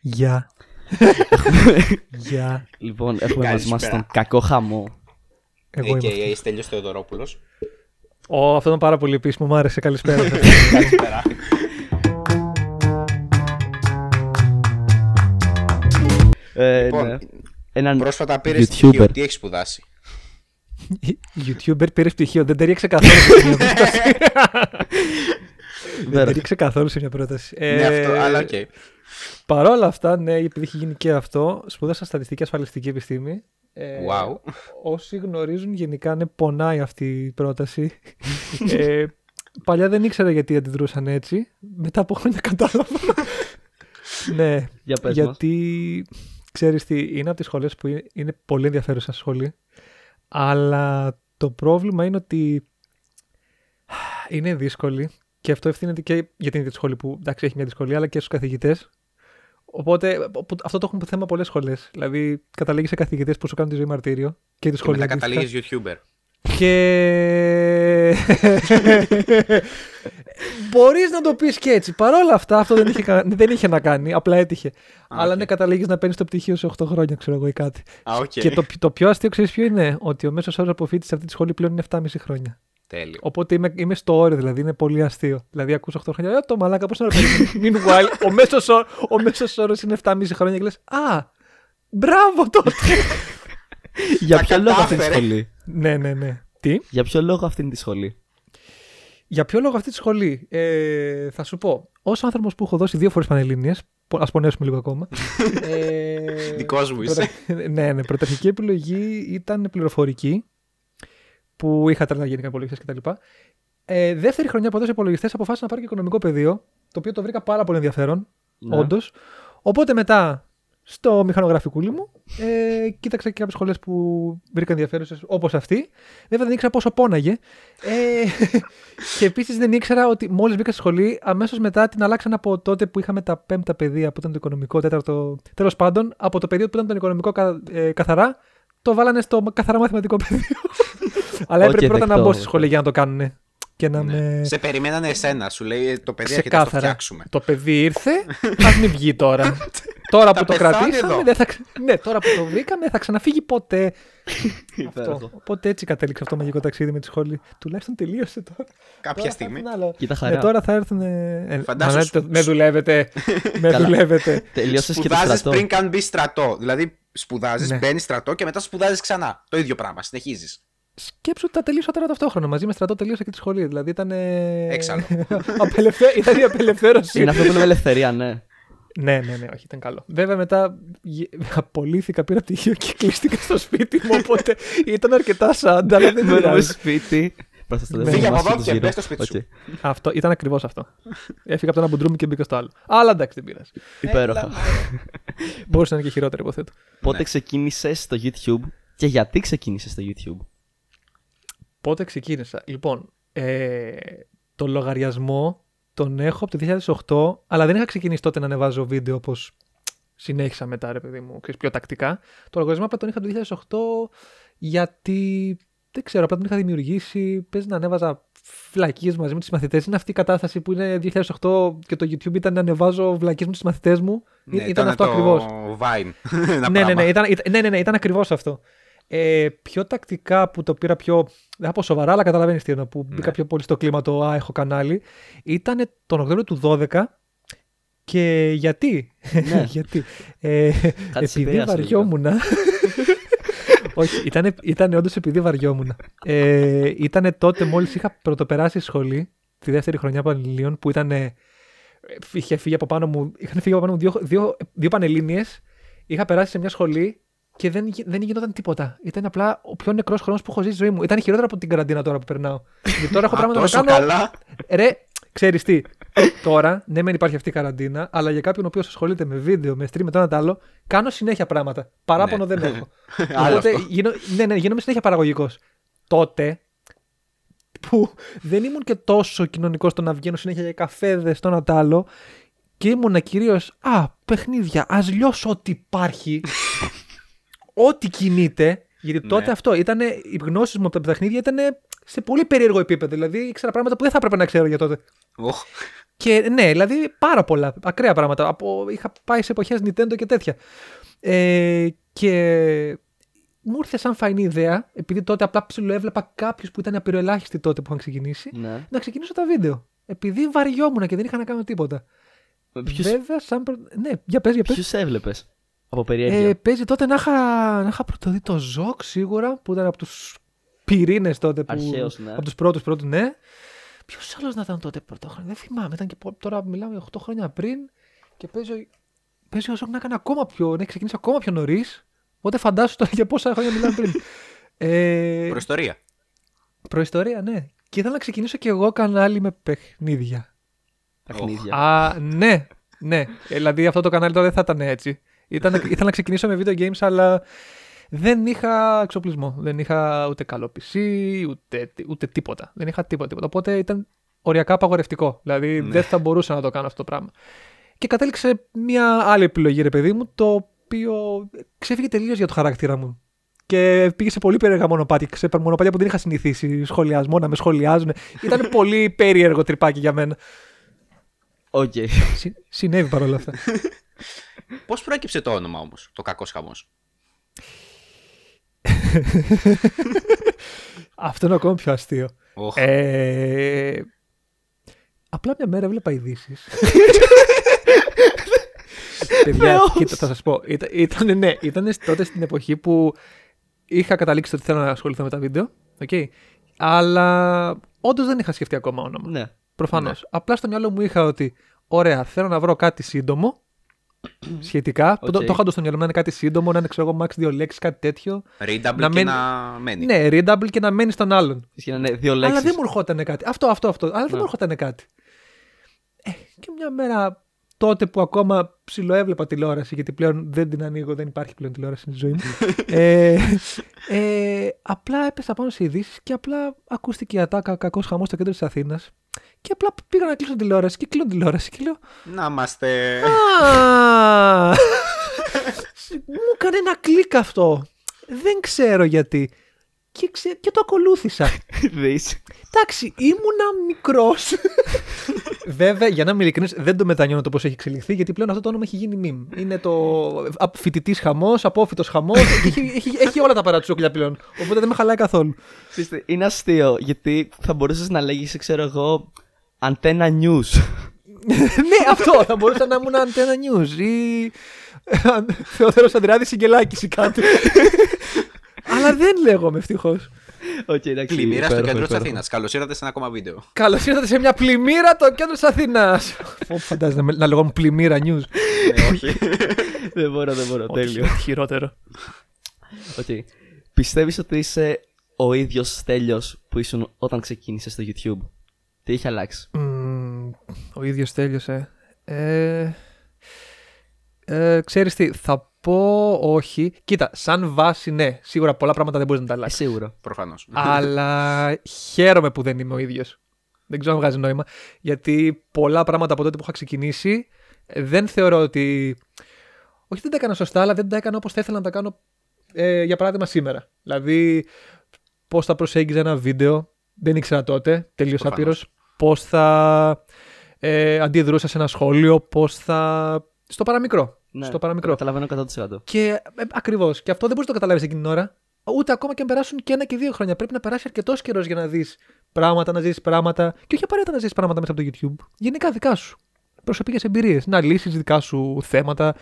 Γεια. Γεια. Λοιπόν, έχουμε μαζί μας Καλησπέρα. τον κακό χαμό. Εγώ είμαι. AKA Στέλιος Θεοδωρόπουλος. Ω, αυτό ήταν πάρα πολύ επίσημο. Μ' άρεσε. Καλησπέρα. σας. Καλησπέρα. Ε, Λοιπόν, ναι. Έναν Πρόσφατα πήρες YouTuber. στοιχείο. Τι έχεις σπουδάσει. YouTuber πήρε πτυχίο. Δεν ταιριάξε καθόλου σε μια πρόταση. Δεν Βέρα. ταιριάξε καθόλου σε μια πρόταση. Ναι, Ε, αυτό, αλλά οκ. Παρ' όλα αυτά, ναι, επειδή έχει γίνει και αυτό, σπούδασα στατιστική ασφαλιστική επιστήμη. Ε, Wow. Όσοι γνωρίζουν, γενικά ναι, πονάει αυτή η πρόταση. ε, παλιά δεν ήξερα γιατί αντιδρούσαν έτσι. Μετά από χρόνια κατάλαβα. ναι, Για πες μας. γιατί ξέρεις τι, είναι από τις σχολές που είναι, είναι πολύ ενδιαφέρουσα σχολή. Αλλά το πρόβλημα είναι ότι είναι δύσκολη και αυτό ευθύνεται και για την ίδια τη σχολή που εντάξει έχει μια δυσκολία, αλλά και στους καθηγητές. Οπότε που- αυτό το έχουν θέμα πολλές σχολές. Δηλαδή, καταλήγει σε καθηγητές που σου κάνουν τη ζωή μαρτύριο και τη Και σχολή. μετά αντίστοιχα. καταλήγεις YouTuber. Και. Μπορείς να το πεις και έτσι. Παρ' όλα αυτά, αυτό δεν είχε, κα- δεν είχε να κάνει. Απλά έτυχε. Αλλά ναι, καταλήγεις να παίρνεις το πτυχίο σε 8 χρόνια, ξέρω εγώ ή κάτι. Α, οκ. Και το, το πιο αστείο, ξέρεις ποιο είναι, ότι ο μέσος όρος αποφύτηση σε αυτή τη σχολή πλέον είναι 7,5 χρόνια. Τέλειο. Οπότε είμαι, είμαι στο όριο, δηλαδή είναι πολύ αστείο. Δηλαδή ακούς 8 χρόνια, «Ε, το μαλάκα, πώς να το περιμένω». Meanwhile, ο μέσος, όρος, ο μέσος όρος είναι 7,5 χρόνια και λες, α, μπράβο τότε. Για τα ποιο λόγο αυτή τη κατάφερε. σχολή. ναι, ναι, ναι. Τι? Για ποιο λόγο αυτή τη σχολή. Για ποιο λόγο αυτή τη σχολή, ε, θα σου πω. Ως άνθρωπος που έχω δώσει δύο φορές πανελλήνιες, πο- ας πονέσουμε λίγο ακόμα. ε, Δικός μου είσαι. πρωτα- ναι, ναι, πρωταρχική επιλογή ήταν πληροφορική, που είχα τρελά γενικά υπολογιστέ κτλ. Ε, δεύτερη χρονιά που έδωσα υπολογιστές, αποφάσισα να πάρω και οικονομικό πεδίο, το οποίο το βρήκα πάρα πολύ ενδιαφέρον, Ναι. ναι. όντως. Οπότε μετά, στο μηχανογραφικούλι μου, ε, κοίταξα και κάποιες σχολές που βρήκα ενδιαφέρουσες, όπως αυτή. Βέβαια δεν ήξερα πόσο πόναγε. Ε, και επίσης δεν ήξερα ότι μόλις μπήκα στη σχολή, αμέσως μετά την αλλάξαν από τότε που είχαμε τα πέμπτα παιδεία που ήταν το οικονομικό, τέταρτο. Τέλος πάντων, από το πεδίο που ήταν το οικονομικό κα- ε, καθαρά, το βάλανε στο καθαρά μαθηματικό πεδίο. Αλλά Οκ, έπρεπε πρώτα να δεκτό. μπω στη σχολή για να το κάνουν. Και να με. Σε περιμένανε εσένα, σου λέει το παιδί έρχεται να το Ε, Ξεκάθαρα. φτιάξουμε. Το παιδί ήρθε, ας μην βγει τώρα. τώρα Θα που το πεθάνει κρατήσαμε, εδώ. δεν θα... ξε- ναι, τώρα που το βρήκαμε, δεν θα ξαναφύγει ποτέ. αυτό. Υπέροχο. Οπότε έτσι κατέληξε αυτό το μαγικό ταξίδι με τη σχολή. Τουλάχιστον τελείωσε τώρα. Κάποια Τώρα θα στιγμή. έρθουν άλλο. Κοίτα Ναι, χαρά. τώρα θα έρθουν. ε, ε, Φαντάσου μαλάκα, σου- Με δουλεύετε. με Καλά. δουλεύετε. Τελείωσε και το Σπουδάζεις στρατό. πριν καν μπει στρατό. Δηλαδή, σπουδάζεις, Ναι. μπαίνεις στρατό και μετά σπουδάζεις ξανά. Το ίδιο πράγμα. Συνεχίζεις. Σκέψου ότι τα τελείωσα τώρα ταυτόχρονα. Μαζί με στρατό τελείωσα και τη σχολή. Δηλαδή ήταν. ε, Έξαλλο. απελευθέ- Ήταν η απελευθέρωση. Είναι αυτό που λέμε ελευθερία, ναι. Ναι, ναι, ναι, όχι, ήταν καλό. Βέβαια μετά γε- απολύθηκα, πήρα πτυχίο και κλείστηκα στο σπίτι μου, οπότε ήταν αρκετά σάντα, αλλά δεν Μένουμε πειράζει. σπίτι. Πας στο στρατό, Φύγε μας από εδώ τους και γύρω. μπες στο σπίτι σου. Οκ. αυτό, ήταν ακριβώς αυτό. Έφυγα από το ένα μπουντρούμι και μπήκα στο άλλο. Αλλά εντάξει, δεν πειράζει. Υπέροχα. Μπορούσε να είναι και χειρότερο, υποθέτω. Πότε Ναι. ξεκίνησες στο YouTube και γιατί ξεκίνησες στο YouTube. Πότε ξεκίνησα. Λοιπόν, ε, το λογαριασμό τον έχω από το 2008, αλλά δεν είχα ξεκινήσει τότε να ανεβάζω βίντεο όπως συνέχισα μετά, ρε παιδί μου, ξέρεις, πιο τακτικά. Το λογαριασμό απλά τον είχα από το 2008 γιατί δεν ξέρω, απλά τον είχα δημιουργήσει. Παίζει να ανέβαζα βλακίες μαζί με του μαθητές. Είναι αυτή η κατάσταση που είναι 2008 και το YouTube ήταν να ανεβάζω βλακίες με του μαθητές μου. Ή- Ε, ήταν αυτό Ναι, το ακριβώς. Vine. Ένα Ναι, ναι, πράγμα. ναι, ήταν, ήταν, ναι, ναι, ναι, ήταν ακριβώς αυτό. Ε, πιο τακτικά που το πήρα πιο. Δεν θα πω σοβαρά, αλλά καταλαβαίνεις τι εννοώ. Που Ναι. μπήκα πιο πολύ στο κλίμα το Α, έχω κανάλι. Ήταν τον Οκτώβριο του 12 και γιατί. Ναι. γιατί. Ε, σε επειδή επηρέασε λίγο. βαριόμουν. λοιπόν. Όχι, ήταν, ήταν όντως επειδή βαριόμουν. Ε, ήταν τότε μόλις είχα πρωτοπεράσει σχολή, τη δεύτερη χρονιά πανελληνίων, που ήταν. ε, Είχε φύγει από πάνω μου, είχαν φύγει από πάνω μου δύο, δύο, δύο πανελλήνιες είχα περάσει σε μια σχολή και δεν, γι- δεν γινόταν τίποτα. Ήταν απλά ο πιο νεκρός χρόνος που έχω ζήσει στη ζωή μου. Ήταν χειρότερο από την καραντίνα τώρα που περνάω. Γιατί τώρα έχω Α, πράγματα να τόσο κάνω. καλά. Ρε, ξέρεις τι. τώρα, ναι, μεν υπάρχει αυτή η καραντίνα, αλλά για κάποιον ο οποίος ασχολείται με βίντεο, με stream, με το ένα το άλλο, κάνω συνέχεια πράγματα. Παράπονο Ναι. δεν έχω. Άλλο Οπότε αυτό. γίνω, ναι, ναι, γίνομαι συνέχεια παραγωγικός. Τότε που δεν ήμουν και τόσο κοινωνικός στο να βγαίνω συνέχεια για καφέδες, το ένα το άλλο. Και ήμουνα κυρίως. Α, παιχνίδια. Ας λιώσω ό,τι υπάρχει. ό,τι κινείται. Γιατί Ναι. τότε αυτό ήταν. Οι γνώσεις μου από τα παιχνίδια ήταν σε πολύ περίεργο επίπεδο. Δηλαδή ήξερα πράγματα που δεν θα έπρεπε να ξέρω για τότε. Οχ, Και ναι, δηλαδή πάρα πολλά ακραία πράγματα. Από, είχα πάει σε εποχές Nintendo και τέτοια. Ε, και μου ήρθε σαν φαϊνή ιδέα, επειδή τότε απλά ψιλοέβλεπα κάποιους που ήταν απειροελάχιστοι τότε που είχαν ξεκινήσει, Ναι. να ξεκινήσω τα βίντεο. Επειδή βαριόμουν και δεν είχα να κάνω τίποτα. Ποιο Βέβαια, σαν. προ- Ναι, για πες, για πες. ποιους έβλεπες από περιέργεια. Ε, παίζει τότε να είχα, να είχα πρωτοδεί το Ζοκ σίγουρα που ήταν από τους πυρήνες τότε. Που, Αρχαίος, ναι. Από τους πρώτους πρώτους, ναι. Ποιος άλλος να ήταν τότε πρωτόχρονο, δεν θυμάμαι. Ήταν και πο- τώρα μιλάμε 8 χρόνια πριν και παίζει, ο- παίζει ο Ζοκ να έκανε ακόμα πιο. να έχει ξεκινήσει ακόμα πιο νωρίς. Οπότε φαντάσου τώρα για πόσα χρόνια μιλάμε πριν. ε, Προϊστορία. προϊστορία, ναι. Και ήθελα να ξεκινήσω κι εγώ κανάλι με παιχνίδια. Παιχνίδια. Α, ναι, ναι. Ε, Δηλαδή αυτό το κανάλι τώρα δεν θα ήταν έτσι. Ήταν, ήθελα να ξεκινήσω με video games, αλλά δεν είχα εξοπλισμό. Δεν είχα ούτε καλό PC, ούτε, τι- ούτε τίποτα. Δεν είχα τίποτα, τίποτα. Οπότε ήταν οριακά απαγορευτικό. Δηλαδή δεν θα μπορούσα να το κάνω αυτό το πράγμα. Και κατέληξε μια άλλη επιλογή, ρε παιδί μου, το οποίο ξέφυγε τελείως για το χαρακτήρα μου. Και πήγε σε πολύ περίεργα μονοπάτια. Ξέπερ μονοπάτια που δεν είχα συνηθίσει. Σχολιασμό, να με σχολιάζουν. Ήταν πολύ περίεργο τρυπάκι για μένα. Οκ. Συ- Συνέβη παρόλα αυτά. Πώς προέκυψε το όνομα όμως, το κακός χαμός. Αυτό είναι ακόμα πιο αστείο. Οχ, Ε, απλά μια μέρα έβλεπα ειδήσεις. Παιδιά, Θεός. κοίτα, θα σας πω. Ήταν, ήτανε, ναι, ήταν τότε στην εποχή που είχα καταλήξει ότι θέλω να ασχοληθώ με τα βίντεο. οκ. Αλλά όντως δεν είχα σκεφτεί ακόμα όνομα. ναι. Προφανώς. Απλά στο μυαλό μου είχα ότι, ωραία, θέλω να βρω κάτι σύντομο. Σχετικά. Το, Οκ. το είχα όντως στο μυαλό μου να είναι κάτι σύντομο, να είναι ξέρω εγώ, max δύο λέξεις, κάτι τέτοιο. readable να και μένει- να μένει. Ναι, readable και να μένει στον άλλον. Ίσως και να είναι δύο Αλλά λέξεις. δεν μου ερχόταν κάτι. Αυτό, αυτό, αυτό. Αλλά δεν Ναι. μου ερχόταν κάτι. Ε, και μια μέρα τότε που ακόμα ψιλοέβλεπα τηλεόραση, γιατί πλέον δεν την ανοίγω, δεν υπάρχει πλέον τηλεόραση στη ζωή μου. ε, ε, απλά έπεσα πάνω σε ειδήσεις και απλά ακούστηκε η ατάκα κακός χαμός στο κέντρο της Αθήνας. Και απλά πήγα να κλείσω την τηλεόραση και κλείνω την τηλεόραση και λέω Να είμαστε. «Α, Μου έκανε ένα κλικ αυτό. Δεν ξέρω γιατί. Και, ξε- και το ακολούθησα. Δεις. Εντάξει, ήμουνα μικρός. Βέβαια, για να είμαι ειλικρινής, δεν το μετανιώνω το πώς έχει εξελιχθεί, γιατί πλέον αυτό το όνομα έχει γίνει meme. Είναι το φοιτητής χαμός, απόφυτος χαμός. έχει, έχει- έχει όλα τα παρατσούκλια πλέον. Οπότε δεν με χαλάει καθόλου. Ξέρετε, είναι αστείο γιατί θα μπορούσες να λέγεις, ξέρω εγώ, Antenna News. ναι, αυτό. Θα μπορούσα να ήμουν αντένα news ή. Θεοδέρο Ανδρεάδη Σιγκελάκη ή κάτι. Αλλά δεν λέγομαι ευτυχώς. Οκ, εντάξει. Πλημμύρα στο υπέροχο, κέντρο υπέροχο. τη Αθήνας. Καλώς ήρθατε σε ένα ακόμα βίντεο. Καλώ ήρθατε σε μια πλημμύρα το κέντρο της Αθήνας. Φαντάζομαι να, με- να λεγόμουν πλημμύρα news. Ε, όχι. Δεν μπορώ, δεν μπορώ. Ό,τι Τέλειο. Χειρότερο. Οκ. Πιστεύεις ότι είσαι ο ίδιος Στέλιος που ήσουν όταν ξεκίνησες στο YouTube. Τι έχει αλλάξει. Μμμ, ο ίδιος τέλειωσε. Ε, ε, ξέρεις τι, θα πω όχι. Κοίτα, σαν βάση ναι, σίγουρα πολλά πράγματα δεν μπορείς να τα Ε, αλλάξεις. σίγουρα. Προφανώς. αλλά χαίρομαι που δεν είμαι ο ίδιος. Δεν ξέρω αν βγάζει νόημα. Γιατί πολλά πράγματα από τότε που είχα ξεκινήσει ε, δεν θεωρώ ότι... Όχι δεν τα έκανα σωστά, αλλά δεν τα έκανα όπως θα ήθελα να τα κάνω ε, για παράδειγμα σήμερα. Δηλαδή, πώς θα προσέγγιζα ένα βίντεο, δεν ήξερα τότε, τελείως Προφανώς. άπειρος. Πώς θα ε, αντιδρούσα σε ένα σχόλιο, πώς θα... Στο παραμικρό. στο παραμικρό. Καταλαβαίνω 100%. Και ακριβώς. Και αυτό δεν μπορείς να το καταλάβεις εκείνη την ώρα. Ούτε ακόμα και αν περάσουν και ένα και δύο χρόνια. Πρέπει να περάσει αρκετός καιρός για να δεις πράγματα, να ζήσει πράγματα. Και όχι απαραίτητα να ζήσει πράγματα μέσα από το YouTube. Γενικά δικά σου. Προσωπικές εμπειρίες. Να λύσεις δικά σου θέματα.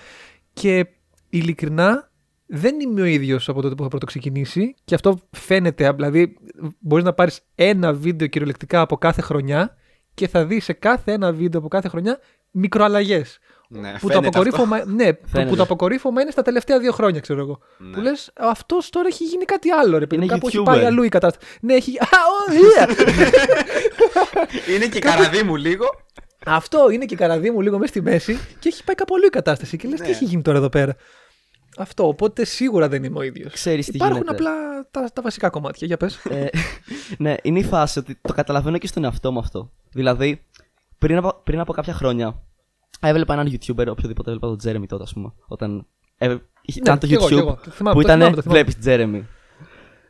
Και ειλικρινά δεν είμαι ο ίδιος από τότε που είχα πρώτο ξεκινήσει. Και αυτό φαίνεται. Δηλαδή, μπορείς να πάρεις ένα βίντεο κυριολεκτικά από κάθε χρονιά και θα δεις σε κάθε ένα βίντεο από κάθε χρονιά μικροαλλαγές Ναι, που το, φαίνεται αυτό. αποκορύφωμα, ναι, που- Φαίνεται. που το αποκορύφωμα είναι στα τελευταία δύο χρόνια, ξέρω εγώ. Ναι. Που λες, αυτός τώρα έχει γίνει κάτι άλλο, ρε παιδί. Είναι μου, Κάπου έχει YouTuber. πάει αλλού η κατάσταση. Ναι, έχει. Α, ω, ναι. yeah. Είναι και η καραδί μου λίγο. αυτό είναι και η καραδί μου λίγο μέσα στη μέση και έχει πάει κάπου αλλού η κατάσταση. Και λες, Ναι. τι έχει γίνει τώρα εδώ πέρα. Αυτό. Οπότε σίγουρα δεν είμαι ο ίδιος. Ξέρεις τι Υπάρχουν γίνεται. απλά τα, τα βασικά κομμάτια. Για πες. Ε, ναι, είναι η φάση ότι το καταλαβαίνω και στον εαυτό μου αυτό. Δηλαδή, πριν από, πριν από κάποια χρόνια, έβλεπα έναν YouTuber, οποιοδήποτε έβλεπα τον Τζέρεμι τότε, ας πούμε. Όταν ε, ήταν το κι Ναι, εγώ, YouTube κι εγώ. Το θυμάμαι, που το ήταν. θυμάμαι, το θυμάμαι. Βλέπεις Τζέρεμι.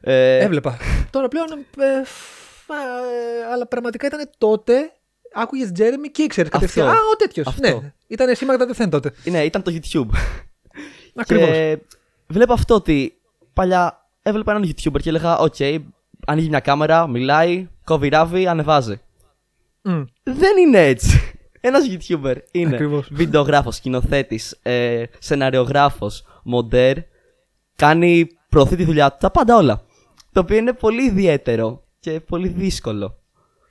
Ε, Έβλεπα. τώρα πλέον. ε, φ- α, ε, αλλά πραγματικά ήταν τότε άκουγες Τζέρεμι και ήξερες Αυτό. κατευθείαν. Α, ο τέτοιος. Αυτό. Ναι, ήταν σήμερα τα τεθέν τότε. Ναι, ήταν το YouTube. Ακριβώς. Και βλέπω αυτό ότι παλιά έβλεπα έναν YouTuber και έλεγα: Οκ, ανοίγει μια κάμερα, μιλάει, κόβει ράβει, ανεβάζει. Δεν είναι έτσι. Ένας YouTuber είναι Ακριβώς. βιντεογράφος, σκηνοθέτης, ε, σεναριογράφος, μοντέρ. Κάνει, προωθεί τη δουλειά του, τα πάντα όλα. Το οποίο είναι πολύ ιδιαίτερο και πολύ δύσκολο.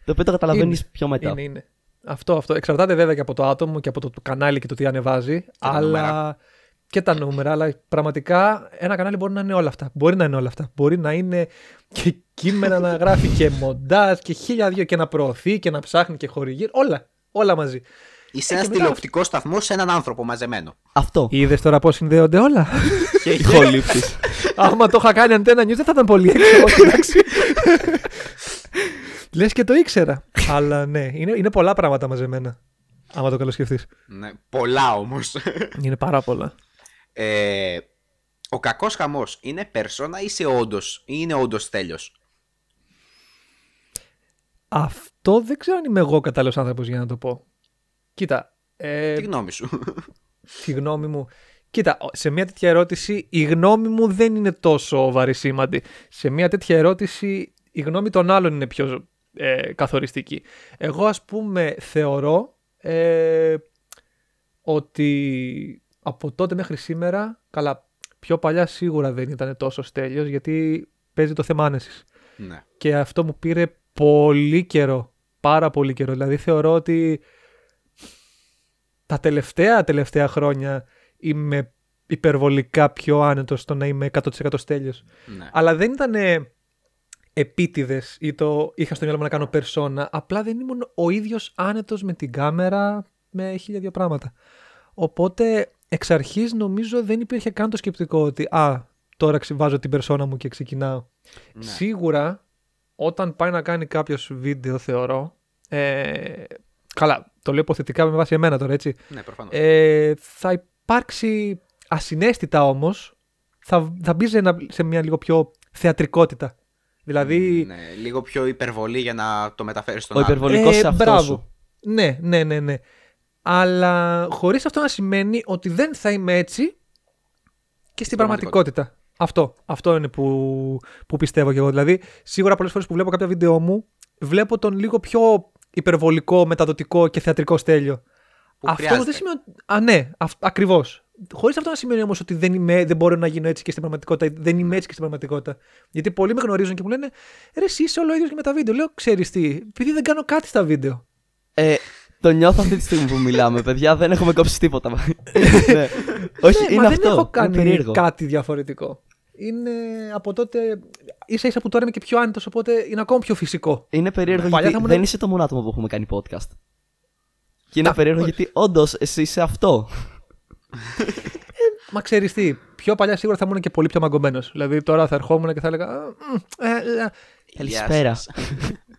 Το οποίο το καταλαβαίνει πιο μετά. Είναι, είναι. Αυτό, αυτό. Εξαρτάται βέβαια και από το άτομο και από το κανάλι και το τι ανεβάζει. αλλά. νούμερα. Και τα νούμερα, αλλά πραγματικά ένα κανάλι μπορεί να είναι όλα αυτά. Μπορεί να είναι όλα αυτά. Μπορεί να είναι και κείμενα να γράφει και μοντάζ και χίλια δυο και να προωθεί και να ψάχνει και χορηγεί. Όλα. Όλα μαζί. Είσαι Ε, ένα και μετά- τηλεοπτικός σταθμός σε έναν άνθρωπο μαζεμένο. Αυτό. Είδες τώρα πώς συνδέονται όλα. Η χολύπτη. Άμα το είχα κάνει αντένα news δεν θα ήταν πολύ έξω. Όχι, εντάξει. Λες και το ήξερα. Αλλά ναι, είναι, είναι πολλά πράγματα μαζεμένα. Άμα το καλοσκεφτεί. Ναι, πολλά όμως. Είναι πάρα πολλά. ε, ο κακός χαμός είναι περσόνα ή είσαι όντως ή είναι όντως τέλειος. Αυτό δεν ξέρω αν είμαι εγώ κατάλληλος άνθρωπος για να το πω. Κοίτα. Ε, Τι γνώμη σου. τη γνώμη μου. Κοίτα, σε μια τέτοια ερώτηση η γνώμη μου δεν είναι τόσο βαρισίμαντη. Σε μια τέτοια ερώτηση η γνώμη των άλλων είναι πιο ε, καθοριστική. Εγώ ας πούμε θεωρώ ε, ότι από τότε μέχρι σήμερα, καλά πιο παλιά σίγουρα δεν ήταν τόσο στέλιος γιατί παίζει το θέμα άνεσης ναι. και αυτό μου πήρε πολύ καιρό. Πάρα πολύ καιρό. Δηλαδή θεωρώ ότι τα τελευταία τελευταία χρόνια είμαι υπερβολικά πιο άνετος στο να είμαι 100% στέλιος. ναι. Αλλά δεν ήταν επίτηδες ή το είχα στο μυαλό μου να κάνω περσόνα. Απλά δεν ήμουν ο ίδιος άνετος με την κάμερα με χίλια δύο πράγματα. Οπότε εξ αρχής νομίζω δεν υπήρχε καν το σκεπτικό ότι α, τώρα ξε- βάζω την περσόνα μου και ξεκινάω. Ναι. Σίγουρα όταν πάει να κάνει κάποιος βίντεο θεωρώ ε, καλά το λέω υποθετικά με βάση εμένα τώρα έτσι ναι, προφανώς. ε, θα υπάρξει ασυναίσθητα όμως θα, θα μπει σε, ένα- σε μια λίγο πιο θεατρικότητα δηλαδή ναι, λίγο πιο υπερβολή για να το μεταφέρεις στον Ο άλλο. υπερβολικός Ε, ε, αυτός. μπράβο. Σου. Ναι, ναι, ναι, ναι. Αλλά χωρίς αυτό να σημαίνει ότι δεν θα είμαι έτσι και στην πραγματικότητα. Αυτό, αυτό είναι που, που πιστεύω και εγώ. Δηλαδή, σίγουρα πολλές φορές που βλέπω κάποια βίντεο μου, βλέπω τον λίγο πιο υπερβολικό, μεταδοτικό και θεατρικό στέλιο. Που αυτό χρειάζεται. δεν σημαίνει. ότι- Α, ναι, αυ, ακριβώς. Χωρίς αυτό να σημαίνει όμως ότι δεν, είμαι, δεν μπορώ να γίνω έτσι και στην πραγματικότητα, ή δεν είμαι έτσι και στην πραγματικότητα. Γιατί πολλοί με γνωρίζουν και μου λένε Ρε, εσύ είσαι όλο ίδιος και με τα βίντεο. Λέω, ξέρεις τι, επειδή δεν κάνω κάτι στα βίντεο. Ε, το νιώθω αυτή τη στιγμή που μιλάμε, παιδιά. Δεν έχουμε κόψει τίποτα. ναι. Όχι, ναι, είναι μα αυτό. δεν έχω είναι κάνει περίεργο. κάτι διαφορετικό. Είναι από τότε. ίσα ίσα που τώρα είμαι και πιο άνετος, οπότε είναι ακόμα πιο φυσικό. Είναι περίεργο Παλιά γιατί θα ήμουν- δεν είσαι το μόνο άτομο που έχουμε κάνει podcast. Και είναι Α, περίεργο όχι. γιατί όντως εσύ είσαι αυτό. Μα ξέρεις τι, πιο παλιά σίγουρα θα ήμουν και πολύ πιο μαγκωμένος. Δηλαδή τώρα θα ερχόμουν και θα έλεγα. «Α, μ, ε, ε, Καλησπέρα.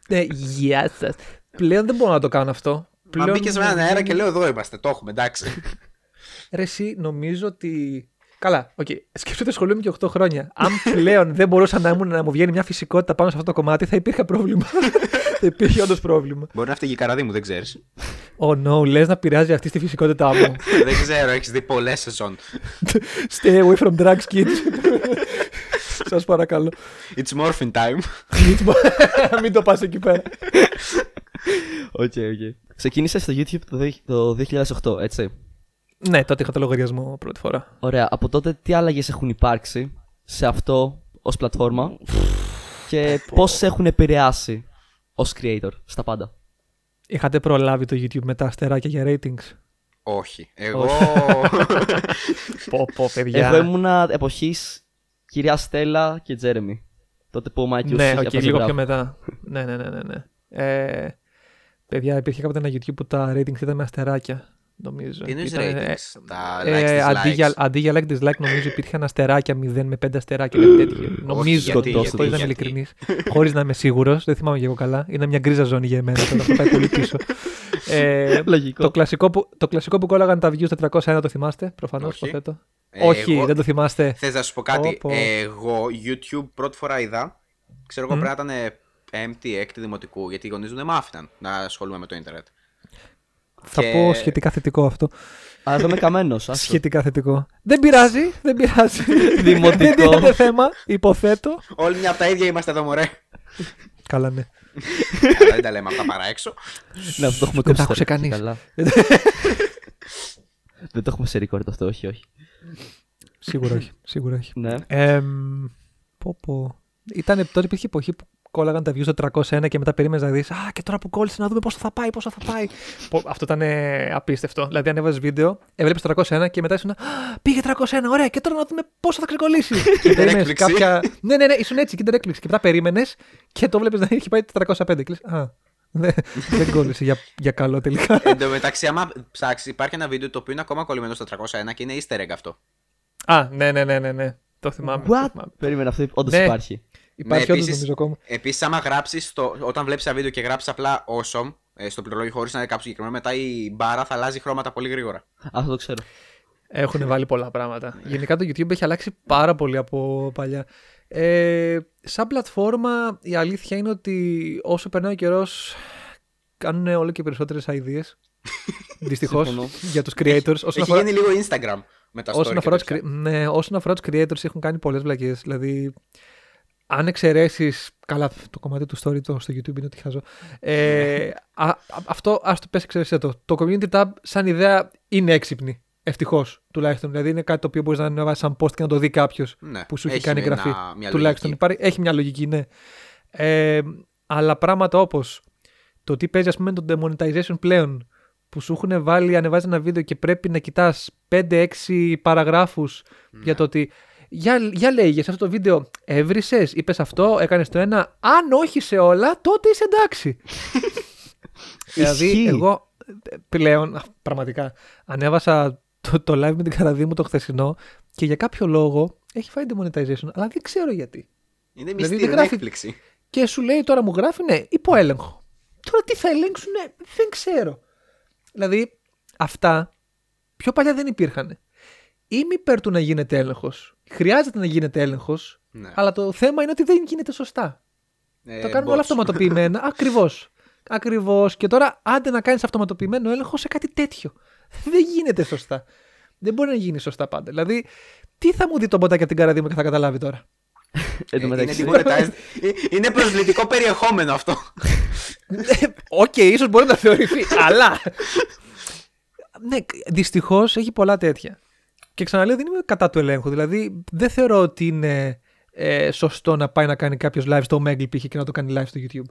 ε, Γεια σας. Πλέον δεν μπορώ να το κάνω αυτό. Μα Πλέον μπήκε με έναν αέρα δεν- και λέω εδώ είμαστε, το έχουμε, εντάξει. ναι. Ρε, εσύ νομίζω ότι. Καλά, οκ. Okay. Σκέφτομαι το σχολείο μου και 8 χρόνια. Αν πλέον δεν μπορούσα να, ήμουν, να μου βγαίνει μια φυσικότητα πάνω σε αυτό το κομμάτι, θα υπήρχε πρόβλημα. θα υπήρχε όντως πρόβλημα. Μπορεί να φταίει η καραδί μου, δεν ξέρεις. Oh no, λες να πειράζει αυτή στη φυσικότητά μου. δεν ξέρω, έχεις δει πολλές σεζόν. Stay away from drugs, kids. Σας παρακαλώ. It's morphin time. Μην το- Μην το πας εκεί πέρα. Οκ, οκ. Ξεκίνησε στο YouTube το δε- το 2008, έτσι. Ναι, τότε είχα το λογαριασμό πρώτη φορά. Ωραία. Από τότε τι άλλαγες έχουν υπάρξει σε αυτό ως πλατφόρμα και πώς σε έχουν επηρεάσει ως creator στα πάντα. Είχατε προλάβει το YouTube με τα αστεράκια για ratings. Όχι. Εγώ. Πω, πω, Εγώ ήμουνα εποχής κυρία Στέλλα και Τζέρεμι. Τότε που ο Μάικιου Ναι, οκ, λίγο πιο μετά. ναι, ναι, ναι, ναι. ναι. Ε, παιδιά, υπήρχε κάποτε ένα YouTube που τα ratings ήταν με αστεράκια, νομίζω. Τι εννοείς Ήταν, ε, ratings, τα ε, likes, αντί, για, dislikes. αντί για like dislike νομίζω υπήρχαν αστεράκια 0 με 5 αστεράκια κάτι τέτοιο. νομίζω γιατί, γιατί, χωρίς να είμαι γιατί. ειλικρινής, χωρίς να είμαι σίγουρος, δεν θυμάμαι και εγώ καλά. Είναι μια γκρίζα ζώνη για εμένα τώρα, αυτό πάει πολύ πίσω. Ε, Λογικό. το, κλασικό που, το κλασικό που κόλλαγαν τα views 401 το θυμάστε, προφανώς, Όχι. υποθέτω. Ε, Όχι, εγώ- δεν το θυμάστε. Θες να σου πω κάτι. Πω, πω. Εγώ YouTube πρώτη φορά είδα. Ξέρω εγώ πρέπει να ήταν έμπτη, έκτη δημοτικού, γιατί οι γονείς μου δεν μ' άφηναν να ασχολούμαι με το Ιντερνετ. Θα Και- πω σχετικά θετικό αυτό. Αλλά εδώ είμαι καμένος. Σχετικά θετικό. Δεν πειράζει, δεν πειράζει. Δημοτικό. δεν τίθεται θέμα, υποθέτω. Όλοι μια από τα ίδια είμαστε εδώ, μωρέ. Καλά, ναι. Καλά, δεν τα λέμε αυτά παρά έξω. Ναι, αυτό το Δεν έχουμε κόψει. τα άκουσε τώρα, κανείς. καλά. Δεν το έχουμε σε record αυτό, όχι, όχι. σίγουρα όχι. Σίγουρα όχι. Ναι. Εμ, πω, πω. Ήταν, τότε υπήρχε εποχή που κόλλαγαν τα views στο 301 και μετά περίμενες να δεις. Α, και τώρα που κόλλησε να δούμε πόσο θα πάει, πόσο θα πάει. Πω, αυτό ήταν ε, απίστευτο. Δηλαδή, αν έβαζες βίντεο, έβλεπες 301 και μετά ήσουν. «Α, Πήγε 301, ωραία, και τώρα να δούμε πόσο θα ξεκολλήσει. και περίμενες έκπληξη. κάποια. ναι, ναι, ναι, ήσουν έτσι και ήταν έκπληξη. Και μετά περίμενες και το βλέπεις να έχει πάει 405. Και λες, Α, δεν, δεν κόλλησε για, για καλό τελικά. Εν τω μεταξύ, άμα ψάξεις, υπάρχει ένα βίντεο το οποίο είναι ακόμα κολλημένο στο 301 και είναι easter egg αυτό. Α, ναι, ναι, ναι, ναι, ναι. Το θυμάμαι. το What? θυμάμαι. Περίμενα αυτό, όντως Ναι. υπάρχει. Υπάρχει Ναι, όντως, επίσης- νομίζω ακόμα. Επίσης, άμα γράψεις, όταν βλέπεις ένα βίντεο και γράψεις απλά awesome ε, στο πληρολόγιο χωρίς να είναι κάποιο συγκεκριμένο, μετά η μπάρα θα αλλάζει χρώματα πολύ γρήγορα. Αυτό το ξέρω. Έχουν βάλει πολλά πράγματα. Γενικά το YouTube έχει αλλάξει πάρα πολύ από παλιά. Ε, σαν πλατφόρμα η αλήθεια είναι ότι όσο περνάει ο καιρός κάνουν όλο και περισσότερες ideas. Δυστυχώς Συμφωνώ. για τους creators. Όσον Έχει αφορά, γίνει λίγο Instagram με τα story όσον και αφορά, τους, τέτοια. cre- ναι, όσον αφορά τους creators έχουν κάνει πολλές βλακίες. Δηλαδή αν εξαιρέσεις. Καλά, το κομμάτι του story το, στο YouTube είναι ότι χάζω. Ε, α, α- αυτό ας το πες, εξαιρέσει το. Το community tab σαν ιδέα είναι έξυπνη. Ευτυχώς τουλάχιστον. Δηλαδή είναι κάτι το οποίο μπορείς να ανεβάσεις σαν post και να το δει κάποιος Ναι, που σου έχει έχει κάνει ένα- εγγραφή. μια Τουλάχιστον λογική. υπάρχει, έχει μια λογική, ναι. Ε, αλλά πράγματα όπως το τι παίζει, ας πούμε, το demonetization πλέον, που σου έχουν βάλει, ανεβάζει ένα βίντεο και πρέπει να κοιτάς 5-6 παραγράφους Ναι. για το ότι. Για, για λέγε σε αυτό το βίντεο, έβρισες, είπες αυτό, έκανες το ένα. Αν όχι σε όλα, τότε είσαι εντάξει. δηλαδή, Ισχύει. εγώ ε, πλέον, α, πραγματικά, ανέβασα το, το live με την καραδί μου το χθεσινό και για κάποιο λόγο έχει φάει demonetization, αλλά δεν ξέρω γιατί. Είναι Δηλαδή, μυστήριο, δεν είναι γράφει- έκπληξη. Και σου λέει τώρα μου γράφει, ναι, υποέλεγχο. Τώρα τι θα ελέγξουν, δεν ξέρω. Δηλαδή, αυτά πιο παλιά δεν υπήρχαν. Είμαι υπέρ του να γίνεται έλεγχος. Χρειάζεται να γίνεται έλεγχος, Ναι. αλλά το θέμα είναι ότι δεν γίνεται σωστά. Ε, Το κάνουμε bots. όλα αυτοματοποιημένα. Ακριβώς. Ακριβώς. Και τώρα, άντε να κάνεις αυτοματοποιημένο έλεγχο σε κάτι τέτοιο. Δεν γίνεται σωστά. Δεν μπορεί να γίνει σωστά πάντα. Δηλαδή, τι θα μου δει το μποτάκι από την καραδί μου και θα καταλάβει τώρα. Εν Ε, τω είναι μεταξύ. demonetized. Ε, Είναι προσβλητικό περιεχόμενο αυτό. Ε, Οκ, ίσως μπορεί να θεωρηθεί, αλλά. ναι, δυστυχώς έχει πολλά τέτοια. Και ξαναλέω, δεν είμαι κατά του ελέγχου. Δηλαδή, δεν θεωρώ ότι είναι ε, σωστό να πάει να κάνει κάποιος live στο Omegle π.χ. και να το κάνει live στο YouTube.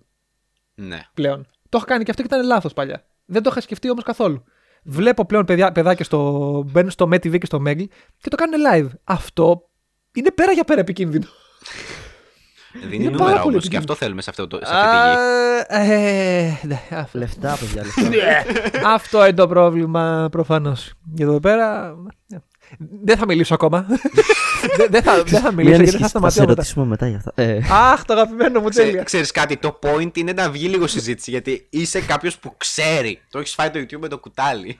Ναι. πλέον. Το είχα κάνει και αυτό και ήταν λάθος παλιά. Δεν το είχα σκεφτεί όμως καθόλου. Βλέπω πλέον παιδιά, παιδάκια στο. μπαίνουν στο MeTV και στο Megli και το κάνουν live. Αυτό είναι πέρα για πέρα επικίνδυνο. Δίνει Είναι πάρα νούμερα πολύ όμως και επικίνδυνο. αυτό θέλουμε σε, αυτό, το- σε αυτή τη γη. Α, ε, ναι, αυτό. Λεφτά, παιδιά, λεφτά. Αυτό είναι το πρόβλημα προφανώς. Για εδώ πέρα. ναι. Δεν θα μιλήσω ακόμα. Δεν- δεν, θα, δεν θα μιλήσω γιατί δεν θα σταματήσω. μετά. μετά για αυτά. Ε, Αχ, το αγαπημένο μου τέλεια. Ξέ, ξέρεις κάτι, το point είναι να βγει λίγο συζήτηση γιατί είσαι κάποιος που ξέρει. Το έχεις φάει το YouTube με το κουτάλι.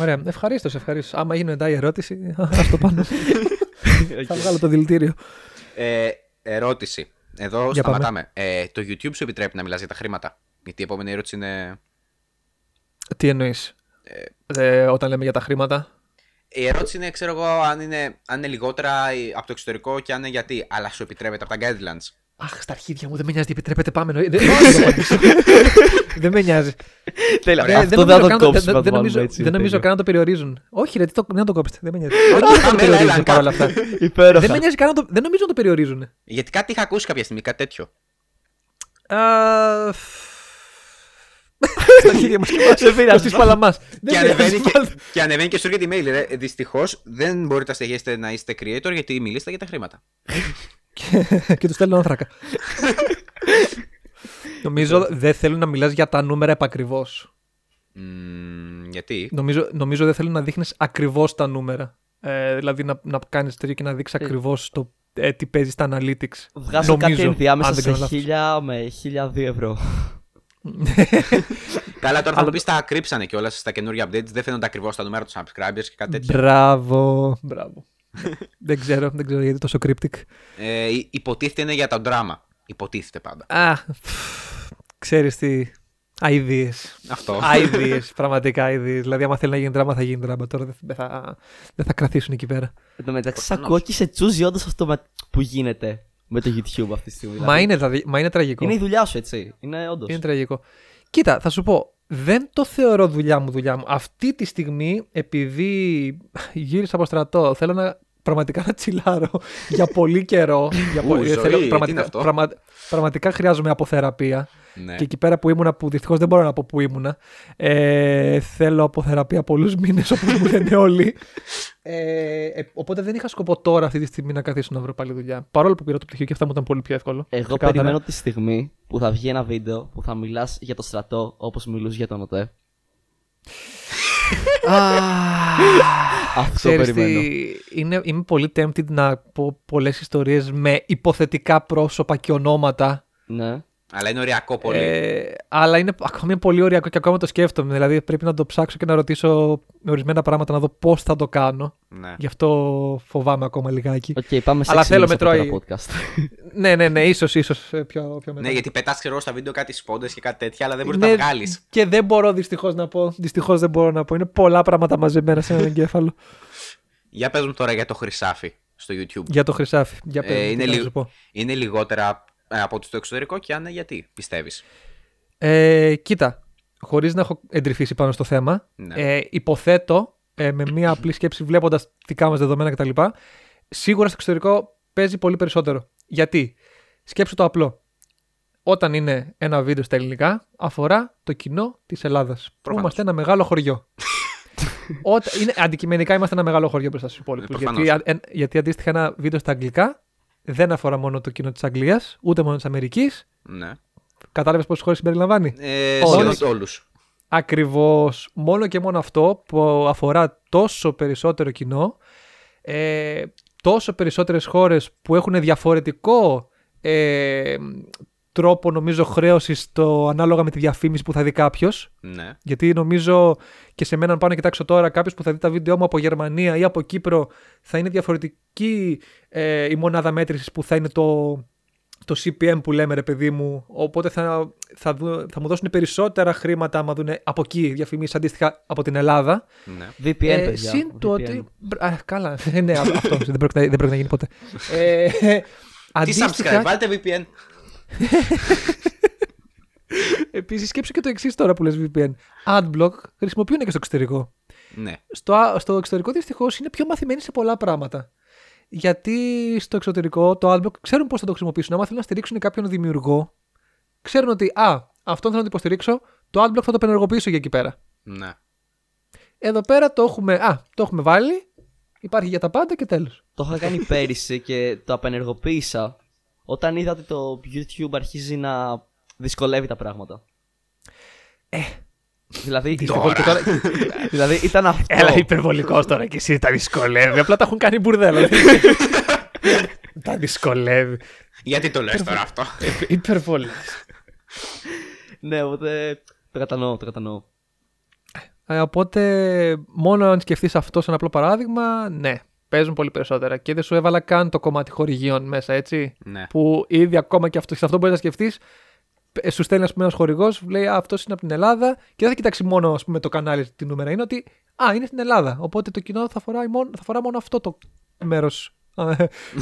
Ωραία, ευχαρίστως, ευχαρίστως. Άμα γίνει μετά η ερώτηση, ας το πάνω. θα βγάλω το δηλητήριο. Ε, ερώτηση. Εδώ Για πάμε. σταματάμε. Ε, το YouTube σου επιτρέπει να μιλάς για τα χρήματα. Γιατί η επόμενη ερώτηση είναι. Τι εννοείς. Ε. όταν λέμε για τα χρήματα. Η ερώτηση είναι, ξέρω εγώ, αν είναι, αν είναι λιγότερα ε, από το εξωτερικό και αν είναι γιατί. Αλλά σου επιτρέπεται από τα guidelines. Αχ, στα αρχίδια μου δεν με νοιάζει τι επιτρέπετε. Πάμε. εννοεί. Δεν- δεν το απαντήσω. Δεν με νοιάζει. Τέλεια. Ε, Αυτό δεν θα καν- το κόψουμε. δεν- δεν θα το βάλουμε νομίζω- έτσι, Δεν νομίζω τέλεια. καν να το περιορίζουν. Όχι, ρε, τι το- να το κόψετε. Δεν με νοιάζει. Όχι, δεν το πάμε, έλα, περιορίζουν έλα, παρόλα αυτά. Δεν με Υπέροχα. νοιάζει καν να το. Δεν νομίζω να το περιορίζουν. Γιατί κάτι είχα ακούσει κάποια στιγμή, κάτι τέτοιο. Α, φ- Στα αρχίδια μας και μας. Δεν πειράζει. Στις παλαμάς. Δεν Και ανεβαίνει πειράζει, και, πάλι. και, ανεβαίνει και σου έρχεται email. Ρε. Δυστυχώς δεν μπορείτε να στεγέσετε να είστε creator γιατί μιλήσατε για τα χρήματα. Και- Και τους στέλνω άνθρακα. Νομίζω δεν θέλουν να μιλάς για τα νούμερα επακριβώς. Μμμ, γιατί. Νομίζω, νομίζω δεν θέλουν να δείχνεις ακριβώς τα νούμερα. Ε, δηλαδή να, να κάνεις τέτοιο και να δείξεις ακριβώς το ε, τι παίζεις στα analytics. Βγάζω κάτι ενδιάμεσα αν δεν σε κάνω λάθος. 1000 με 1002 ευρώ. Καλά, τώρα θα μου πεις τα κρύψανε κιόλας στα καινούργια updates. Δεν φαίνονται ακριβώς τα νούμερα των subscribers και κάτι τέτοιο. Μπράβο. Μπράβο. δεν ξέρω, δεν ξέρω γιατί τόσο cryptic. Ε, υ- υποτίθεται είναι για τα drama. Υποτίθεται πάντα. Α, ξέρεις τι. Αιδίε. Αυτό. Αιδίε. Πραγματικά αιδίε. Δηλαδή, άμα θέλει να γίνει δράμα, θα γίνει δράμα. Τώρα δεν θα, δεν θα, δεν θα κρατήσουν εκεί πέρα. Εν τω μεταξύ, Προφανώς. σακώ και σε τσούζει όντω αυτό με- που γίνεται με το YouTube αυτή τη στιγμή. Μα, δηλαδή. είναι, δηλαδή- μα είναι τραγικό. Είναι η δουλειά σου, έτσι. Είναι όντως. Είναι τραγικό. Κοίτα, θα σου πω. Δεν το θεωρώ δουλειά μου δουλειά μου. Αυτή τη στιγμή, επειδή γύρισα από στρατό, θέλω να πραγματικά να τσιλάρω για πολύ καιρό. για Ου, πολύ- ζωή, τι είναι πραγματικά, αυτό? πραγμα- πραγματικά χρειάζομαι αποθεραπεία. Ναι. Και εκεί πέρα που ήμουνα, που δυστυχώς δεν μπορώ να πω που ήμουνα, ε, θέλω από θεραπεία πολλούς μήνες όπως μου λένε όλοι. Ε, ε, οπότε δεν είχα σκοπό τώρα αυτή τη στιγμή να καθίσω να βρω πάλι δουλειά. Παρόλο που πήρα το πτυχίο και αυτά μου ήταν πολύ πιο εύκολο. Εγώ Ξεκάθαρα. περιμένω τη στιγμή που θα βγει ένα βίντεο που θα μιλάς για το στρατό όπως μιλούσε για τον ΟΤΕ. Αυτό Ξέρεις τι, περιμένω. είναι, είμαι πολύ tempted να πω πολλές ιστορίες με υποθετικά πρόσωπα και ονόματα. Ναι. Αλλά είναι ωριακό πολύ. Ε, αλλά είναι ακόμη πολύ ωριακό και ακόμα το σκέφτομαι. Δηλαδή πρέπει να το ψάξω και να ρωτήσω ορισμένα πράγματα να δω πώς θα το κάνω. ναι. Γι' αυτό φοβάμαι ακόμα λιγάκι. Οκ, πάμε σε Αλλά έξι θέλω μήνες με από τρώει. τώρα podcast. ναι, ναι, ναι, ίσως, ίσως ε, πιο, πιο μετά. ναι, γιατί πετάς ξέρω στα βίντεο κάτι σπόντες και κάτι τέτοια, αλλά δεν μπορείς Ναι, να τα βγάλεις. Και δεν μπορώ δυστυχώς να πω. Δυστυχώς δεν μπορώ να πω. Είναι πολλά πράγματα μαζεμένα σε έναν εγκέφαλο. Για παίζουμε τώρα για το χρυσάφι στο YouTube. για το χρυσάφι. Για πες Ε, μου, τι είναι, θέλω να λι- σου πω. είναι λιγότερα ε, από ό,τι στο εξωτερικό και αν είναι γιατί, πιστεύεις. Ε, κοίτα, χωρίς να έχω εντρυφήσει πάνω στο θέμα, Ναι. ε, υποθέτω ε, με μία απλή σκέψη βλέποντας δικά μας δεδομένα κτλ. Σίγουρα στο εξωτερικό παίζει πολύ περισσότερο. Γιατί, σκέψου το απλό. Όταν είναι ένα βίντεο στα ελληνικά, αφορά το κοινό της Ελλάδας. Που Προφανώς. είμαστε ένα μεγάλο χωριό. Όταν, είναι, αντικειμενικά είμαστε ένα μεγάλο χωριό μπροστά στους υπόλοιπου. Ε, προφανώς. γιατί, αν- εν- γιατί αντίστοιχα ένα βίντεο στα αγγλικά δεν αφορά μόνο το κοινό της Αγγλίας, ούτε μόνο της Αμερικής. Ναι. Κατάλαβες πόσε χώρε συμπεριλαμβάνει. Ε, Όλους. σχεδόν όλους. Ακριβώς. Μόνο και μόνο αυτό που αφορά τόσο περισσότερο κοινό, ε, τόσο περισσότερες χώρες που έχουν διαφορετικό ε, τρόπο νομίζω χρέωσης το ανάλογα με τη διαφήμιση που θα δει κάποιος. Ναι. Γιατί νομίζω και σε μένα, αν πάω να κοιτάξω τώρα, κάποιος που θα δει τα βίντεο μου από Γερμανία ή από Κύπρο, θα είναι διαφορετική ε, η μονάδα μέτρησης που θα είναι το, το CPM που λέμε, ρε παιδί μου. Οπότε θα, θα, δω- θα μου δώσουν περισσότερα χρήματα άμα δουν από εκεί διαφημίσεις αντίστοιχα από την Ελλάδα. ναι. VPN, Ε, παιδιά. Συν το VPN. ότι. Α, καλά. Ε, ναι, αυτό δεν πρόκειται, να- δεν πρόκειται να γίνει ποτέ. Ε, Τι subscribe, βάλτε VPN. επίσης σκέψου και το εξής τώρα που λες VPN. Adblock χρησιμοποιούν και στο εξωτερικό. Ναι. στο, α- στο εξωτερικό δυστυχώς είναι πιο μαθημένοι σε πολλά πράγματα. Γιατί στο εξωτερικό το Adblock ξέρουν πώς θα το χρησιμοποιήσουν. Άμα θέλουν να στηρίξουν κάποιον δημιουργό, ξέρουν ότι Α, αυτόν θέλω να το υποστηρίξω, το Adblock θα το πενεργοποιήσω για εκεί πέρα. Ναι. Εδώ πέρα το έχουμε, α, το έχουμε βάλει, υπάρχει για τα πάντα και τέλος. Το είχα κάνει πέρυσι και το απενεργοποίησα όταν είδα ότι το YouTube αρχίζει να δυσκολεύει τα πράγματα. Ε. Δηλαδή, Και τώρα, δηλαδή ήταν αυτό. υπερβολικός τώρα και εσύ τα δυσκολεύει. Απλά τα έχουν κάνει μπουρδέλα. τα δυσκολεύει. Γιατί το λες τώρα αυτό. Υπερβολή. ναι, οπότε το κατανοώ, το κατανοώ. Ε, οπότε, μόνο αν σκεφτείς αυτό σαν απλό παράδειγμα, ναι, παίζουν πολύ περισσότερα. Και δεν σου έβαλα καν το κομμάτι χορηγίων μέσα, έτσι. Ναι. Που ήδη ακόμα και αυτό, σε αυτό μπορείς να σκεφτείς. Σου στέλνει, ας πούμε, ένας χορηγός, λέει Αυτός είναι από την Ελλάδα και δεν θα κοιτάξει μόνο ας πούμε, το κανάλι, τι νούμερα είναι, ότι Α, είναι στην Ελλάδα. Οπότε το κοινό θα αφορά μόνο, θα αφορά μόνο αυτό το μέρος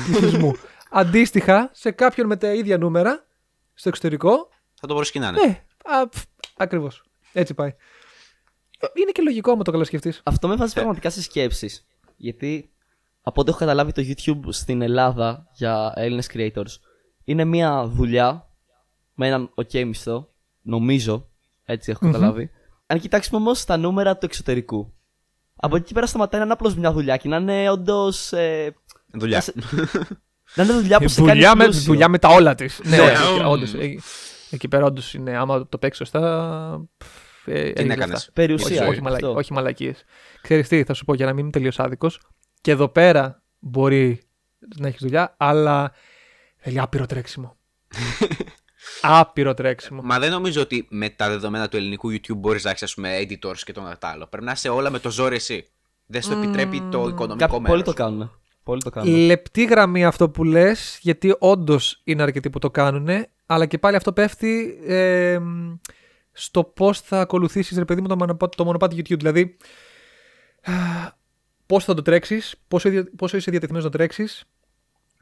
πληθυσμού. Αντίστοιχα, σε κάποιον με τα ίδια νούμερα στο εξωτερικό, Θα το προσκυνάνε. ναι, ακριβώς. Έτσι πάει. Ε, Είναι και λογικό άμα το καλά σκεφτείς. Αυτό με Ε. βάζει πραγματικά σε σκέψεις. Γιατί από ό,τι έχω καταλάβει το YouTube στην Ελλάδα για Έλληνες creators είναι μια δουλειά με έναν ok μισθό, νομίζω. Έτσι έχω καταλάβει. Αν κοιτάξουμε όμως τα νούμερα του εξωτερικού. Από εκεί και πέρα σταματάει να είναι απλώς μια δουλειά και να είναι όντως. Ε, Δουλειά. σε- να είναι δουλειά που Ε, σε κάνει πλούσιο. Ε, με τα όλα της. Ναι, Ναι, ναι, ναι. όντως, ε, εκεί πέρα όντως είναι. Άμα το παίξει σωστά. πφ, ε, Τι έχει να λεφτά. κάνεις. Όχι, Περιουσία. όχι, αυτό. μαλα... όχι μαλακίες. Ξέρεις τι, θα σου πω για να μην είμαι τελείω άδικος. Και εδώ πέρα μπορεί να έχεις δουλειά, αλλά θέλει άπειρο τρέξιμο. άπειρο τρέξιμο. Μα δεν νομίζω ότι με τα δεδομένα του ελληνικού YouTube μπορείς να έχεις, ας πούμε, editors και τον κατάλληλο. Πρέπει να είσαι όλα με το ζόρι εσύ. Δεν σου επιτρέπει το οικονομικό Κάποιοι μέρο. πολλοί το κάνουν. Πολύ το κάνουν. Λεπτή γραμμή αυτό που λες, γιατί όντως είναι αρκετοί που το κάνουν, αλλά και πάλι αυτό πέφτει ε, στο πώς θα ακολουθήσεις, ρε παιδί μου, το μονοπάτι, το μονοπάτι YouTube. Δηλαδή, πώς θα το τρέξεις, πόσο, δια- πόσο είσαι διατεθειμένος να τρέξει,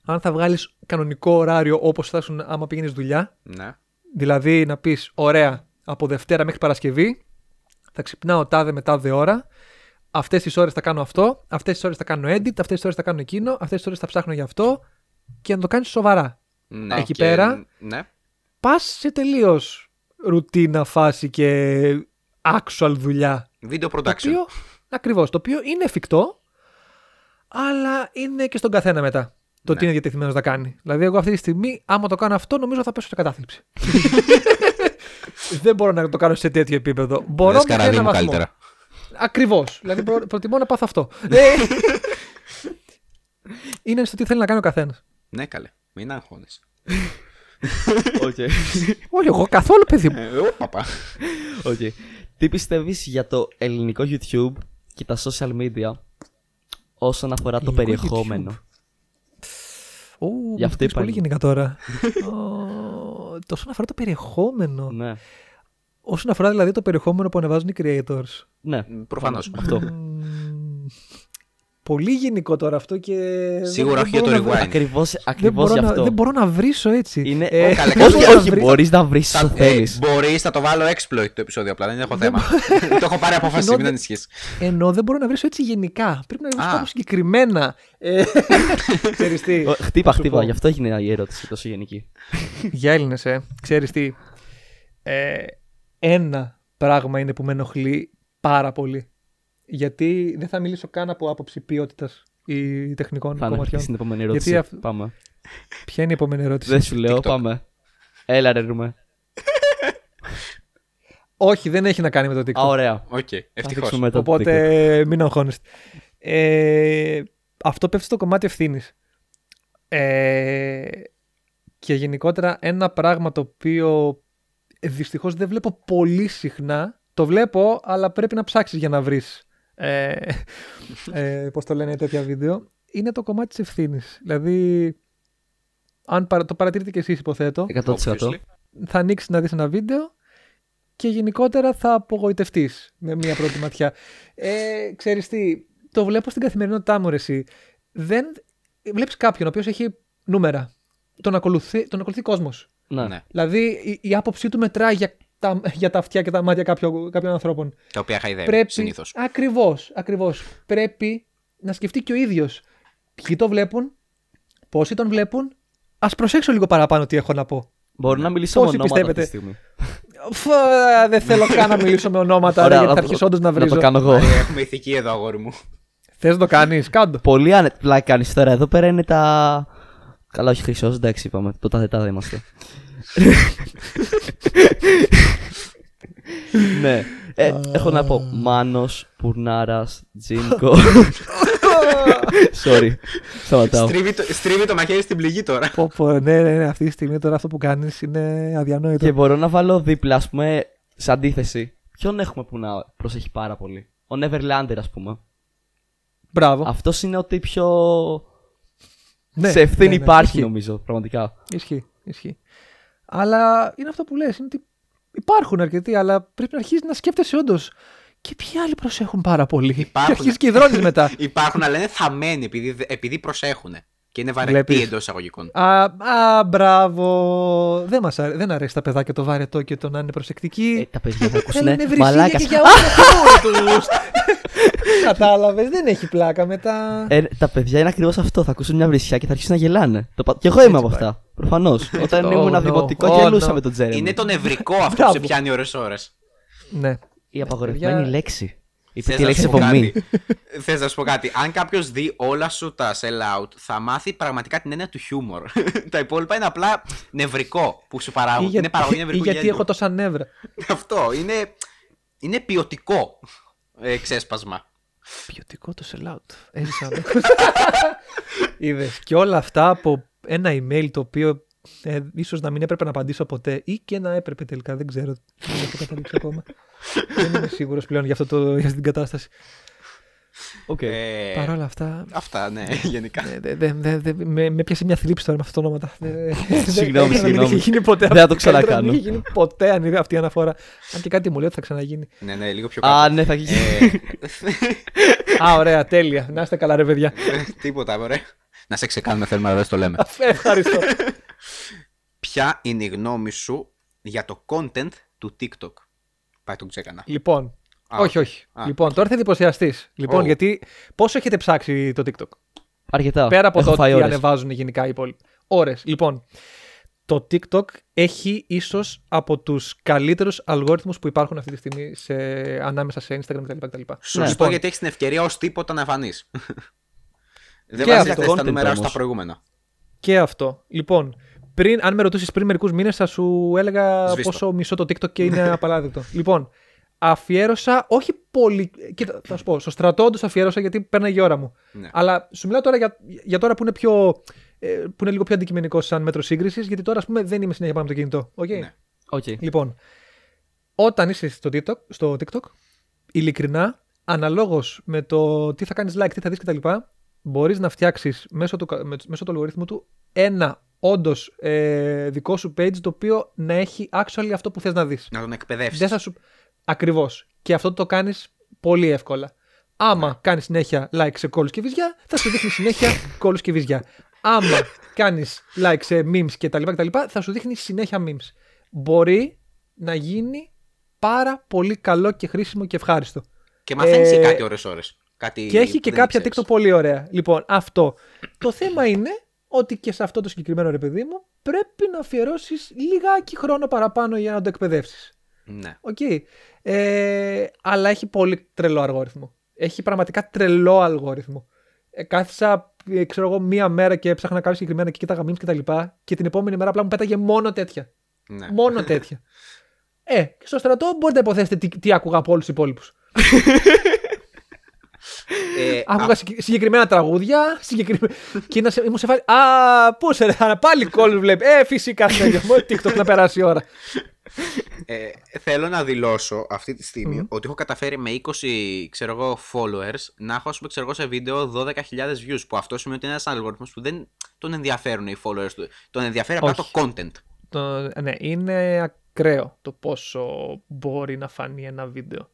αν θα βγάλεις κανονικό ωράριο όπως θα ήσουν άμα πήγαινες δουλειά. Ναι. Δηλαδή να πεις ωραία από Δευτέρα μέχρι Παρασκευή θα ξυπνάω τάδε με τάδε ώρα αυτές τις ώρες θα κάνω αυτό αυτές τις ώρες θα κάνω edit, αυτές τις ώρες θα κάνω εκείνο αυτές τις ώρες θα ψάχνω για αυτό και να το κάνεις σοβαρά. ναι. Εκεί και- πέρα. Ναι. Πας σε τελείως ρουτίνα φάση και actual δουλειά Video το production. οποίο, ακριβώς, το οποίο είναι εφικτό, αλλά είναι και στον καθένα μετά το Ναι. τι είναι διατεθειμένος να κάνει. Δηλαδή, εγώ αυτή τη στιγμή, άμα το κάνω αυτό, νομίζω θα πέσω σε κατάθλιψη. Δεν μπορώ να το κάνω σε τέτοιο επίπεδο. Μπορώ Δες με καραβί ένα μου βαθμό. καλύτερα. Ακριβώς. δηλαδή, προ- προτιμώ να πάθω αυτό. Ε. είναι στο τι θέλει να κάνει ο καθένας. Ναι, καλέ. Μην αγχώνεσαι. Οκ. Όχι, εγώ καθόλου, παιδί μου. Ε, ο, παπά. Οκ. Τι πιστεύεις για το ελληνικό YouTube και τα social media όσον αφορά το Ελληνικό περιεχόμενο. Ου, Γι' μου αυτό πεις είπα πολύ εγώ. γενικά τώρα. Ω, το όσον αφορά το περιεχόμενο. Ναι. Όσον αφορά δηλαδή το περιεχόμενο που ανεβάζουν οι creators. Ναι. Προφανώ. Αυτό. Μμμ, Πολύ γενικό τώρα αυτό και. δεν- Σίγουρα δεν όχι για το μπορώ να βρω- rewind. Ακριβώς, Δεν ακριβώς μπορώ, γι' να, αυτό. δεν μπορώ να βρίσω έτσι. Είναι... Ε, όχι, καλέ, δεν όχι, μπορώ να όχι, βρίσω- μπορείς να βρεις όσο θέλεις. Μπορείς, ε, θα το βάλω exploit το επεισόδιο απλά. Δεν έχω θέμα. το έχω πάρει απόφαση, Ενώ μην δεν- ανησυχείς. Ενώ δεν μπορώ να βρίσω έτσι γενικά. Πρέπει να βρίσω Α. κάπως συγκεκριμένα. Ε, Ξέρεις τι. Ο- Χτύπα, σου χτύπα, πω. γι' αυτό έγινε η ερώτηση τόσο γενική. Για Έλληνες, ε. Ξέρεις τι. Ε, ένα πράγμα είναι που με ενοχλεί πάρα πολύ. Γιατί δεν θα μιλήσω καν από άποψη ποιότητας ή τεχνικών Θα είναι κομματιών. στην επόμενη ερώτηση. αυ- Πάμε. Ποια είναι η επόμενη ερώτηση. Δεν σου λέω, TikTok. πάμε. Έλα ρε ρούμε. Όχι, δεν έχει να κάνει με το TikTok. Α, ωραία. Οκ, Θα ευτυχώς. δείξουμε μετά το TikTok. Οπότε μην αγχώνεστε. Ε, αυτό πέφτει στο κομμάτι ευθύνης. Ε, και γενικότερα ένα πράγμα το οποίο δυστυχώς δεν βλέπω πολύ συχνά. Το βλέπω, αλλά πρέπει να ψάξεις για να βρεις. Ε, ε, Πώς το λένε τέτοια βίντεο. Είναι το κομμάτι της ευθύνης. Δηλαδή, αν παρα- το παρατηρείτε κι εσείς, υποθέτω 100%. θα ανοίξεις να δεις ένα βίντεο και γενικότερα θα απογοητευτείς με μία πρώτη ματιά. Ε, ξέρεις τι, το βλέπω στην καθημερινότητά μου ρε εσύ. Δεν... Βλέπεις κάποιον ο οποίος έχει νούμερα. Τον ακολουθεί, τον ακολουθεί κόσμος. Ναι. Ναι. Δηλαδή η, η άποψή του μετράει για τα, για τα αυτιά και τα μάτια κάποιου- κάποιων ανθρώπων. Τα οποία χαϊδεύει Πρέπει... συνήθως. Ακριβώς, ακριβώς. Πρέπει να σκεφτεί και ο ίδιος. Ποιοι το βλέπουν, πόσοι τον βλέπουν. Ας προσέξω λίγο παραπάνω τι έχω να πω. Μπορώ να μιλήσω Πόσοι μονόματα αυτή τη πιστεύετε? στιγμή. Φου, ε, δεν θέλω καν να μιλήσω με ονόματα, ρε, Ωραία, γιατί θα να- αρχίσω όντως να βρίζω. Ναι. Να το κάνω εγώ. Ε, Έχουμε ηθική εδώ, αγόρι μου. Θες να το κάνεις, κάντο. Πολύ άνετα πλάκα κάνεις τώρα. Εδώ πέρα είναι τα. Καλά, όχι χρυσός, εντάξει, είπαμε. Το τάδε τάδε είμαστε. ναι. Ε, έχω να πω Μάνος, Πουρνάρας, Τζίνκο. Sorry. Σταματάω. Στρίβει το- Στρίβει το μαχαίρι στην πληγή τώρα. Πω, πω, ναι, ναι, ναι, αυτή τη στιγμή τώρα αυτό που κάνεις είναι αδιανόητο. Και μπορώ να βάλω δίπλα, ας πούμε, σε αντίθεση. Ποιον έχουμε που να προσέχει πάρα πολύ. Ο Neverlander, ας πούμε. Μπράβο. Αυτό είναι ότι πιο. Ναι, σε ευθύνη ναι, ναι, υπάρχει, ισχύει, νομίζω, πραγματικά. Ισχύει, ισχύει. Αλλά είναι αυτό που λες. Είναι ότι υπάρχουν αρκετοί, αλλά πρέπει να αρχίσεις να σκέφτεσαι όντως. Και ποιοι άλλοι προσέχουν πάρα πολύ. Και Υπάρχουν. αρχίζεις και υδρώνεις μετά. Υπάρχουν, αλλά είναι θαμμένοι επειδή, δε- επειδή προσέχουν. Και είναι βαρετοί Βλέπεις. εντός εισαγωγικών. Α, α, μπράβο. Δεν, μας αρέ... δεν αρέσει τα παιδάκια το βαρετό και το να είναι προσεκτικοί. Ε, τα παιδιά θα ακούσουν. Θέλουν βρυσίδια Μαλάκα. και για όλα τους. Κατάλαβες, δεν έχει πλάκα μετά. Ε, τα παιδιά είναι ακριβώς αυτό. Θα ακούσουν μια βρυσιά και θα αρχίσουν να γελάνε. Το, πα- κι εγώ είμαι Έτσι από αυτά. Προφανώς. Όταν Oh, ήμουν no. δημοτικό, Oh, γελούσα no. με τον Τζέρεμι. Είναι το νευρικό αυτό που σε Μπράβο. πιάνει ώρε-ώρε. Ναι. Η απαγορευμένη παιδιά- λέξη. Είπε τη λέξη από μη. Ε, Θες να σου πω κάτι. Αν κάποιος δει όλα σου τα sell out, θα μάθει πραγματικά την έννοια του χιούμορ. τα υπόλοιπα είναι απλά νευρικό που σου παράγουν. είναι παραγωγή ή νευρικού γιατί γέλιου. έχω τόσα νεύρα. Αυτό είναι, είναι ποιοτικό ε, ξέσπασμα. Ποιοτικό το sell out. Έζησα να το ακούσω. Είδες. Και όλα αυτά από ένα email το οποίο ε, ίσως να μην έπρεπε να απαντήσω ποτέ ή και να έπρεπε τελικά. Δεν ξέρω. Δεν έχω καταλήξει ακόμα. Δεν είμαι σίγουρος πλέον για, αυτό το, για αυτή την κατάσταση. Οκ. Ε, Παρ' όλα αυτά. Αυτά, ναι, γενικά. ε, δε- δε- δε- δε- με, με πιάσε μια θλίψη τώρα με αυτά τα ονόματα. Ε, δεν- Συγγνώμη, δεν- Δεν είχε συγγνώμη. γίνει ποτέ. Δεν θα το αυτό. Καλύτερα ξανακάνω. Δεν είχε γίνει ποτέ αν είδα αυτή η αναφορά. Αν και κάτι μου λέει ότι θα ξαναγίνει. ναι, ναι, λίγο πιο κάτω. Α, ναι, θα γίνει. Ε, Α, ωραία, τέλεια. Να είστε καλά, ρε παιδιά. Ε, τίποτα, ωραία. Να σε ξεκάνουμε, θέλουμε να δεν το λέμε. Ευχαριστώ. Ποια είναι η γνώμη σου για το content του TikTok. Πάει τον ξέκανα. Λοιπόν. Α, όχι, όχι. Α, λοιπόν, τώρα θα εντυπωσιαστείς. Λοιπόν, Oh. γιατί πόσο έχετε ψάξει το TikTok. Αρκετά. Πέρα από Έχω το ότι φάει ώρες. ανεβάζουν γενικά οι υπόλοιποι. Ώρες. Λοιπόν, το TikTok έχει ίσως από τους καλύτερους αλγόριθμους που υπάρχουν αυτή τη στιγμή σε, ανάμεσα σε Instagram κτλ. κτλ. Σωστό, Λοιπόν, γιατί έχεις την ευκαιρία ως τίποτα να εμφανεί. δεν Και βασίζεται αυτό. στα νούμερα Content σου τα όμως. προηγούμενα. Και αυτό. Λοιπόν, πριν, αν με ρωτήσει πριν μερικούς μήνες, θα σου έλεγα Σβήστο. πόσο μισό το TikTok και είναι απαράδεκτο. λοιπόν, αφιέρωσα όχι πολύ. Κοίτα, θα σου πω. Στο στρατό όντως αφιέρωσα γιατί πέρναγε η ώρα μου. Ναι. Αλλά σου μιλάω τώρα για, για τώρα που είναι πιο. ε, που είναι λίγο πιο αντικειμενικό σαν μέτρο σύγκρισης, γιατί τώρα ας πούμε δεν είμαι συνέχεια πάνω από το κινητό. Οκ. Ναι. Οκ. Λοιπόν, όταν είσαι στο TikTok, στο TikTok ειλικρινά, αναλόγως με το τι θα κάνεις like, τι θα δεις κτλ., μπορείς να φτιάξεις μέσω του, κα- με- μέσω του αλγορίθμου του ένα όντως ε, δικό σου page το οποίο να έχει actually αυτό που θες να δεις. Να τον εκπαιδεύσεις. Δεν θα σου. Ακριβώς. Και αυτό το κάνεις πολύ εύκολα. Άμα κάνεις συνέχεια like σε κόλλου και βυζιά, θα σου δείχνει συνέχεια κόλλου και βυζιά. Άμα κάνεις like σε memes κτλ., κτλ., θα σου δείχνει συνέχεια memes. Μπορεί να γίνει πάρα πολύ καλό και χρήσιμο και ευχάριστο. Και μαθαίνεις Ε, και κάτι ώρες ώρες. Κάτι Και έχει που και Ε, δεν κάποια ήξερες. TikTok πολύ ωραία. Λοιπόν, αυτό. Το θέμα είναι ότι και σε αυτό το συγκεκριμένο ρε παιδί μου πρέπει να αφιερώσεις λιγάκι χρόνο παραπάνω για να το εκπαιδεύσεις. Ναι. Οκ. Ε, αλλά έχει πολύ τρελό αλγόριθμο. Έχει πραγματικά τρελό αλγόριθμο. Ε, κάθισα, ε, ξέρω εγώ, μία μέρα και έψαχνα κάποια συγκεκριμένα και κοίταγα memes και τα λοιπά. Και την επόμενη μέρα απλά μου πέταγε μόνο τέτοια. ναι. Μόνο τέτοια. Ε, και στο στρατό μπορείτε να υποθέσετε τι, τι άκουγα από όλους τους υπόλοιπους. Ε, Άκουγα συγκε- συγκεκριμένα τραγούδια. Συγκεκριμέ... και να σε, ήμουν σε φάση. Α, πού σε ρε, πάλι κόλλους βλέπει. Ε, φυσικά σε Μόνο TikTok να περάσει η ώρα. Ε, θέλω να δηλώσω αυτή τη στιγμη Μμμ. ότι έχω καταφέρει με 20 ξέρω εγώ, followers να έχω ας πούμε, ξέρω εγώ, σε βίντεο 12.000 views. Που αυτό σημαίνει ότι είναι ένας αλγόριθμος που δεν τον ενδιαφέρουν οι followers του. Τον ενδιαφέρει απλά το Όχι. content. Το, ναι, είναι ακραίο το πόσο μπορεί να φανεί ένα βίντεο.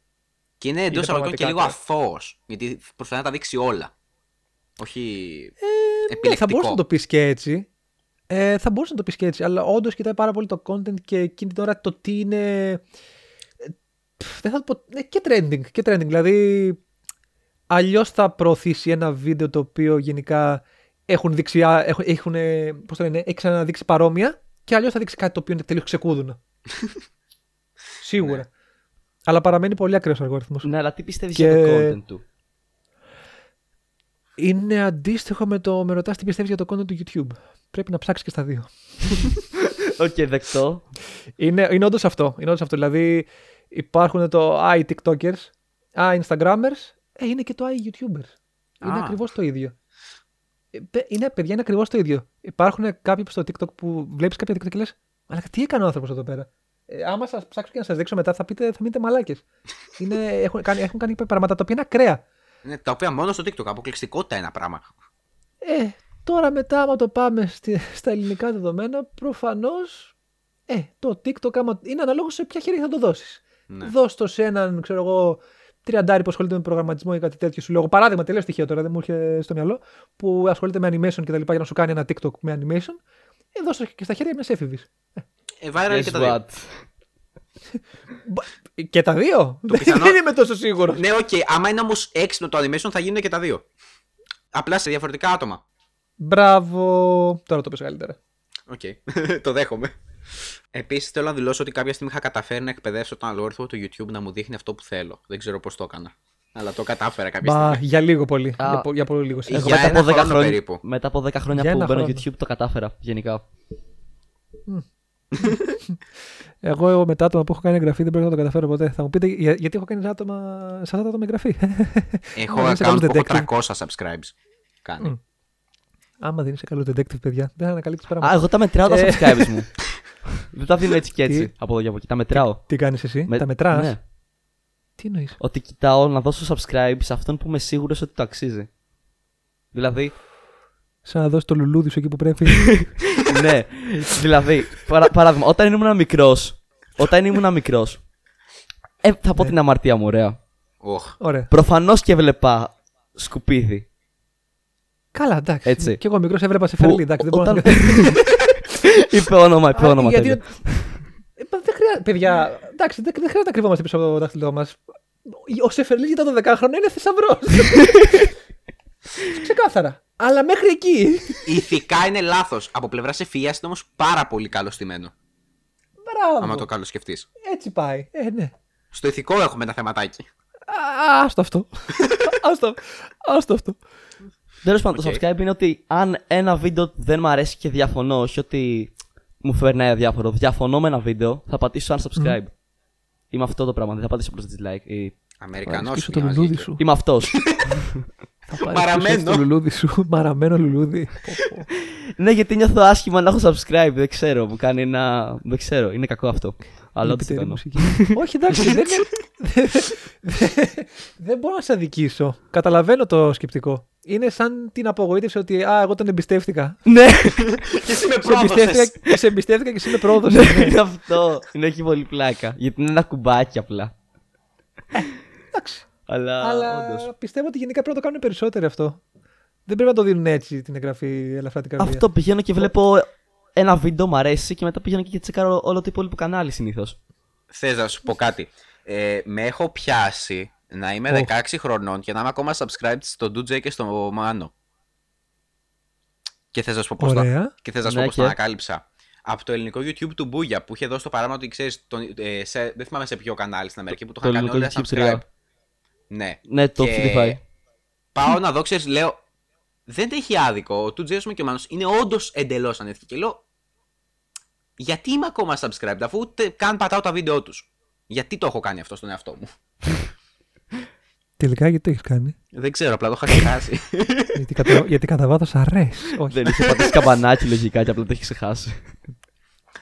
Και είναι εντό αγωγικών και πραγματικά λίγο ακραίο. αθώος. Γιατί προσπαθεί να τα δείξει όλα. Όχι. Ναι, θα επιλεκτικό. μπορούσε να το πεις και έτσι. Ε, θα μπορούσε να το πεις και έτσι, αλλά όντως κοιτάει πάρα πολύ το content και εκείνη την ώρα το τι είναι. ε, πφ, Δεν θα το πω. ναι, και trending. Και trending. Δηλαδή, αλλιώς θα προωθήσει ένα βίντεο το οποίο γενικά έχουν δείξει. α, Έχουν, έχουν, ε, πώς το λένε, έχει ξαναδείξει παρόμοια και αλλιώς θα δείξει κάτι το οποίο είναι τελείως ξεκούδουνα. Σίγουρα. Ναι. Αλλά παραμένει πολύ ακραίος ο αλγόριθμος. Ναι, αλλά τι πιστεύεις Και- για το content του. Είναι αντίστοιχο με το με ρωτάς τι πιστεύεις για το content του YouTube. Πρέπει να ψάξεις και στα δύο. Οκ, δεκτό. Είναι, είναι όντως αυτό. Είναι όντως αυτό. Δηλαδή υπάρχουν το I TikTokers, I Instagrammers, ε, είναι και το I YouTubers. Είναι Α. ακριβώς το ίδιο. Ε, παι- Είναι, παιδιά, είναι ακριβώς το ίδιο. Υπάρχουν κάποιοι στο TikTok που βλέπεις κάποια TikTok και λες «Αλλά τι έκανε ο άνθρωπος εδώ πέρα». Ε, άμα σας ψάξω και να σας δείξω μετά θα, πείτε, θα μείνετε μαλάκες. Είναι, έχουν, κάνει, έχουν κάνει πράγματα τα οποία είναι ακραία. Ναι, τα οποία μόνο στο TikTok. Αποκλειστικότητα ένα πράγμα. Ε, τώρα μετά άμα το πάμε στη- στα ελληνικά δεδομένα, προφανώς, ε, το TikTok άμα, είναι αναλόγως σε ποια χέρια θα το δώσεις. Ναι. Δώσ' το σε έναν, ξέρω εγώ, τριαντάρι που ασχολείται με προγραμματισμό ή κάτι τέτοιο σου λόγο. Παράδειγμα, τελείω στοιχείο τώρα, δεν μου έρχεται στο μυαλό, που ασχολείται με animation και τα λοιπά για να σου κάνει ένα TikTok με animation. Ε, δώσ' το και στα χέρια μιας έφηβης. Ε, viral Guess και τα δύο. what. Μπα- Και τα δύο. Δεν πιθανό- δεν είμαι τόσο σίγουρος. Ναι, οκ. Άμα είναι όμως έξυπνο το animation, θα γίνουν και τα δύο. Απλά σε διαφορετικά άτομα. Μπράβο. Τώρα το πες καλύτερα. Οκ. το δέχομαι. Επίσης, θέλω να δηλώσω ότι κάποια στιγμή είχα καταφέρει να εκπαιδεύσω τον αλγόριθμο του YouTube να μου δείχνει αυτό που θέλω. Δεν ξέρω πώς το έκανα. Αλλά το κατάφερα κάποια στιγμή. Μπα, για λίγο πολύ. Α, Για, πο- για πολύ λίγο. για- Εγώ- μετά, ένα από 10 χρόνο χρόνια, περίπου. μετά από 10 χρόνια Για που ένα μπαίνω χρόνο. YouTube το κατάφερα γενικά. Εγώ με τα άτομα που έχω κάνει εγγραφή δεν πρέπει να το καταφέρω ποτέ. Θα μου πείτε για- γιατί έχω κάνει σε άτομα, σε αυτά τα άτομα εγγραφή. Έχω Άμα δεν είσαι καλός account που detective- έχω 300 subscribes. Κάνει. Άμα δεν είσαι καλό detective, παιδιά, δεν θα ανακαλύψεις Α, πράγματα. εγώ τα μετράω τα Ε. subscribes μου. Δεν τα δίνω έτσι και έτσι Τι? από εδώ και από εκεί. Τα μετράω. Τι κάνεις εσύ, Με- τα μετράς. ναι. Τι εννοείς. Ότι κοιτάω να δώσω subscribe σε αυτόν που είμαι σίγουρος ότι το αξίζει. Δηλαδή, Σαν να δώσει το λουλούδι σου εκεί που πρέπει. ναι. δηλαδή, παρα- παράδειγμα, όταν ήμουν μικρός. Όταν ήμουν μικρός. Ε, θα Ναι. πω την αμαρτία μου, ωραία. Οχ. Ωραία. Προφανώς και έβλεπα σκουπίδι. Καλά, εντάξει. Έτσι. Κι εγώ μικρός έβλεπα σε φερλί, Που εντάξει. Δεν μπορώ όταν- να. είπε όνομα, είπε Α, όνομα. γιατί τέτοιο. Ε, μα δεν χρειάζεται. Παιδιά, εντάξει, δεν, δεν χρειάζεται να κρυβόμαστε πίσω από το δάχτυλό μας. Ο Σεφερλί για τα 12χρονα είναι θησαυρός. Ξεκάθαρα. Αλλά μέχρι εκεί. Ηθικά είναι λάθος. Από πλευράς ευφυία είναι όμως πάρα πολύ καλωστημένο. Άμα Μπράβο. το καλό σκεφτείς. Έτσι πάει. Ε, ναι. Στο ηθικό έχουμε ένα θεματάκι. Α, Άστο αυτό. Άστο, άστο αυτό. Τέλος πάντων, Οκ. το subscribe είναι ότι αν ένα βίντεο δεν μου αρέσει και διαφωνώ, όχι ότι μου φέρνει αδιάφορο, διαφωνώ με ένα βίντεο, θα πατήσω unsubscribe. Είμαι αυτό το πράγμα, δεν θα πατήσω απλώς dislike. ή- Αμερικανός. Σκίσω το λουλούδι σου. Είμαι αυτός. Θα πάρεις Μαραμένο. πίσω Το λουλούδι σου. Μαραμένο λουλούδι. Πω, πω. ναι, γιατί νιώθω άσχημα να έχω subscribe, δεν ξέρω, μου κάνει ένα. Δεν ξέρω, είναι κακό αυτό. Αλλά ό,τι Λυπητερή κάνω. μουσική. Όχι, εντάξει, δεν, είναι- δεν- δεν μπορώ να σε αδικήσω. Καταλαβαίνω το σκεπτικό. Είναι σαν την απογοήτευση ότι α, εγώ τον εμπιστεύτηκα. Ναι, Και εσύ με Σε εμπιστεύτηκα, και σε εμπιστεύτηκα και εσύ με πρόδωσες. ναι, είναι αυτό. Είναι έχει πολύ πλάκα. Γιατί είναι ένα κουμπάκι απλά. Εντάξει. Αλλά. Αλλά όντως. πιστεύω ότι γενικά πρέπει να το κάνουν περισσότεροι αυτό. Δεν πρέπει να το δίνουν έτσι την εγγραφή ελαφρά την καρδιά. Αυτό πηγαίνω και βλέπω ένα βίντεο, μου αρέσει και μετά πηγαίνω και τσεκάρω όλο το υπόλοιπο κανάλι συνήθως. Θες να σου πω κάτι. Ε, με έχω πιάσει να είμαι 16 χρονών και να είμαι ακόμα subscribed στο Ντούτζε και στο Μάνο. Και θες να σου πω πώς τα, Ωραία. και θες να σου Ναι, πω πώς και. τα ανακάλυψα. Από το ελληνικό YouTube του Μπούγια που είχε δώσει το παράδειγμα ότι ξέρεις. Ε, σε- δεν θυμάμαι σε ποιο κανάλι στην Αμερική που το Το είχαν κάνει όλοι ελληνικό YouTube subscribe. τρία. Ναι. Ναι, το Και Spotify. Πάω να δω, ξέρεις, λέω. Δεν έχει άδικο. Ο Τουτζέ μου και ο Μάνος είναι όντως εντελώς ανήθικοι. Και λέω. Γιατί είμαι ακόμα subscribed, αφού ούτε καν πατάω τα βίντεο τους. Γιατί το έχω κάνει αυτό στον εαυτό μου. Τελικά γιατί το έχεις κάνει. Δεν ξέρω, απλά το είχα ξεχάσει. γιατί, κατά, γιατί κατά βάθος αρέσει. Όχι. Δεν είχε πατήσει καμπανάκι λογικά και απλά το έχεις ξεχάσει.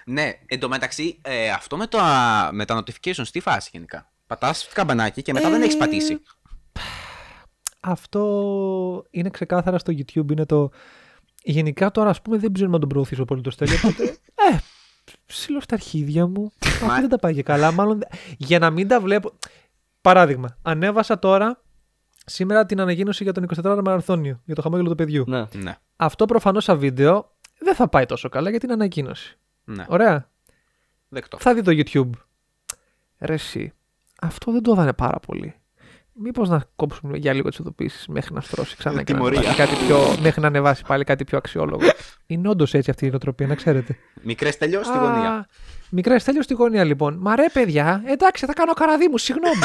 ναι, εν τω μεταξύ, ε, αυτό με, το, α, με τα notifications, τι φάση γενικά. Πατάς καμπανάκι και μετά δεν έχεις πατήσει. Αυτό είναι ξεκάθαρα στο YouTube. Είναι το. Γενικά τώρα, ας πούμε, δεν ξέρουμε να τον προωθήσω πολύ το στέλιο. Οπότε. ε, ψήλω στα αρχίδια μου. Αυτό δεν τα πάει και καλά. Μάλλον. δεν- Για να μην τα βλέπω. Παράδειγμα, ανέβασα τώρα σήμερα την ανακοίνωση για τον 24ωρο Μαραθώνιο, για το χαμόγελο του παιδιού. Ναι. Ναι, Αυτό προφανώς σαν βίντεο δεν θα πάει τόσο καλά γιατί είναι ανακοίνωση. ναι. Ωραία. Δεκτό. Θα δει το YouTube. Ρε εσύ, αυτό δεν το έδανε πάρα πολύ. Μήπως να κόψουμε για λίγο τις ειδοποιήσει μέχρι να στρώσει ξανά και να Ε, Τιμωρία. ανεβάσει κάτι πιο, μέχρι να ανεβάσει πάλι κάτι πιο αξιόλογο. Είναι όντως έτσι αυτή η νοοτροπία, να ξέρετε. Μικρές τελειώ στη γωνία. Μικρές, τέλειω στη γωνία λοιπόν. Μα ρε παιδιά, εντάξει, θα κάνω καραδί μου, συγγνώμη.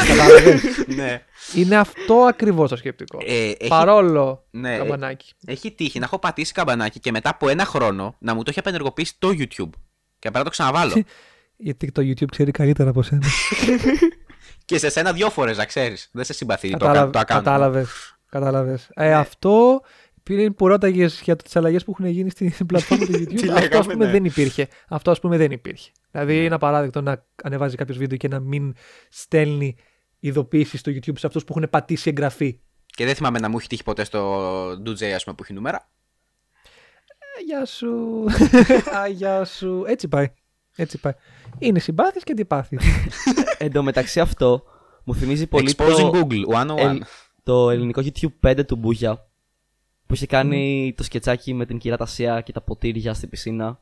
ναι. Είναι αυτό ακριβώς το σκεπτικό. Ε, έχει, Παρόλο Ναι, καμπανάκι. έχει τύχει να έχω πατήσει καμπανάκι και μετά από ένα χρόνο να μου το έχει απενεργοποιήσει το YouTube. Και πρέπει να το ξαναβάλω. Γιατί το YouTube ξέρει καλύτερα από σένα. Και σε σένα δύο φορές, να ξέρεις. Δεν σε συμπαθεί το, Κατάλαβε. κα- το Ναι. account. Κατάλαβες. κατάλαβες. Ε, Αυτό πήρε πουρόταγε για τις αλλαγές που έχουν γίνει στην πλατφόρμα του YouTube. αυτό ας λέγαμε, πούμε ναι. δεν υπήρχε. Αυτό ας πούμε δεν υπήρχε. Δηλαδή είναι απαράδεκτο να ανεβάζει κάποιος βίντεο και να μην στέλνει ειδοποίησει στο YouTube σε αυτούς που έχουν πατήσει εγγραφή. Και δεν θυμάμαι να μου έχει τύχει ποτέ στο DJ, ας πούμε, που έχει νούμερα. Ε, Γεια σου. Α, Γεια σου. Έτσι πάει. Έτσι πάει. Είναι συμπάθειες και αντιπάθειες. Εν τω μεταξύ αυτό μου θυμίζει πολύ Exposing το, Google 101. ελ- το ελληνικό YouTube 5 του Μπούγια που είχε κάνει Mm. το σκετσάκι με την κυρία Τασία και τα ποτήρια στην πισίνα.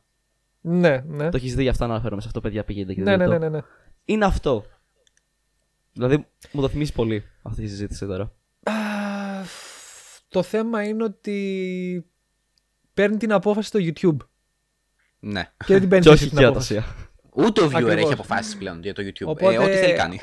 ναι, ναι. Το έχεις δει, γι' αυτό αναφέρομαι σε αυτό, παιδιά. Πηγαίνετε και Ναι, ναι, δείτε το. ναι, ναι, ναι. Είναι αυτό. Δηλαδή μου το θυμίζει πολύ αυτή η συζήτηση τώρα. Α, Το θέμα είναι ότι παίρνει την απόφαση στο YouTube. Ναι. Και δεν την παίρνει Και εσύ όχι η την κυρία απόφαση. Τασία. Ούτε ο viewer Ακριβώς. έχει αποφάσει πλέον για το YouTube. Οπότε, ε, ό,τι θέλει κάνει.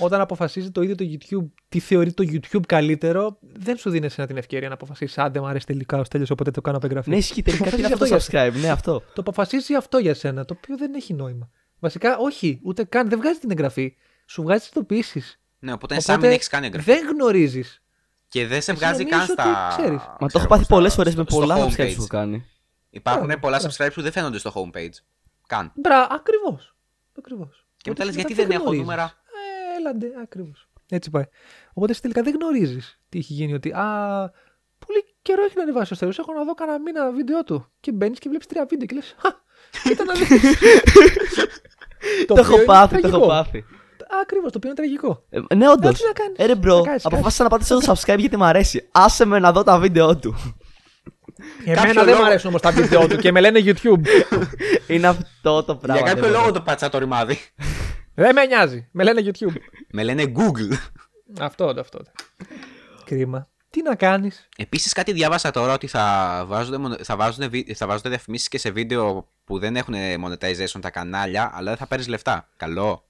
ο- όταν αποφασίζει το ίδιο το YouTube τι θεωρεί το YouTube καλύτερο, δεν σου δίνει εσένα την ευκαιρία να αποφασίσεις. Άντε, μου αρέσει τελικά ο τέλειος, οπότε το κάνω από εγγραφή. Ναι, ισχύει τελικά. Το Τι είναι αυτό αποφασίζει το subscribe, ναι, αυτό. Το αποφασίζει αυτό για σένα, το οποίο δεν έχει νόημα. Βασικά, όχι, ούτε καν. Δεν βγάζει την εγγραφή. Σου βγάζει τις ειδοποιήσεις. Ναι, οπότε, σαν μην έχεις κάνει εγγραφή. Δεν γνωρίζεις. Και δεν σε Εσύ βγάζει καν νομίζω στα. ότι ξέρεις. Μα το ξέρω έχω πάθει στα- πολλές φορές με στο- πολλά στο subscribe που homepage. έχω κάνει. Μπράβο, Υπάρχουν πολλά μπράβο. subscribe που δεν φαίνονται στο homepage. Καν. Μπρα, ακριβώς. Ακριβώς. Ότι Και μετά λες, μετά γιατί δεν έχω γνωρίζεις. νούμερα. Ε, έλαντε, ακριβώς. Έτσι πάει. Οπότε εσύ τελικά δεν γνωρίζεις τι έχει γίνει. Ότι α, πολύ καιρό έχει να ανεβάσει ο Στέλιο. Έχω να δω κανένα μήνα βίντεο του. Και μπαίνεις και βλέπεις τρία βίντεο και λες. Κοίτα να δεις. Το έχω πάθει, το έχω πάθει. Ακριβώς, το οποίο είναι τραγικό. Ε, ναι, όντως. Ε, τι να κάνεις. Ρε, Να μπρο, κάνεις, αποφάσισα να πατήσω το subscribe γιατί μου αρέσει. Άσε με να δω τα βίντεο του. Εμένα κάποιο δεν μου λόγο- αρέσουν όμως τα βίντεο του και με λένε YouTube. Είναι αυτό το Για πράγμα. κάποιο ρε, μπρο. λόγο το πατσά το ρημάδι. Δεν με νοιάζει. Με λένε YouTube. Με λένε Google. Αυτό, αυτό. Κρίμα. Τι να κάνεις. Επίσης, κάτι διάβασα τώρα ότι θα βάζονται, μονο- θα βάζονται, βι- θα βάζονται διαφημίσεις και σε βίντεο που δεν έχουν monetization τα κανάλια, αλλά δεν θα παίρνεις λεφτά. Καλό.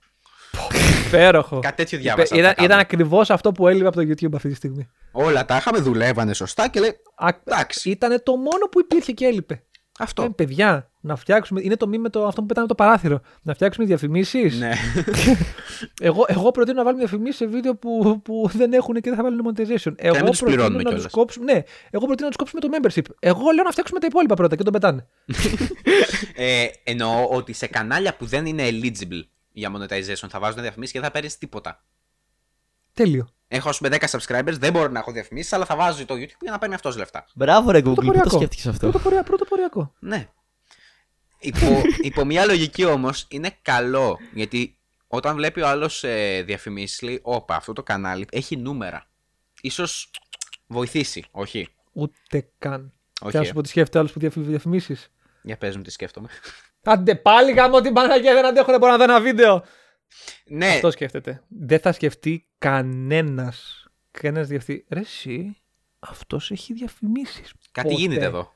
Υπέροχο. Κάτι τέτοιο διάβασα. ότι Ήταν, θα ήταν κάνουν. ακριβώς αυτό που έλειπε από το YouTube αυτή τη στιγμή. Όλα τα είχαμε, δουλεύανε σωστά και λέει. Εντάξει. Ήταν το μόνο που υπήρχε και έλειπε. Αυτό. Λέμε, παιδιά, να φτιάξουμε. Είναι το μήνυμα με το, αυτό που πετάμε το παράθυρο. Να φτιάξουμε διαφημίσεις. ναι. Εγώ, εγώ προτείνω να βάλουμε διαφημίσεις σε βίντεο που, που δεν έχουν και δεν θα βάλουν monetization. Εγώ μην τους πληρώνουμε να τους κιόλας. κόψουμε. Ναι, εγώ προτείνω να τους κόψουμε το membership. Εγώ λέω να φτιάξουμε τα υπόλοιπα πρώτα και τον πετάνε. Ε, εννοώ ότι σε κανάλια που δεν είναι eligible για monetization θα βάζουν διαφημίσεις και δεν θα παίρνεις τίποτα. Τέλειο. Έχω ας πούμε 10 subscribers, δεν μπορώ να έχω διαφημίσεις, αλλά θα βάζω το YouTube για να παίρνει αυτός λεφτά. Μπράβο, ρε Google, πού το Πρωτοποριακό. σκέφτηκες αυτό. Πρωτοποριακό. πρωτοποριακό. Ναι. Υπό, υπό μια λογική όμως είναι καλό. Γιατί όταν βλέπει ο άλλος ε, διαφημίσεις, λέει: Όπα, αυτό το κανάλι έχει νούμερα. σω βοηθήσει. Όχι. Ούτε καν. Όχι. Και να σου ε. πω τι σκέφτεται άλλος που διαφημίσεις. Για πες μου τι σκέφτομαι. Άντε πάλι γάμω την Παναγία, δεν αντέχω, δεν μπορώ να δω ένα βίντεο. ναι, Αυτό σκέφτεται. Δεν θα σκεφτεί κανένας. Κανένας διευθυντή. Ρε, εσύ, αυτός έχει διαφημίσεις. κάτι ναι. γίνεται εδώ.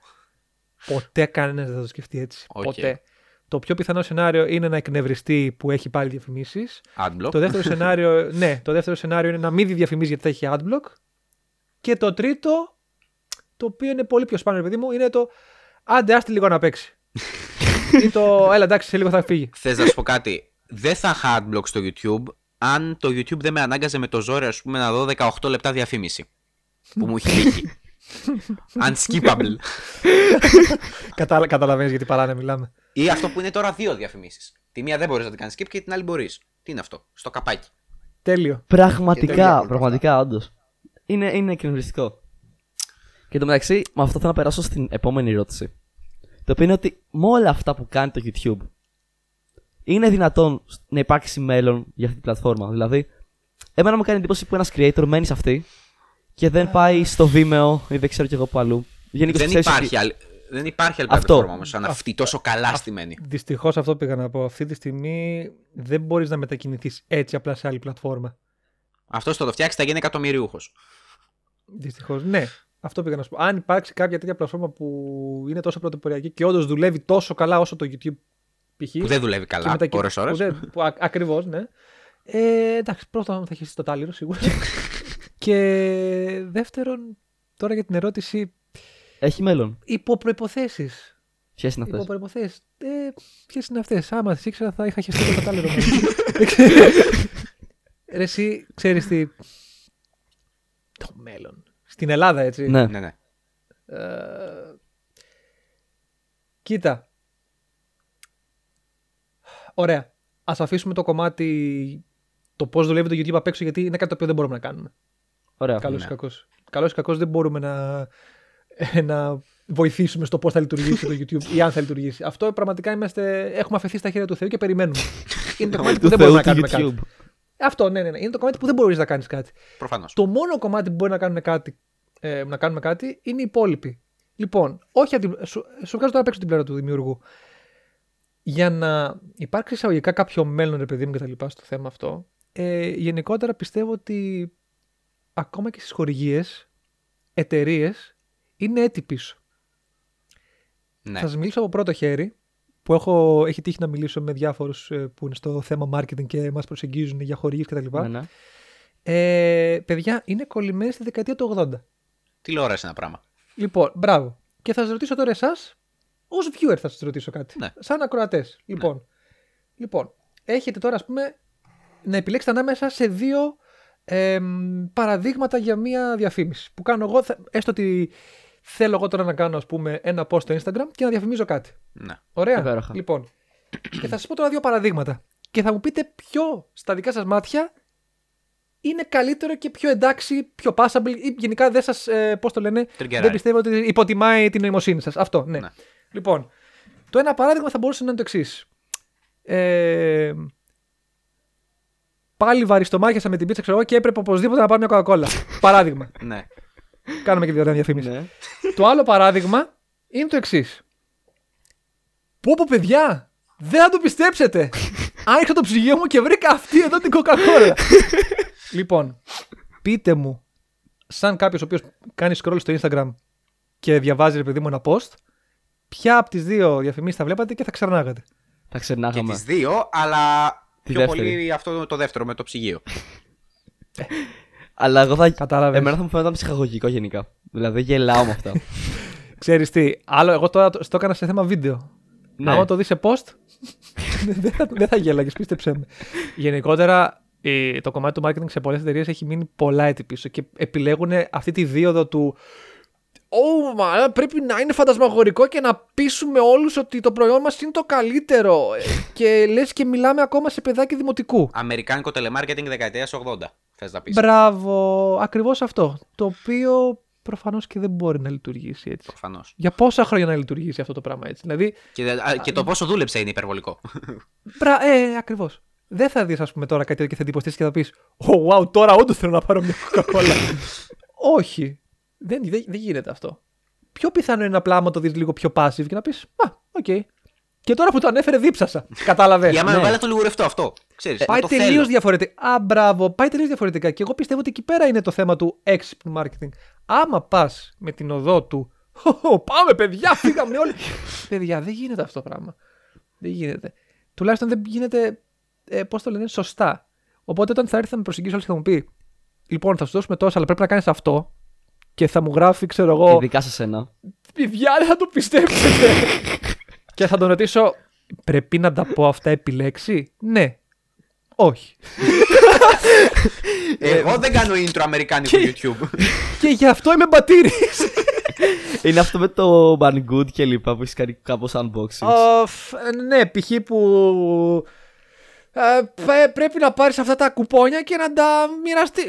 Ποτέ κανένας δεν θα το σκεφτεί έτσι. Οκ. Ποτέ. Το πιο πιθανό σενάριο είναι να εκνευριστεί που έχει πάλι διαφημίσεις. Adblock. Το δεύτερο σενάριο, ναι, το δεύτερο σενάριο είναι να μην δει διαφημίσεις γιατί θα έχει adblock. Και το τρίτο, το οποίο είναι πολύ πιο σπάνιο, ρε παιδί μου, είναι το άντε άστε λίγο να παίξει. ή το έλα εντάξει σε λίγο θα φύγει. Θες να σου πω κάτι. Δεν θα είχα adblock στο YouTube αν το YouTube δεν με ανάγκαζε με το ζόρι, ας πούμε, να δω 18 λεπτά διαφήμιση. Που μου έχει τύχει. Unskippable. Κατάλα, Καταλαβαίνεις γιατί παρά να μιλάμε. Ή αυτό που είναι τώρα δύο διαφημίσεις. Τη μία δεν μπορείς να την κάνεις skip και την άλλη μπορείς. Τι είναι αυτό, στο καπάκι. Τέλειο. Και τέλεια Πραγματικά, είναι πραγματικά, όντως. Είναι, είναι εκνευριστικό. Και εν τω μεταξύ, με αυτό θέλω να περάσω στην επόμενη ερώτηση. Το οποίο είναι ότι με όλα αυτά που κάνει το YouTube, είναι δυνατόν να υπάρξει μέλλον για αυτή την πλατφόρμα. Δηλαδή, εμένα μου κάνει εντύπωση που ένας creator μένει σε αυτή και δεν πάει στο Vimeo ή δεν ξέρω κι εγώ που αλλού. Γενικώς Δεν ξέρεις ότι- υπάρχει, άλλη, δεν υπάρχει άλλη Αυτό. πλατφόρμα όμως σαν αυτή, τόσο καλά στημένη. Δυστυχώς αυτό πήγα να πω. Αυτή τη στιγμή δεν μπορείς να μετακινηθείς έτσι απλά σε άλλη πλατφόρμα. Αυτό θα το φτιάξεις, θα γίνει εκατομμυριούχος. Δυστυχώς, ναι. Αυτό πήγα να σου πω. Αν υπάρξει κάποια τέτοια πλατφόρμα που είναι τόσο πρωτοποριακή και όντως δουλεύει τόσο καλά όσο το YouTube π.χ. Που δεν δουλεύει καλά ώρες ώρες. Ακριβώς, ναι. Ε, εντάξει, πρώτον θα χεστεί το τάλιρο σίγουρα. και δεύτερον, τώρα για την ερώτηση, Έχει μέλλον. υπό προποθέσει. Ποιες είναι Υπό αυτέ. προποθέσει. Ε, Ποιες είναι αυτές. Άμα τις ήξερα, θα είχα χεστεί το τάλιρο. μόνο. Ρε, εσύ ξέρεις τι. Το μέλλον. Στην Ελλάδα, έτσι. Ναι. Ναι, ναι. Ε, κοίτα. Ωραία. Ας αφήσουμε το κομμάτι το πώς δουλεύει το YouTube απ' έξω, γιατί είναι κάτι το οποίο δεν μπορούμε να κάνουμε. Ωραία. Καλός ή ναι. κακός. Καλός ή κακός δεν μπορούμε να, ε, να βοηθήσουμε στο πώς θα λειτουργήσει το YouTube ή αν θα λειτουργήσει. Αυτό πραγματικά είμαστε, έχουμε αφαιθεί στα χέρια του Θεού και περιμένουμε. είναι το κομμάτι που Του δεν Θεού μπορούμε να του κάνουμε κάτι. YouTube. Αυτό, ναι, ναι, ναι. Είναι το κομμάτι που δεν μπορείς να κάνεις κάτι. Προφανώς. Το μόνο κομμάτι που μπορεί να κάνουν κάτι, ε, να κάνουμε κάτι είναι οι υπόλοιποι. Λοιπόν, όχι αντι... σου, σου βγάζω τώρα απ' έξω την πλευρά του δημιουργού. Για να υπάρξει εισαγωγικά κάποιο μέλλον, ρε παιδί μου, κτλ. στο θέμα αυτό, ε, γενικότερα πιστεύω ότι ακόμα και στις χορηγίες, εταιρείες είναι έτη πίσω. Ναι. Θα σας μιλήσω από πρώτο χέρι, που έχω, έχει τύχει να μιλήσω με διάφορους που είναι στο θέμα marketing και μας προσεγγίζουν για χορηγίες κτλ. Ναι, ναι. Ε, παιδιά, είναι κολλημένοι στη δεκαετία του 80. Τηλεόραση είναι ένα πράγμα. Λοιπόν, μπράβο. Και θα σας ρωτήσω τώρα εσάς, ω viewer θα σας ρωτήσω κάτι. Ναι. Σαν ακροατές. Λοιπόν. λοιπόν, έχετε τώρα, ας πούμε, να επιλέξετε ανάμεσα σε δύο εμ, παραδείγματα για μία διαφήμιση. Που κάνω εγώ, θε- έστω ότι θέλω εγώ τώρα να κάνω, ας πούμε, ένα post στο Instagram και να διαφημίζω κάτι. Ναι. Ωραία. Υπέροχα. Λοιπόν, και θα σας πω τώρα δύο παραδείγματα. Και θα μου πείτε ποιο στα δικά σας μάτια είναι καλύτερο και πιο εντάξει, πιο passable ή γενικά δεν σας, ε, πώς το λένε, Τριγκεράει. δεν πιστεύω ότι υποτιμάει την νοημοσύνη σας. Αυτό, ναι. Ναι. Λοιπόν, το ένα παράδειγμα θα μπορούσε να είναι το εξής. Ε, πάλι βαριστομάχιασα με την πίτσα, ξέρω εγώ, και έπρεπε οπωσδήποτε να πάρω μια Coca-Cola. παράδειγμα. Ναι. Κάνουμε και δύο ωραία διαφήμιση. Ναι. Το άλλο παράδειγμα είναι το εξής. Πω πω παιδιά, δεν θα το πιστέψετε. Άνοιξα το ψυγείο μου και βρήκα αυτή εδώ την Coca-Cola. λοιπόν, πείτε μου, σαν κάποιος ο οποίος κάνει scroll στο Instagram και διαβάζει ρε παιδί μου ένα post, ποια από τις δύο διαφημίσεις θα βλέπατε και θα ξερνάγατε. Τα Και τις ξερνάγαμε. δύο, αλλά Τη πιο δεύτερη. πολύ αυτό το δεύτερο με το ψυγείο. Αλλά εγώ θα. Κατάλαβες. Εμένα θα μου φαίνονταν ψυχαγωγικό γενικά. Δηλαδή γελάω με αυτά. Ξέρεις τι, άλλο εγώ τώρα το, το έκανα σε θέμα βίντεο. Ναι. Άμα το δεις σε post, δεν θα, δεν θα γέλαγες, πίστεψέ με. Γενικότερα, ε, το κομμάτι του marketing σε πολλές εταιρείες έχει μείνει πολλά έτη πίσω και επιλέγουν αυτή τη δίωδο του. Ω, μα ε, πρέπει να είναι φαντασμαγορικό και να πείσουμε όλους ότι το προϊόν μας είναι το καλύτερο. Ε, και λες και μιλάμε ακόμα σε παιδάκι δημοτικού. Αμερικάνικο telemarketing δεκαετίας 80. Θες να πεις. Μπράβο, ακριβώς αυτό. Το οποίο προφανώς και δεν μπορεί να λειτουργήσει έτσι. Προφανώς. Για πόσα χρόνια να λειτουργήσει αυτό το πράγμα έτσι. Δηλαδή, Και, δε- α, και το πόσο δούλεψε είναι υπερβολικό. Μπρα, ε, ακριβώς. Δεν θα δεις, ας πούμε, τώρα κάτι τέτοιο και θα εντυπωσιαστεί και θα πεις: Ω, wow, τώρα όντως θέλω να πάρω μια Coca-Cola. Όχι. Δεν, δεν, δεν γίνεται αυτό. Πιο πιθανό είναι απλά άμα το δεις λίγο πιο passive και να πεις: Α, οκ. Και τώρα που το ανέφερε, δίψασα. Κατάλαβες. Για μένα ναι. Ε, βάλε το λιγουρευτό αυτό. Ξέρεις, να πάει το τελείως θέλω. διαφορετικά. Α, μπράβο, πάει τελείως διαφορετικά. Και εγώ πιστεύω ότι εκεί πέρα είναι το θέμα του έξυπνου marketing. Άμα πας με την οδό του. «Χω, Πάμε, παιδιά, φύγαμε όλοι. παιδιά, δεν γίνεται αυτό το πράγμα. Δεν γίνεται. Τουλάχιστον δεν γίνεται, ε, πώς το λένε, σωστά. Οπότε όταν θα έρθει να με προσεγγίσει όλος και θα μου πει: Λοιπόν, θα σου δώσουμε τόσα, αλλά πρέπει να κάνεις αυτό. Και θα μου γράφει, ξέρω εγώ, Ειδικά σε σένα. παιδιά, δεν θα το πιστέψετε. και θα τον ρωτήσω, πρέπει να τα πω αυτά επιλέξει. Ναι. Όχι. Ε, Ε, Εγώ δεν κάνω intro αμερικάνικο YouTube. και γι' αυτό είμαι μπατήρι. Είναι αυτό με το Banggood και λοιπά που έχεις κάνει κάπως unboxing. ναι, π.χ. που. ε, πε- πρέπει να πάρεις αυτά τα κουπόνια και να τα μοιραστεί.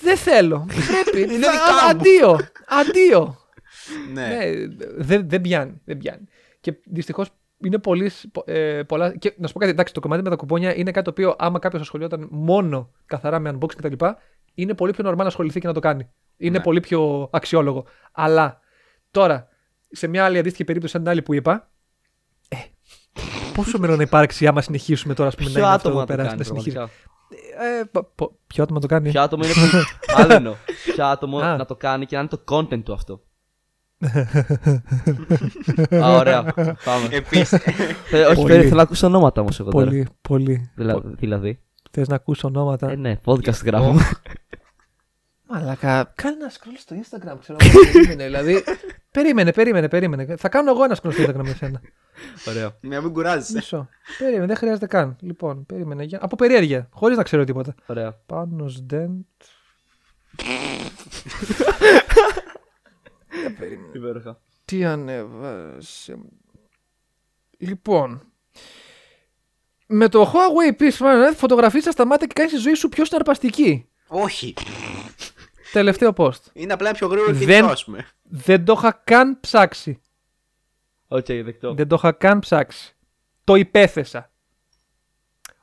Δεν θέλω. Πρέπει. Είναι Α, δικά μου. Αντίο. Αντίο. ναι. Ναι, δεν δεν πιάνει, δεν πιάνει. Και δυστυχώς είναι πολύ, σ- πο- ε, πολλά. Και να σου πω κάτι, εντάξει, το κομμάτι με τα κουπόνια είναι κάτι το οποίο άμα κάποιος ασχολιόταν μόνο καθαρά με unboxing κτλ. Είναι πολύ πιο normal να ασχοληθεί και να το κάνει. Είναι Ναι. πολύ πιο αξιόλογο. Αλλά τώρα, σε μια άλλη αντίστοιχη περίπτωση, σαν την άλλη που είπα. Ε, πόσο μέλλον να υπάρξει άμα συνεχίσουμε τώρα, ας πούμε, να Ποιο ναι, είναι αυτό άτομο εδώ να το πέρα, να κάνει. συνεχίζει. πραγματικά. Ε, πο- πο- ποιο άτομο το κάνει. Ποιο άτομο είναι. που- Άλλο εννοώ. Ποιο άτομο Α. να το κάνει και να είναι το content του αυτό. Α, ωραία. Πάμε. Επίσης. Ε, Όχι, Πολύ. θέλω θέλω να ακούσω ονόματα όμως εγώ τώρα. Πολύ, πολύ. Δηλα- Δηλαδή. Θες να ακούσω ονόματα. Ε, ναι, podcast γράφουμε. Μαλάκα, κάνε ένα scroll στο Instagram, ξέρω εγώ. περίμενε, δηλαδή. Περίμενε, περίμενε, περίμενε. Θα κάνω εγώ ένα scroll στο Instagram με σένα. Ωραία. Να μην κουράζεσαι. Μισό. Περίμενε, δεν χρειάζεται καν. Λοιπόν, περίμενε. Για... Από περιέργεια, χωρίς να ξέρω τίποτα. Ωραία. Πάνω Dent. Υπέροχα. Τι ανέβασε. Λοιπόν. Με το Huawei P φωτογραφίζει στα μάτια και κάνει τη ζωή σου πιο συναρπαστική. Όχι. Τελευταίο post. Είναι απλά πιο γρήγορο και Δεν- δεν... πούμε. Δεν το είχα καν ψάξει. Οκ, δεκτό. Δεν το είχα καν ψάξει. Το υπέθεσα.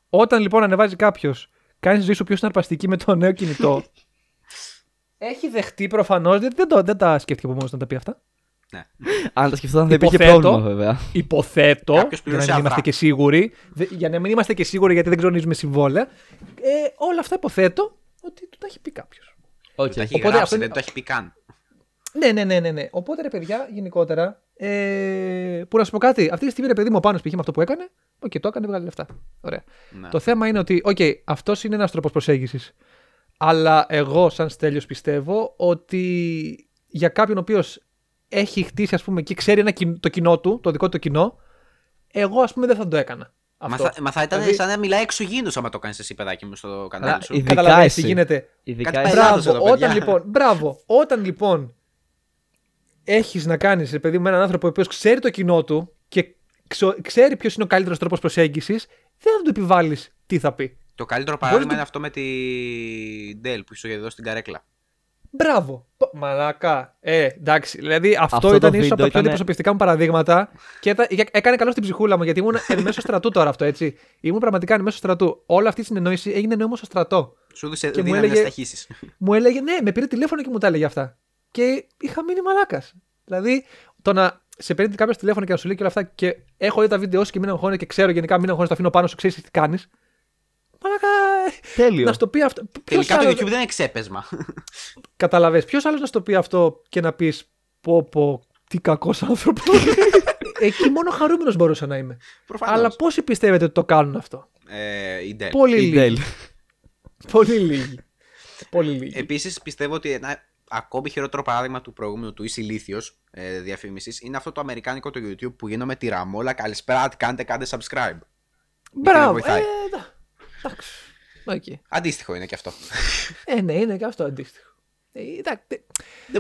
Όταν λοιπόν ανεβάζει κάποιος, κάνει τη ζωή σου πιο συναρπαστική με το νέο κινητό. έχει δεχτεί προφανώς, γιατί δεν, το- δεν τα σκέφτηκε από μόνος να τα πει αυτά. Ναι. Αν τα σκεφτόταν θα υπήρχε Υποθέτω. πρόβλημα βέβαια. Υποθέτω, Κάποιος για να πλήρωσε μην αυγά. είμαστε και σίγουροι, δε- για να μην είμαστε και σίγουροι γιατί δεν ξονίζουμε συμβόλαια, ε, όλα αυτά υποθέτω ότι του τα έχει πει κάποιος. Οκ. Δεν το έχει Οπότε αυτό γράψει, είναι- δεν το έχει πει καν. Ναι, ναι, ναι, ναι, ναι. Οπότε ρε παιδιά, γενικότερα. Ε, που να σου πω κάτι, αυτή τη στιγμή ρε παιδί μου ο πάνω π.χ. με αυτό που έκανε, οκ, το έκανε, βγάλε λεφτά. Ωραία. Ναι. Το θέμα είναι ότι, οκ, αυτός είναι ένας τρόπος προσέγγισης. Αλλά εγώ, σαν στέλιος, πιστεύω ότι για κάποιον ο οποίος έχει χτίσει, ας πούμε, και ξέρει ένα, κοιν- το κοινό του, το δικό του το κοινό, εγώ, ας πούμε, δεν θα το έκανα. Μα Αυτό. θα, μα θα ήταν Δηλαδή- σαν να μιλάει εξωγήινος άμα το κάνεις εσύ παιδάκι μου στο κανάλι Αλλά σου. ειδικά Καταλαβαίνεις τι εσύ. γίνεται. Ειδικά Κάτι εσύ. πάει Ε, λάθος Μπράβο, εδώ, όταν παιδιά. λοιπόν, μπράβο, όταν λοιπόν έχεις να κάνεις, ρε παιδί μου, με έναν άνθρωπο ο οποίος ξέρει το κοινό του και ξο- ξέρει ποιος είναι ο καλύτερος τρόπος προσέγγισης, δεν θα του επιβάλλεις τι θα πει. Το καλύτερο παράδειγμα το- είναι αυτό με τη Dell που είσαι εδώ στην καρέκλα. Μπράβο. Πα- Μαλάκα. Ε, εντάξει. Δηλαδή αυτό, Αυτό το ήταν ίσως βίντεο από τα πιο ήτανε- αντιπροσωπευτικά μου παραδείγματα και έτα- ε, έκανε καλό στην ψυχούλα μου γιατί ήμουν εν μέσω στρατού τώρα αυτό, έτσι. Ήμουν πραγματικά εν μέσω στρατού. Όλη αυτή η συνεννόηση έγινε νόμο στο στρατό. Σου έδωσε Και μου δύναμη να έλεγε- σταχύσεις. Μου έλεγε, ναι, με πήρε τηλέφωνο και μου τα έλεγε αυτά. Και είχα μείνει μαλάκας. Δηλαδή το να σε παίρνει κάποιος τηλέφωνο και να σου λέει και όλα αυτά και έχω δει τα βίντεο σου και μην αγχώνε και ξέρω γενικά μην αγχώνε, το αφήνω πάνω σου, ξέρεις τι κάνεις. Μαλάκα. ε, Τέλειο. Να σου το πει αυτό. Ποιος Τελικά το άλλος- YouTube δεν είναι ξέπεσμα. Καταλαβες, ποιος άλλος να σου το πει αυτό και να πεις πω πω τι κακός άνθρωπος. Εκεί μόνο χαρούμενος μπορούσα να είμαι. Προφανώς. Αλλά πόσοι πιστεύετε ότι το κάνουν αυτό. Ε, η Dell. Πολύ Η Dell. λίγοι. Πολύ λίγοι. Πολύ Ε, λίγοι. Επίσης, πιστεύω ότι ένα ακόμη χειρότερο παράδειγμα του προηγούμενου του είσαι ηλίθιος ε, διαφήμισης είναι αυτό το αμερικάνικο το YouTube που γίνομαι τη ραμόλα. Καλησπέρα, τι κάνετε, κάντε subscribe. Μπράβο. βοηθάει. Ε, εντά- Εντάξει. Οκ. Αντίστοιχο είναι και αυτό. Ε, ναι, είναι και αυτό αντίστοιχο. Ε, εντάξει. δεν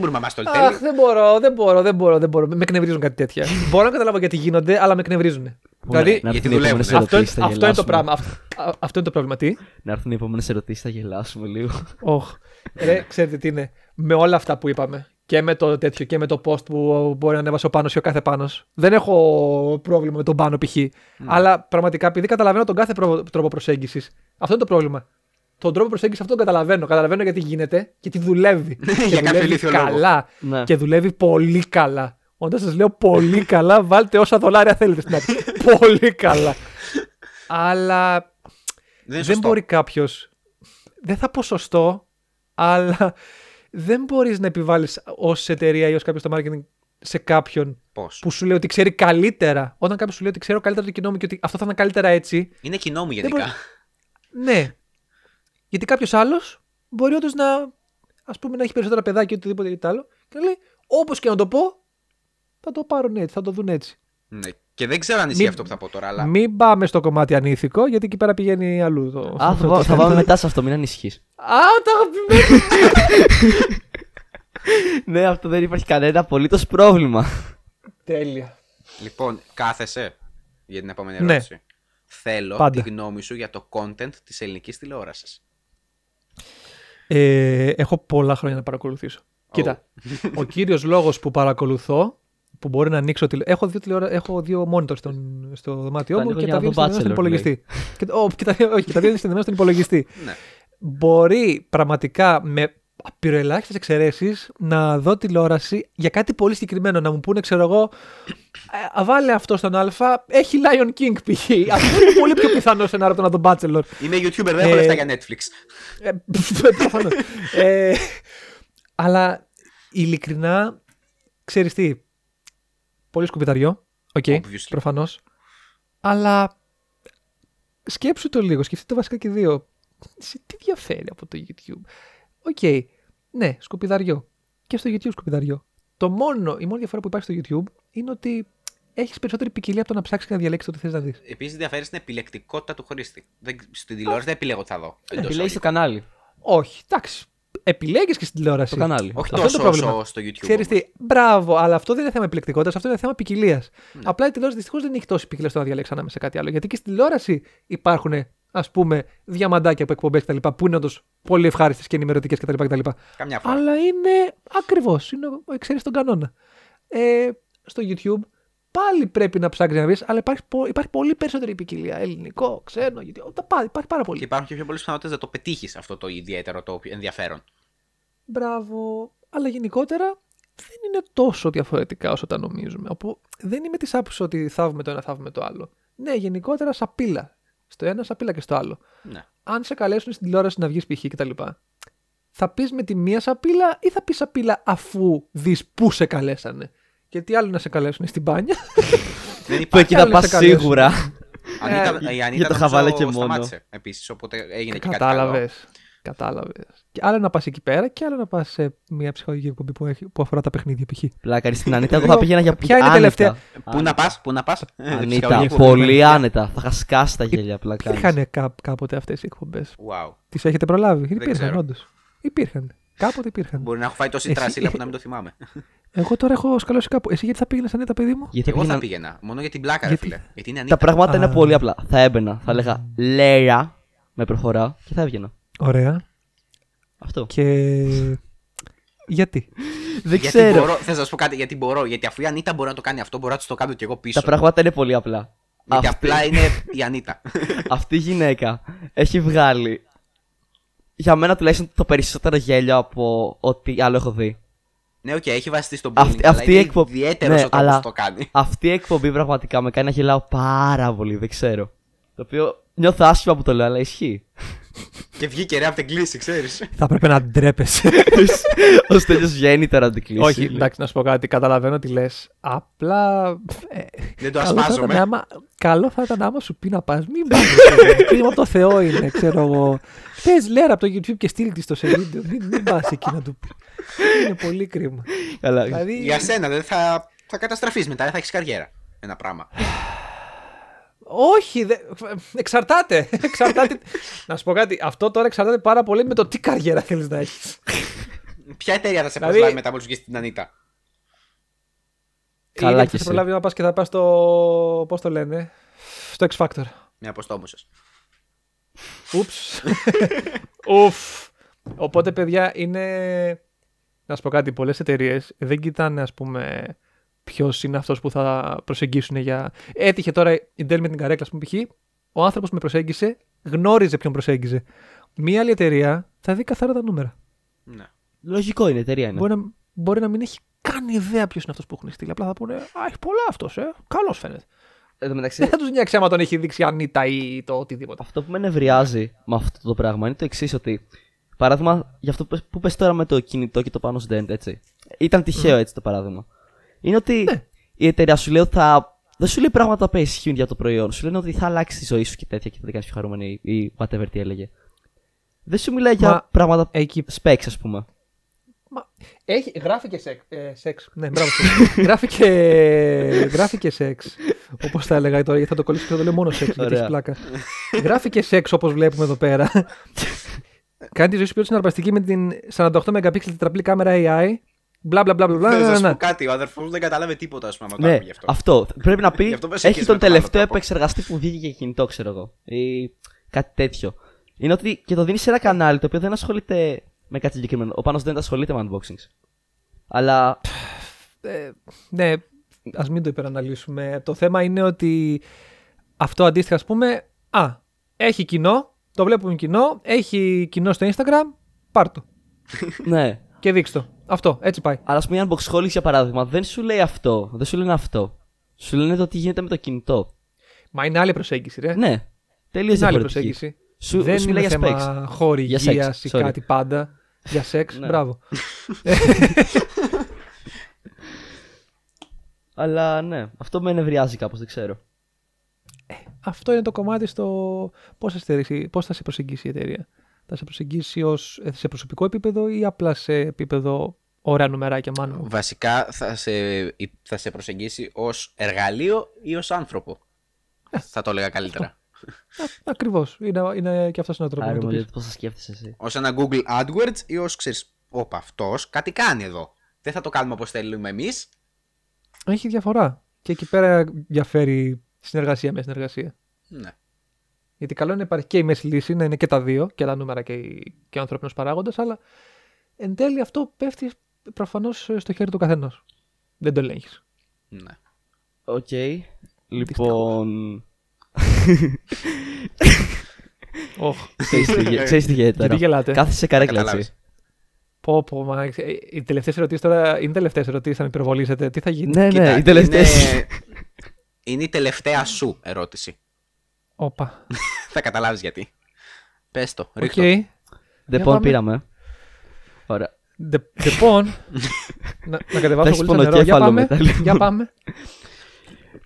μπορούμε να είμαστε όλοι Αχ, τέλειοι. δεν μπορώ, δεν μπορώ, δεν μπορώ, δεν μπορώ. Με εκνευρίζουν κάτι τέτοια. μπορώ να καταλάβω γιατί γίνονται, αλλά με εκνευρίζουν. δηλαδή, Ναι, να έρθουν γιατί οι επόμενες δουλεύουν. αυτό, ερωτήσεις, θα αυτό είναι το γελάσουμε. πράγμα. Αυτό, α- αυτό είναι το πρόβλημα. Τι. Να έρθουν οι επόμενες ερωτήσεις, θα γελάσουμε λίγο. Οχ. Ρε, ξέρετε τι είναι. Με όλα αυτά που είπαμε και με το τέτοιο και με το post που μπορεί να ανέβασε ο πάνω ή ο κάθε πάνω. Δεν έχω πρόβλημα με τον πάνω π.χ. Ναι. Αλλά πραγματικά επειδή καταλαβαίνω τον κάθε προ- τρόπο προσέγγισης, αυτό είναι το πρόβλημα. Τον τρόπο προσέγγισης αυτό τον καταλαβαίνω. Καταλαβαίνω γιατί γίνεται και τι δουλεύει. Και κάποιο δουλεύει ηλίθιο λόγο. καλά. Ναι. Και δουλεύει πολύ καλά. Όταν σας λέω πολύ καλά, βάλτε όσα δολάρια θέλετε στην άκρη. πολύ καλά. Αλλά Δεν είναι δεν σωστό. μπορεί κάποιος. Δεν θα πω σωστό, αλλά δεν μπορείς να επιβάλλεις ως εταιρεία ή ως κάποιος στο marketing σε κάποιον Πώς. που σου λέει ότι ξέρει καλύτερα. Όταν κάποιος σου λέει ότι ξέρω καλύτερα το κοινό μου και ότι αυτό θα ήταν καλύτερα έτσι. Είναι κοινό μου Δεν γενικά. μπορεί- Ναι. Γιατί κάποιος άλλος μπορεί όντως να. Ας πούμε να έχει περισσότερα παιδάκια ή οτιδήποτε ή τ' άλλο. Και να λέει, όπως και να το πω, θα το πάρουν έτσι, θα το δουν έτσι. Ναι. Και δεν ξέρω αν ισχύει Μην- αυτό που θα πω τώρα, αλλά. Μην πάμε στο κομμάτι ανήθικο, γιατί εκεί πέρα πηγαίνει αλλού. Το... Α, θα, πά- θα πάμε μετά σε αυτό, μην ανησυχείς. Α, το αγαπημένο. ναι, αυτό δεν υπάρχει κανένα απολύτως πρόβλημα. Τέλεια. Λοιπόν, κάθεσαι για την επόμενη Ναι. ερώτηση. Θέλω Πάντα. τη γνώμη σου για το content της ελληνικής τηλεόρασης. Ε, έχω πολλά χρόνια να παρακολουθήσω. Κοίτα, ο κύριος λόγος που παρακολουθώ, που μπορεί να ανοίξω τηλε... Έχω δύο, τηλεόρα... έχω δύο monitor στον... στο δωμάτιό Τα μου ανοίγω και για τα να δύο δω είναι συνδεδεμένα στον Bachelor, υπολογιστή. και... τα- όχι, και τα δύο- όχι, και τα δύο είναι συνδεδεμένα στον υπολογιστή. Ναι. Μπορεί πραγματικά με απειροελάχιστες εξαιρέσεις να δω τηλεόραση για κάτι πολύ συγκεκριμένο. Να μου πούνε, ξέρω εγώ, «Ε, βάλε αυτό στον Α, έχει Lion King π.χ. Αυτό είναι πολύ πιο πιθανό σενάριο από το να δω Bachelor. Είμαι YouTuber, δεν έχω Ε, λεφτά για Netflix. Ε, προφανώς. Ε, αλλά ειλικρινά, ξέρεις τι, πολύ σκουπιταριό, οκ, Obviously. προφανώς, αλλά σκέψου το λίγο, σκεφτείτε βασικά και δύο. Σε τι διαφέρει από το YouTube. Οκ, ναι, σκουπιδαριό. Και στο YouTube σκουπιδαριό. Το μόνο, η μόνη διαφορά που υπάρχει στο YouTube είναι ότι έχεις περισσότερη ποικιλία από το να ψάξεις και να διαλέξεις το τι θες να δεις. Επίσης, διαφέρει στην επιλεκτικότητα του χρήστη. Δεν... Στην τηλεόραση δεν επιλέγω τι θα δω. εντός Επιλέγει το εισαγωγικών. κανάλι. Όχι, εντάξει, επιλέγεις και στην τηλεόραση. Το κανάλι. Όχι Αυτό είναι το τόσο πρόβλημα. όσο στο YouTube. Ξέρεις όμως. τι, μπράβο, αλλά αυτό δεν είναι θέμα επιλεκτικότητας, αυτό είναι θέμα ποικιλίας. Απλά η τηλεόραση δυστυχώς δεν έχει τόση ποικιλία στο να διαλέξει ανάμεσα σε κάτι άλλο. Γιατί και στη τηλεόραση υπάρχουν, ας πούμε, διαμαντάκια από εκπομπές κτλ. που είναι όντως πολύ ευχάριστες και ενημερωτικές κτλ. κτλ. Καμιά φορά. Αλλά είναι ακριβώς, είναι ο εξαίρεση στον κανόνα. Ε, στο YouTube πάλι πρέπει να ψάξεις να βρεις, αλλά υπάρχει, πο- υπάρχει πολύ περισσότερη ποικιλία. Ελληνικό, ξένο, γιατί. τα πά- Υπάρχει πάρα Και πολύ. υπάρχουν και πιο πολλές πιθανότητες να το πετύχεις αυτό το ιδιαίτερο το ενδιαφέρον. Μπράβο. Αλλά γενικότερα δεν είναι τόσο διαφορετικά όσο τα νομίζουμε. Οπό, δεν είμαι της άποψης ότι θαύμε το ένα, θαύμε το άλλο. Ναι, γενικότερα σαπίλα. Στο ένα, σαπίλα και στο άλλο. Ναι. Αν σε καλέσουν στην τηλεόραση να βγεις π.χ. κτλ. Θα πεις με τη μία σαπίλα ή θα πεις σαπίλα αφού δεις πού σε καλέσανε. Γιατί άλλο να σε καλέσουν στην μπάνια. Δεν Που εκεί υπάρχει. Άλλο θα να σε πα καλέσω. σίγουρα. Αν ήταν, η Ανίτα Ε, για το νομίζω χαβάλα και μόνο. σταμάτησε επίσης, οπότε έγινε και κάτι Κατάλαβες. Κατάλαβες. Και άλλο να πας εκεί πέρα και άλλο να πας σε μια ψυχολογική εκπομπή που, έχει- που αφορά τα παιχνίδια π.χ. Πλάκα στην Ανίτα, εγώ θα πήγαινα για Ποια είναι η άνετα. τελευταία- καλό. Πού να πας, πού να πας. Ε, Ανίτα, Ψυχολογικό. πολύ άνετα. Θα είχα σκάσει τα γέλια απλά Υπήρχαν κά- κάποτε αυτές οι εκπομπές. Wow. Τις έχετε προλάβει. υπήρχαν, ξέρω. όντως. Υπήρχαν. Κάποτε υπήρχαν. Μπορεί να έχω φάει τόση Εσύ- τρασίλα που να μην το θυμάμαι. Εγώ τώρα έχω σκαλώσει κάπου. Εσύ γιατί θα πήγαινες σαν τα παιδί μου. Γιατί Εγώ θα πήγαινα- πήγαινα. Μόνο για την πλάκα, ρε Γιατί- φίλε. Γιατί είναι Τα Ανίτα. πράγματα Α. είναι πολύ απλά. Θα έμπαινα, θα έλεγα Λέρα με με προφορά και θα έβγαινα. Ωραία. Αυτό. Και. Γιατί. Δεν γιατί ξέρω. Μπορώ, θες να σου πω κάτι, γιατί μπορώ. Γιατί αφού η Ανίτα μπορεί να το κάνει αυτό, μπορώ να της το κάνω και εγώ πίσω. Τα πράγματα είναι πολύ απλά. Γιατί Αυτή- απλά είναι η Ανίτα. Αυτή η γυναίκα έχει βγάλει για μένα τουλάχιστον το περισσότερο γέλιο από ό,τι άλλο έχω δει. ναι, οκ, έχει βασιστεί στον Αυτή- bullying, αλλά αυτή η είναι εκπο- ιδιαίτερος ναι, ο τρόπος αλλά- που το κάνει. Αυτή η εκπομπή πραγματικά με κάνει να γελάω πάρα πολύ, δεν ξέρω. Το οποίο νιώθω άσχημα που το λέω, αλλά ισχύει. και βγήκε ρε από την κλίση, ξέρεις. Θα πρέπει να ντρέπεσαι. Ο Στέλιος βγαίνει τώρα να την κλείσει. Όχι, εντάξει, να σου πω κάτι. Καταλαβαίνω τι λες. Απλά. ε, Δεν το καλό θα ήταν ασπάζομαι. άμα- Καλό θα ήταν άμα σου πει να πας. Μην πας. ρε. Κρίμα από το Θεό είναι, ξέρω εγώ. Πες λέρα από το YouTube και στείλ της το σε βίντεο. Μην, μην πας εκεί να του πεις. Είναι πολύ κρίμα. Καλά. δηλαδή. Για σένα δεν θα, θα καταστραφείς μετά, δεν θα έχεις καριέρα. Ένα πράγμα. Όχι, δε... εξαρτάται. εξαρτάται. να σου πω κάτι. Αυτό τώρα εξαρτάται πάρα πολύ με το τι καριέρα θέλεις να έχεις. Ποια εταιρεία θα σε Δηλαδή- προσλάβει μετά μόλις βγεις στην Ανίτα. Καλά Ήδη κι Θα εσύ. προλάβει να πας και θα πας στο. Πώς το λένε. Στο X Factor. Με αποστόμωσες. Ούψ. Ούφ. Οπότε, παιδιά, είναι. Να σου πω κάτι. Πολλές εταιρείες δεν κοιτάνε, ας πούμε, ποιος είναι αυτός που θα προσεγγίσουν για. Έτυχε τώρα η Dell με την καρέκλα, ας πούμε, π.χ. Ο άνθρωπος που με προσέγγισε γνώριζε ποιον προσέγγιζε. Μία άλλη εταιρεία θα δει καθαρά τα νούμερα. Ναι. Λογικό είναι, εταιρεία είναι. Μπορεί, να, μπορεί να μην έχει καν ιδέα ποιος είναι αυτός που έχουν στείλει. Απλά θα πούνε Α, έχει πολλά αυτός, ε. Καλός φαίνεται. Εν τω μεταξύ, Δεν θα τους νοιάξει άμα τον έχει δείξει η Ανίτα ή το οτιδήποτε. αυτό που με νευριάζει με αυτό το πράγμα είναι το εξής ότι. Παράδειγμα, για αυτό που πες- που πες τώρα με το κινητό και το πάνω dent, έτσι. Ήταν τυχαίο έτσι το παράδειγμα. Είναι ότι η εταιρεία σου λέει ότι θα. Δεν σου λέει πράγματα που ισχύουν για το προϊόν. Σου λένε ότι θα αλλάξει τη ζωή σου και τέτοια και θα την κάνεις πιο χαρούμενη ή whatever τι έλεγε. Δεν σου μιλάει για Μα- πράγματα. Εκεί specs, ας πούμε. Μα, έχει, γράφει και σεξ. Ε, σεξ. Ναι, μπράβο. σου. γράφει, και, γράφει και σεξ. Όπως τα έλεγα τώρα, γιατί θα το κολλήσω και θα το λέω μόνο σεξ. γιατί Ωραία. έχει πλάκα. γράφει και σεξ, όπως βλέπουμε εδώ πέρα. Κάνει τη ζωή σου πιο συναρπαστική με την 48 MP τετραπλή κάμερα AI. Μπλα μπλα μπλα μπλα. Θέλω να μπλα, σου πω μπλα. κάτι, ο αδερφός μου δεν κατάλαβε τίποτα, ας πούμε, άμα το Ναι, άκουγε αυτό. αυτό. Πρέπει να Γι' πει. αυτό πες έχει εκεί τον με τον άλλο τελευταίο τρόπο. επεξεργαστή που βγήκε για κινητό, ξέρω εγώ. Ή κάτι τέτοιο. Είναι ότι και το δίνεις σε ένα κανάλι το οποίο δεν ασχολείται με κάτι συγκεκριμένο. Ο Πάνος δεν ασχολείται με unboxings. Αλλά Ναι, ας μην το υπεραναλύσουμε. Το θέμα είναι ότι αυτό αντίστοιχα, ας πούμε, α, έχει κοινό, το βλέπουμε κοινό, έχει κοινό στο Instagram, πάρ' το ναι. και δείξ' το. Αυτό, έτσι πάει. Αλλά ας πούμε η unboxholics για παράδειγμα δεν σου λέει αυτό. Δεν σου λένε αυτό. Σου λένε το τι γίνεται με το κινητό. Μα είναι άλλη προσέγγιση, ρε. Ναι. Τελείως είναι άλλη διαφορετική. προσέγγιση. Σου, δεν σου είναι μιλάει για specs. θέμα Για χορηγία σεξ, ή sorry. κάτι πάντα. Για σεξ, Ναι. μπράβο. Αλλά ναι, αυτό με νευριάζει κάπως, δεν ξέρω. Αυτό είναι το κομμάτι στο πώς θα, στερήσει, πώς θα σε προσεγγίσει η εταιρεία. Θα σε προσεγγίσει ως, ε, σε προσωπικό επίπεδο ή απλά σε επίπεδο ωραία νούμεράκια μάλλον. Βασικά θα σε, θα σε προσεγγίσει ως εργαλείο ή ως άνθρωπο. θα το έλεγα καλύτερα. Ακριβώς. Είναι, είναι και αυτός είναι ο τρόπος Άρα να το μου πεις. λέτε πώς θα σκέφτεσαι εσύ. Ως ένα Google AdWords ή ως ξέρεις, όπα αυτός κάτι κάνει εδώ. Δεν θα το κάνουμε όπως θέλουμε εμείς. Έχει διαφορά. Και εκεί πέρα διαφέρει συνεργασία με συνεργασία. Ναι. Γιατί καλό είναι να υπάρχει και η μέση λύση, να είναι και τα δύο, και τα νούμερα και, η- και ο ανθρώπινος παράγοντας, αλλά εν τέλει αυτό πέφτει προφανώς στο χέρι του καθενός. Δεν το ελέγχεις. ναι. Οκ. Λοιπόν. Οχ, ξέρεις τι γε- Ξέρεις τι γίνεται Ε, γιατί τώρα. γελάτε. Κάθεσαι καρέκλα Καταλάβεις. έτσι. Πω, πω, μα, ε, οι τελευταίες ερωτήσεις τώρα είναι τελευταίες ερωτήσεις, θα με πυροβολήσετε. Τι θα γίνει. Ναι, ναι, οι τελευταίες. Είναι... είναι η τελευταία σου ερώτηση. Όπα. θα καταλάβεις γιατί. Πες το, Οκ. ρίχτω. Για Λοιπόν, πάμε. πήραμε. Ωραία. Ντε- Λοιπόν. Να να κατεβάσω έχεις πολύ το νερό. Για πονοκέφαλο πάμε. μετά, λοιπόν. Για πάμε.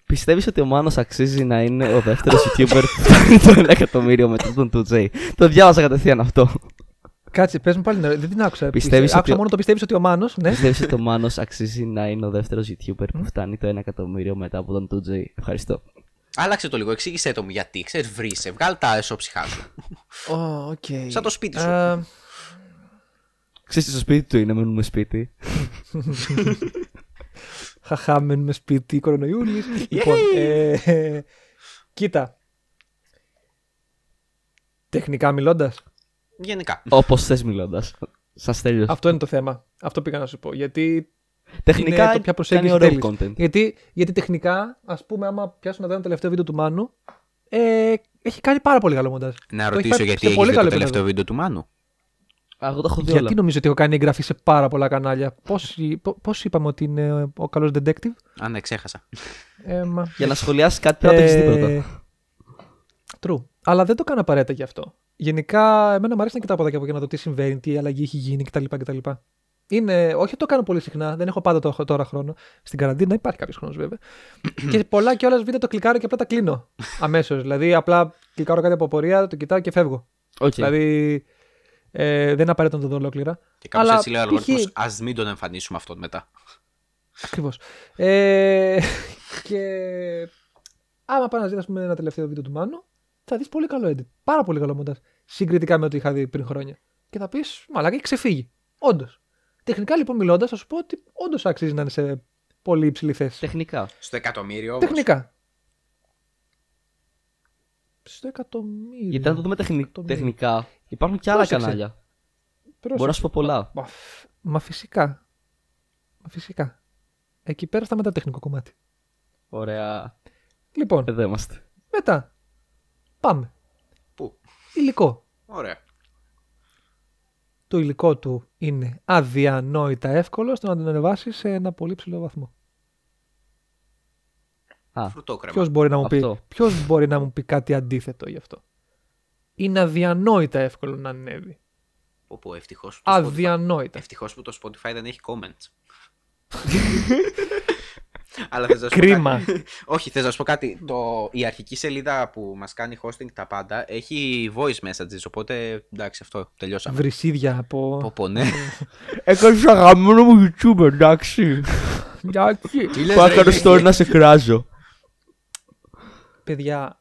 Πιστεύεις ότι ο Μάνος αξίζει να είναι ο δεύτερος YouTuber που φτάνει το 1 εκατομμύριο μετά τον 2J. Το διάβασα κατευθείαν αυτό. Κάτσε, πες μου πάλι νερό. Δεν την άκουσα. Πιστεύεις Άκουσα ότι ο- μόνο το πιστεύεις ότι ο Μάνος. Ναι. Πιστεύεις ότι ο Μάνος αξίζει να είναι ο δεύτερος YouTuber που φτάνει το 1 εκατομμύριο μετά από τον 2J. Ευχαριστώ. Άλλαξε το λίγο, εξήγησέ το μου γιατί. Ξέρεις, βρήσε, βγάλ τα εσωψυχά σου. Ω, οκ. Σαν το σπίτι σου. Α, Ξέρεις στο σπίτι του είναι, μένουμε σπίτι. Χαχά, μένουμε σπίτι, κορονοϊούλης. λοιπόν, ε, ε, κοίτα. Τεχνικά μιλώντας. Γενικά. Όπως θες μιλώντας. Σας τέλειωσα. Αυτό είναι το θέμα. Αυτό πήγα να σου πω. Γιατί Τεχνικά είναι το ποια κάνει προσέγγιση ωραίο θέλεις. content. Γιατί, γιατί τεχνικά, ας πούμε, άμα πιάσω να δω ένα τελευταίο βίντεο του Μάνου, ε, έχει κάνει πάρα πολύ καλό μοντάζ. Να Το ρωτήσω έχει πάει γιατί σε έχει πολύ δει το καλό τελευταίο επίπεδο. βίντεο του Μάνου. Α, Εγώ τα έχω δει Γιατί όλα. νομίζω ότι έχω κάνει εγγραφή σε πάρα πολλά κανάλια. Πώς είπαμε ότι είναι ε, ο καλός detective. Α, ναι, ξέχασα. Ε, μα... Για να σχολιάσεις κάτι πρέπει να το έχεις δει Ε, πρώτα. True. Αλλά δεν το κάνω απαραίτητα γι' αυτό. Γενικά, εμένα μου αρέσει να κοιτάω από εδώ και από εκεί να δω τι συμβαίνει, τι αλλαγή έχει γίνει κτλ. κτλ. Είναι, όχι το κάνω πολύ συχνά, δεν έχω πάντα το, τώρα χρόνο. Στην καραντίνα υπάρχει κάποιος χρόνος βέβαια. και πολλά κιόλα βίντεο το κλικάρω και απλά τα κλείνω αμέσως. δηλαδή, απλά κλικάρω κάτι από πορεία, το κοιτάω και φεύγω. Οκ. Δηλαδή, ε, δεν είναι απαραίτητο να το δω ολόκληρα. Και κάπως Αλλά έτσι λέει ο π.χ. αλγοριθμό. Ας μην τον εμφανίσουμε αυτόν μετά. Ακριβώς. Ε, και άμα πάω να δει ένα τελευταίο βίντεο του Μάνου, θα δεις πολύ καλό edit. Πάρα πολύ καλό μοντάζ. Συγκριτικά με ό,τι είχα δει πριν χρόνια. Και θα πεις, μαλάκα, έχει ξεφύγει. Όντως. Τεχνικά λοιπόν μιλώντας, θα σου πω ότι όντως αξίζει να είναι σε πολύ υψηλή θέση. Τεχνικά. Στο εκατομμύριο. όμως. Τεχνικά. Στο εκατομμύριο. Γιατί αν το δούμε τεχνη- εκατομμύριο. τεχνικά, υπάρχουν και άλλα Ναι. Πρόσεξε. κανάλια. Πρόσεξε. Μπορώ να σου πω πολλά. Μα, φ- μα φυσικά. Μα φυσικά. Εκεί πέρα σταματά το τεχνικό κομμάτι. Ωραία. Λοιπόν, Εδώ είμαστε. μετά. Πάμε. Πού. Υλικό. Ωραία. το υλικό του είναι αδιανόητα εύκολο στο να τον ανεβάσει σε ένα πολύ ψηλό βαθμό. Α, Φρουτόκρεμα. Ποιος μπορεί, να μου πει, Αυτό. ποιος μπορεί να μου πει κάτι αντίθετο γι' αυτό. Είναι αδιανόητα εύκολο να ανέβει. Πω, πω, ευτυχώς που, το Spotify... Ε, Αδιανόητα. ευτυχώς που το Spotify δεν έχει comments. Αλλά θες να σου πω Κρίμα. κάτι. Όχι, θες να σου πω κάτι. Το... Η αρχική σελίδα που μας κάνει hosting τα πάντα έχει voice messages, οπότε εντάξει αυτό, τελειώσαμε. Βρυσίδια από. Πω, πω, ναι. Έκανε ένα γαμμένο μου YouTube, εντάξει. Εντάξει. Τι λες, Πάω ρε, ε, κάνω είναι- story να σε κράζω. Παιδιά,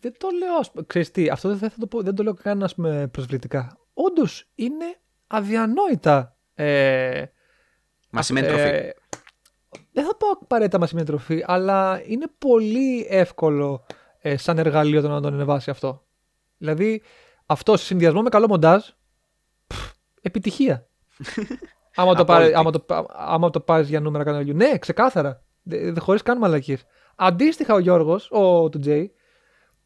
δεν το λέω. ας πούμε, Ξέρεις τι, αυτό δεν, θα το πω, δεν το λέω καν ας πούμε, προσβλητικά. Όντως είναι αδιανόητα. Ε, Μα σημαίνει τροφή. Ε, δεν θα πω απαραίτητα μα σημαίνει τροφή, αλλά είναι πολύ εύκολο ε, σαν εργαλείο το να τον ανεβάσει αυτό. Δηλαδή, αυτό σε συνδυασμό με καλό μοντάζ, πφ, επιτυχία. άμα, το πάρε- Απόλυτη. άμα, το, πα- άμα το πάρεις για νούμερα καναλιού. Ναι, ξεκάθαρα. Δε, δε, χωρίς καν μαλακίες. Αντίστοιχα ο Γιώργος, ο του Τζέι,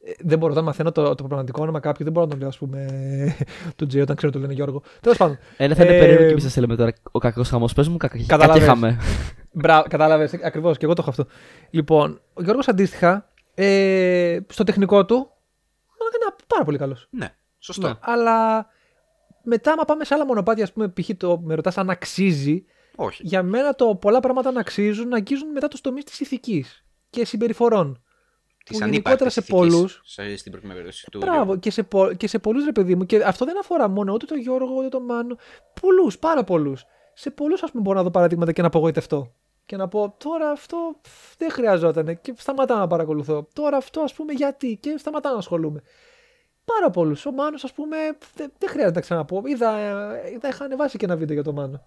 ε, δεν μπορώ, όταν μαθαίνω το, το πραγματικό όνομα κάποιου, δεν μπορώ να τον λέω, ας πούμε, του Τζέι, όταν ξέρω ότι λένε Γιώργο. Τέλος πάντων, Ένα θα είναι Ε, περίεργο και εμεί σα λέμε τώρα ο κακός χαμός. Πες μου, κακ- κακή Καταλάβες. είχαμε. Μπράβο, κατάλαβες. Ακριβώς και εγώ το έχω αυτό. Λοιπόν, ο Γιώργος αντίστοιχα ε, στο τεχνικό του ήταν πάρα πολύ καλός. Ναι, σωστό. Ναι. Αλλά μετά, άμα πάμε σε άλλα μονοπάτια, ας πούμε, π.χ. το με ρωτάς αν αξίζει, Όχι. για μένα το πολλά πράγματα να αξίζουν, να αγγίζουν μετά του τομεί τη ηθικής και συμπεριφορών. Της που ανύπαρκτης γενικότερα σε ηθικής, πολλούς- σε- Στην προηγούμενη περίπτωση του. Μπράβο, και σε, πο- και σε πολλούς ρε παιδί μου. Και αυτό δεν αφορά μόνο ούτε τον Γιώργο, ούτε τον Μάνο. Πολλούς, πάρα πολλούς. Σε πολλούς, ας πούμε, μπορώ να δω παραδείγματα και να απογοητευτώ. Και να πω τώρα αυτό πφ, δεν χρειαζόταν και σταματάω να παρακολουθώ. Τώρα αυτό, ας πούμε, γιατί και σταματάω να ασχολούμαι. Πάρα πολλούς. Ο Μάνος, ας πούμε, δε- δεν χρειάζεται να ξαναπώ. Είδα, ε, είδα, είχα ανεβάσει και ένα βίντεο για τον Μάνο.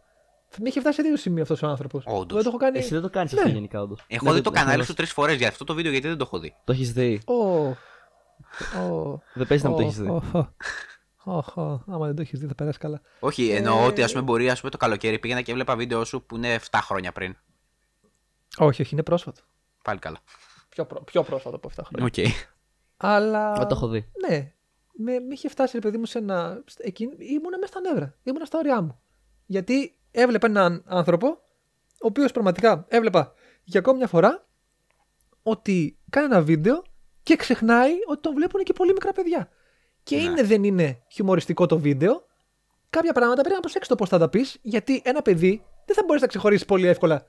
Με είχε φτάσει σε δύο σημεία αυτός ο άνθρωπος. Όντως. Δεν το έχω κάνει. Εσύ δεν το κάνεις Ναι. αυτό γενικά, όντως. Έχω δει το κανάλι σου τρεις φορές για αυτό το βίντεο γιατί δεν το έχω δει. Το έχεις δει. Ω. Ω. Δεν παίζεις να μου το Ω, έχεις δει. ω, ω. Ω, ω. Άμα δεν το έχεις δει, θα περάσει καλά. Όχι, εννοώ ότι ας πούμε μπορεί ας πούμε, το καλοκαίρι πήγαινα και έβλεπα βίντεο σου που είναι 7 χρόνια πριν. Όχι, όχι, είναι πρόσφατο. Πάλι καλά. Πιο, πρό- πιο πρόσφατο από 7 χρόνια. Οκ. Αλλά. Δεν το έχω δει. Ναι. Με, με είχε φτάσει, ρε παιδί μου, σε ένα. στ- Εκείνη, ήμουνα μέσα στα νεύρα. Ήμουνα στα ωριά μου. Γιατί έβλεπα έναν άνθρωπο, ο οποίος πραγματικά έβλεπα για ακόμη μια φορά ότι κάνει ένα βίντεο και ξεχνάει ότι τον βλέπουν και πολύ μικρά παιδιά. Και Ναι. είναι, δεν είναι χιουμοριστικό το βίντεο. Κάποια πράγματα πρέπει να προσέξεις το πώς θα τα πεις, γιατί ένα παιδί δεν θα μπορέσει να ξεχωρίσεις πολύ εύκολα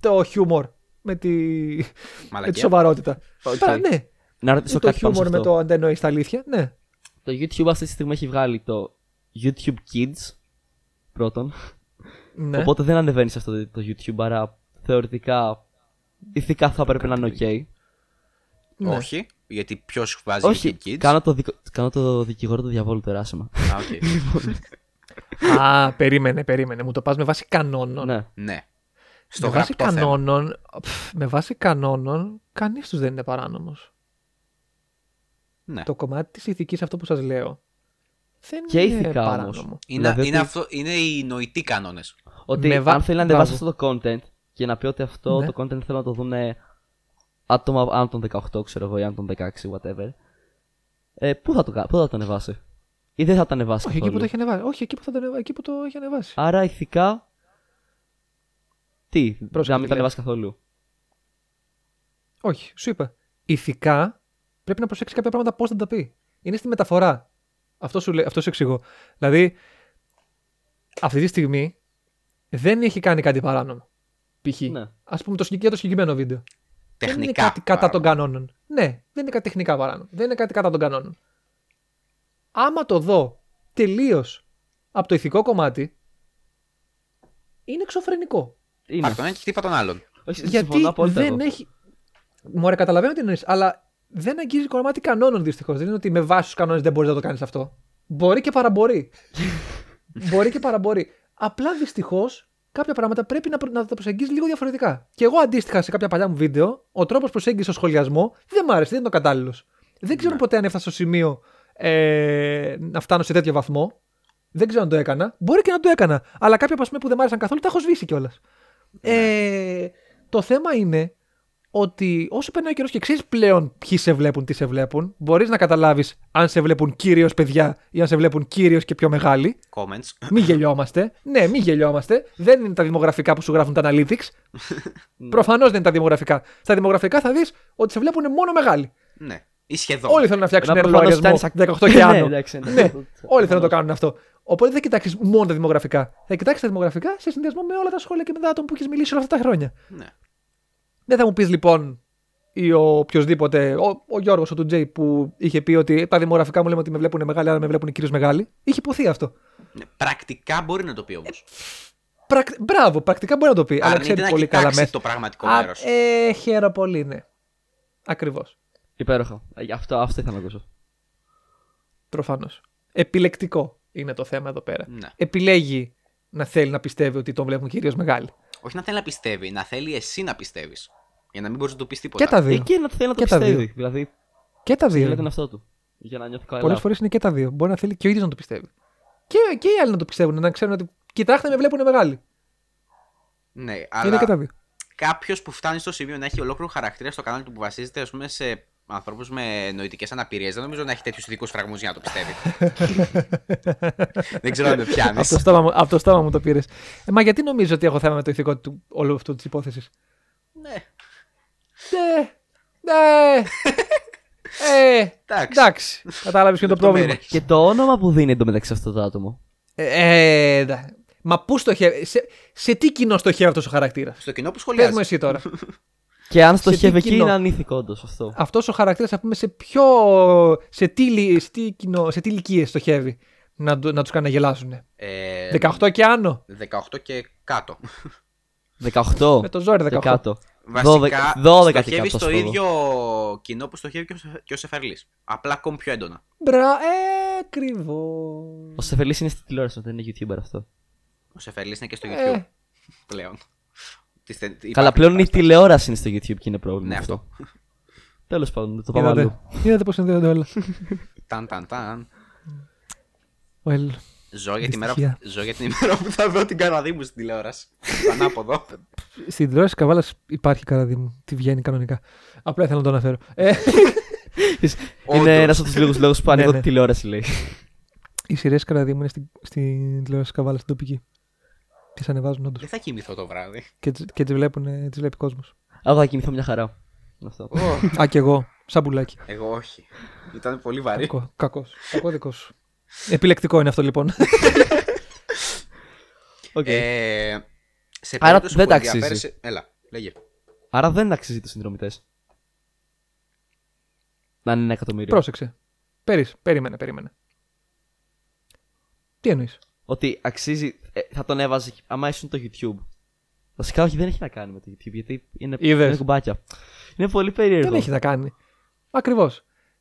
το χιούμορ με τη, με τη Μαλακία. σοβαρότητα. Οκ. Τώρα, ναι, Να ρωτήσω το κάτι πάνω σε χιούμορ με αυτό. το αν δεν εννοείς τα αλήθεια. Ναι. Το YouTube αυτή τη στιγμή έχει βγάλει το YouTube Kids πρώτον. ναι. Οπότε δεν ανεβαίνει σε αυτό το YouTube, άρα θεωρητικά ηθικά θα έπρεπε να είναι OK. ναι. Όχι, γιατί ποιος βάζει Όχι, YouTube Kids. κάνω το, δικο... κάνω το δικηγόρο του διαβόλου το Εράσιμα. Α, οκ. Α, περίμενε, περίμενε. Μου το πας με βάση κανόνων. ναι. ναι. Στο με βάση γραπτό θέμα. κανόνων, πφ, με βάση κανόνων, κανείς τους δεν είναι παράνομος. Ναι. Το κομμάτι της ηθικής αυτό που σας λέω. Δεν Και είναι ηθικά όμως. παράνομο. Είναι, Δηλαδή είναι, ότι- αυτό, είναι οι νοητοί κανόνες. Ότι Με βα- αν θέλει να ανεβάσει Μπράβο. αυτό το content και να πει ότι αυτό Ναι. το content θέλω να το δουν άτομα άνω των 18, ξέρω εγώ, ή άνω των 16, whatever. Ε, πού, θα το, κα- πού θα το ανεβάσει, ή δεν θα το ανεβάσει. Όχι, εκεί καθόλου. που το έχει ανεβάσει. Όχι, εκεί που, θα το, ανεβα- εκεί που το έχει ανεβάσει. Άρα ηθικά. Τι, Πρόσεξε να τι μην τα λες. ανεβάσει καθόλου. Όχι, σου είπα. Ηθικά πρέπει να προσέξεις κάποια πράγματα πώς θα τα πει. Είναι στη μεταφορά. Αυτό σου, λέ- αυτό σου εξηγώ. Δηλαδή, αυτή τη στιγμή δεν έχει κάνει κάτι παράνομο. Π.χ. Ναι. Ας πούμε το, συγκεκ- για το συγκεκριμένο βίντεο. δεν είναι Τεχνικά. κάτι κατά παρά- των κανόνων. Ναι, δεν είναι κάτι τεχνικά παράνομο. Δεν είναι κάτι κατά των κανόνων. Άμα το δω τελείως από το ηθικό κομμάτι, είναι εξωφρενικό. Είναι. Πάρ' τον ένα και χτύπα τον άλλον. Όχι, Γιατί συμφωνώ απόλυτα δεν εδώ. έχει. Μωρέ, καταλαβαίνω τι εννοείς, αλλά δεν αγγίζει κομμάτι κανόνων δυστυχώς. Δεν είναι ότι με βάση τους κανόνες δεν μπορείς να το κάνεις αυτό. Μπορεί και παραμπορεί. μπορεί και παραμπορεί. Απλά δυστυχώς κάποια πράγματα πρέπει να, προ- να τα προσεγγίζεις λίγο διαφορετικά. Και εγώ αντίστοιχα σε κάποια παλιά μου βίντεο, ο τρόπος προσέγγιση στο σχολιασμό δεν μ' άρεσε, δεν ήταν ο κατάλληλος. Δεν ξέρω Ναι. ποτέ αν έφτασα στο σημείο ε, να φτάνω σε τέτοιο βαθμό. Δεν ξέρω αν το έκανα. Μπορεί και να το έκανα. Αλλά κάποια ας πούμε, που δεν μ' άρεσαν καθόλου τα έχω σβήσει κιόλας. Ναι. Ε, το θέμα είναι ότι όσο περνάει ο καιρός και ξέρεις πλέον ποιοι σε βλέπουν, τι σε βλέπουν, μπορείς να καταλάβεις αν σε βλέπουν κυρίω παιδιά ή αν σε βλέπουν κυρίω και πιο μεγάλοι. Comments. Μην γελιόμαστε. Ναι, μην γελιόμαστε. Δεν είναι τα δημογραφικά που σου γράφουν τα analytics. Ναι. Προφανώς δεν είναι τα δημογραφικά. Στα δημογραφικά θα δεις ότι σε βλέπουν μόνο μεγάλοι. Ναι. Ή σχεδόν. Όλοι θέλουν να φτιάξουν Απλά ένα προφανώς λογαριασμό φτάνεις 18 και Ναι, άνω. εντάξει, ναι. Ναι, όλοι θέλουν να το κάνουν αυτό. Οπότε δεν κοιτάξεις μόνο τα δημογραφικά. Θα κοιτάξεις τα δημογραφικά σε συνδυασμό με όλα τα σχόλια και με τα άτομα που έχεις μιλήσει όλα αυτά τα χρόνια. Ναι. Δεν θα μου πεις λοιπόν ή ο οποιοδήποτε, ο, ο Γιώργος, ο του Τζέι, που είχε πει ότι τα δημογραφικά μου λέμε ότι με βλέπουν μεγάλοι, άρα με βλέπουν κυρίω μεγάλοι. Είχε υποθεί αυτό. Ναι. Πρακτικά μπορεί να το πει όμως. Πρακ, μπράβο, πρακτικά μπορεί να το πει, αλλά Αρνείται Ε, ξέρει να πολύ κοιτάξει καλά μέσα. το πραγματικό Α, μέρο. ε, χαίρο πολύ, ναι. Ακριβώς. Υπέροχα. Ε, Αυτό, αυτό ήθελα να ακούσω. Προφανώ. Επιλεκτικό είναι το θέμα εδώ πέρα. Ναι. Επιλέγει να θέλει να πιστεύει ότι τον βλέπουν κυρίως μεγάλοι. Όχι να θέλει να πιστεύει, να θέλει εσύ να πιστεύεις. Για να μην μπορείς να το πεις τίποτα. Και τα Ε, δύο. και να θέλει να το Και τα δύο. πιστεύει. Δηλαδή, Και τα θέλει δύο. τον εαυτό του. Για να νιώθει καλά. Πολλές φορές είναι και τα δύο. Μπορεί να θέλει και ο ίδιος να το πιστεύει. Και, και οι άλλοι να το πιστεύουν, να ξέρουν ότι. Κοιτάξτε, με βλέπουν μεγάλοι. Ναι, αλλά Είναι και τα δύο. κάποιος που φτάνει στο σημείο να έχει ολόκληρο χαρακτήρα στο κανάλι του που βασίζεται ας πούμε, σε ανθρώπου με νοητικές αναπηρίες, δεν νομίζω να έχει τέτοιους ειδικούς φραγμούς για να το πιστεύει. δεν ξέρω αν με πιάνεις. από, το στόμα, μου- από το στόμα μου το πήρες. Ε, μα γιατί νομίζω ότι έχω θέμα με το ηθικό του όλου αυτού της υπόθεσης. ναι, Ναι. Ναι. Ε, εντάξει. εντάξει. Κατάλαβες ποιο είναι το πρόβλημα. Λεπτομέρειες. Και το όνομα που δίνει εντωμεταξύ αυτό το άτομο. Ε, ε, ναι. Μα πού στοχεύει. Σε, σε τι κοινό στοχεύει αυτός ο χαρακτήρας. Στο κοινό που Πες μου σχολιάζει. εσύ τώρα. Και αν Σε τι στοχεύει εκεί κοινό? είναι ανήθικο όντως αυτό. αυτός ο χαρακτήρας, ας πούμε, σε ποιο. σε τι, λι- σε τι, κοινό- σε τι ηλικίες στοχεύει να, του- να τους κάνει να γελάσουν. Ε, 18 και άνω. 18 και κάτω. 18. Με το ζόρι 18. και κάτω. Βασικά, 12 και στοχεύει κάτω, στο ας πούμε. ίδιο κοινό που στοχεύει και ο Σε- και ο Σεφερλής. Απλά ακόμη πιο έντονα. Μπρα, ε, ακριβώς. Ο Σεφελή είναι στη τηλεόραση, δεν είναι YouTuber αυτό. Ο Σεφερλής είναι και στο Ε. YouTube πλέον. Τις τε- Καλά, υπάρχουν πλέον η παραστάσεις. τηλεόραση είναι στο YouTube και είναι πρόβλημα. Ναι, αυτό. Τέλος πάντων, το πάμε Είδατε, αλλού. είδατε πώς συνδέονται όλα. Ταν, ταν, ταν. Well, Ζω για, τη μέρα, Δυστυχία. ζω για την ημέρα που θα δω την καραδί μου στην τηλεόραση. Στο Ανάποδο. στην τηλεόραση Καβάλας υπάρχει καραδί μου. Τη βγαίνει κανονικά. Απλά ήθελα να το αναφέρω. Ε, Όντως. είναι ένας από τους λίγους λόγους που Ναι, ανοίγω ναι. τη τηλεόραση, λέει. οι σειρές καραδί μου είναι στην, στην τηλεόραση Καβάλας στην τοπική. Τις ανεβάζουν όντως. Δεν θα κοιμηθώ το βράδυ. Και, τις- και τις βλέπει κόσμος. Εγώ θα κοιμηθώ μια χαρά. Αυτό. Α, και εγώ. Σαν πουλάκι. Εγώ όχι. Ήταν πολύ βαρύ. Κακό. Κακός. Κακό δικό σου. Επιλεκτικό είναι αυτό λοιπόν. Οκ. Ε, σε Άρα περίπτωση δεν που τα αξίζει. ενδιαφέρεσαι- Έλα, λέγε. Άρα δεν αξίζει τους συνδρομητές. Να είναι ένα εκατομμύριο. Πρόσεξε. Πέρις, περίμενε, περίμενε. Τι εννοείς. Ότι αξίζει. ε, θα τον έβαζε εκεί, άμα ήσουν το YouTube. Βασικά όχι, δεν έχει να κάνει με το YouTube γιατί είναι, Είδες. είναι κουμπάκια. Είναι πολύ περίεργο. Δεν έχει να κάνει. Ακριβώς.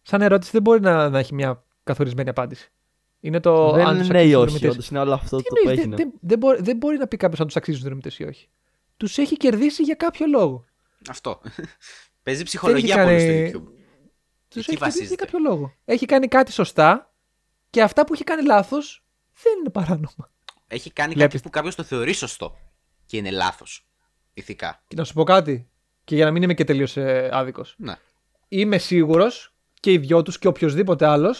Σαν ερώτηση δεν μπορεί να, να έχει μια καθορισμένη απάντηση. Είναι το δεν αν είναι τους ναι αξίζουν ή οι όχι. δρομητές. Όντως είναι όλο αυτό Τι το που εννοείς, έγινε. δεν, δεν, δεν, μπορεί, δεν μπορεί να πει κάποιος αν τους αξίζουν δρομητέ ή όχι. Τους έχει κερδίσει για κάποιο λόγο. Αυτό. Παίζει Δεν έχει ψυχολογία κάνει- πολύ στο YouTube. Τους Εκεί έχει κερδίσει για βασίζεται. κάποιο λόγο. Έχει κάνει κάτι σωστά και αυτά που έχει κάνει λάθος δεν είναι παράνομα. Έχει κάνει Βλέπεις. κάτι που κάποιος το θεωρεί σωστό. Και είναι λάθος. Ηθικά. Και να σου πω κάτι, και για να μην είμαι και τελείως άδικος. Ναι. Είμαι σίγουρος και οι δυο τους και οποιοδήποτε άλλο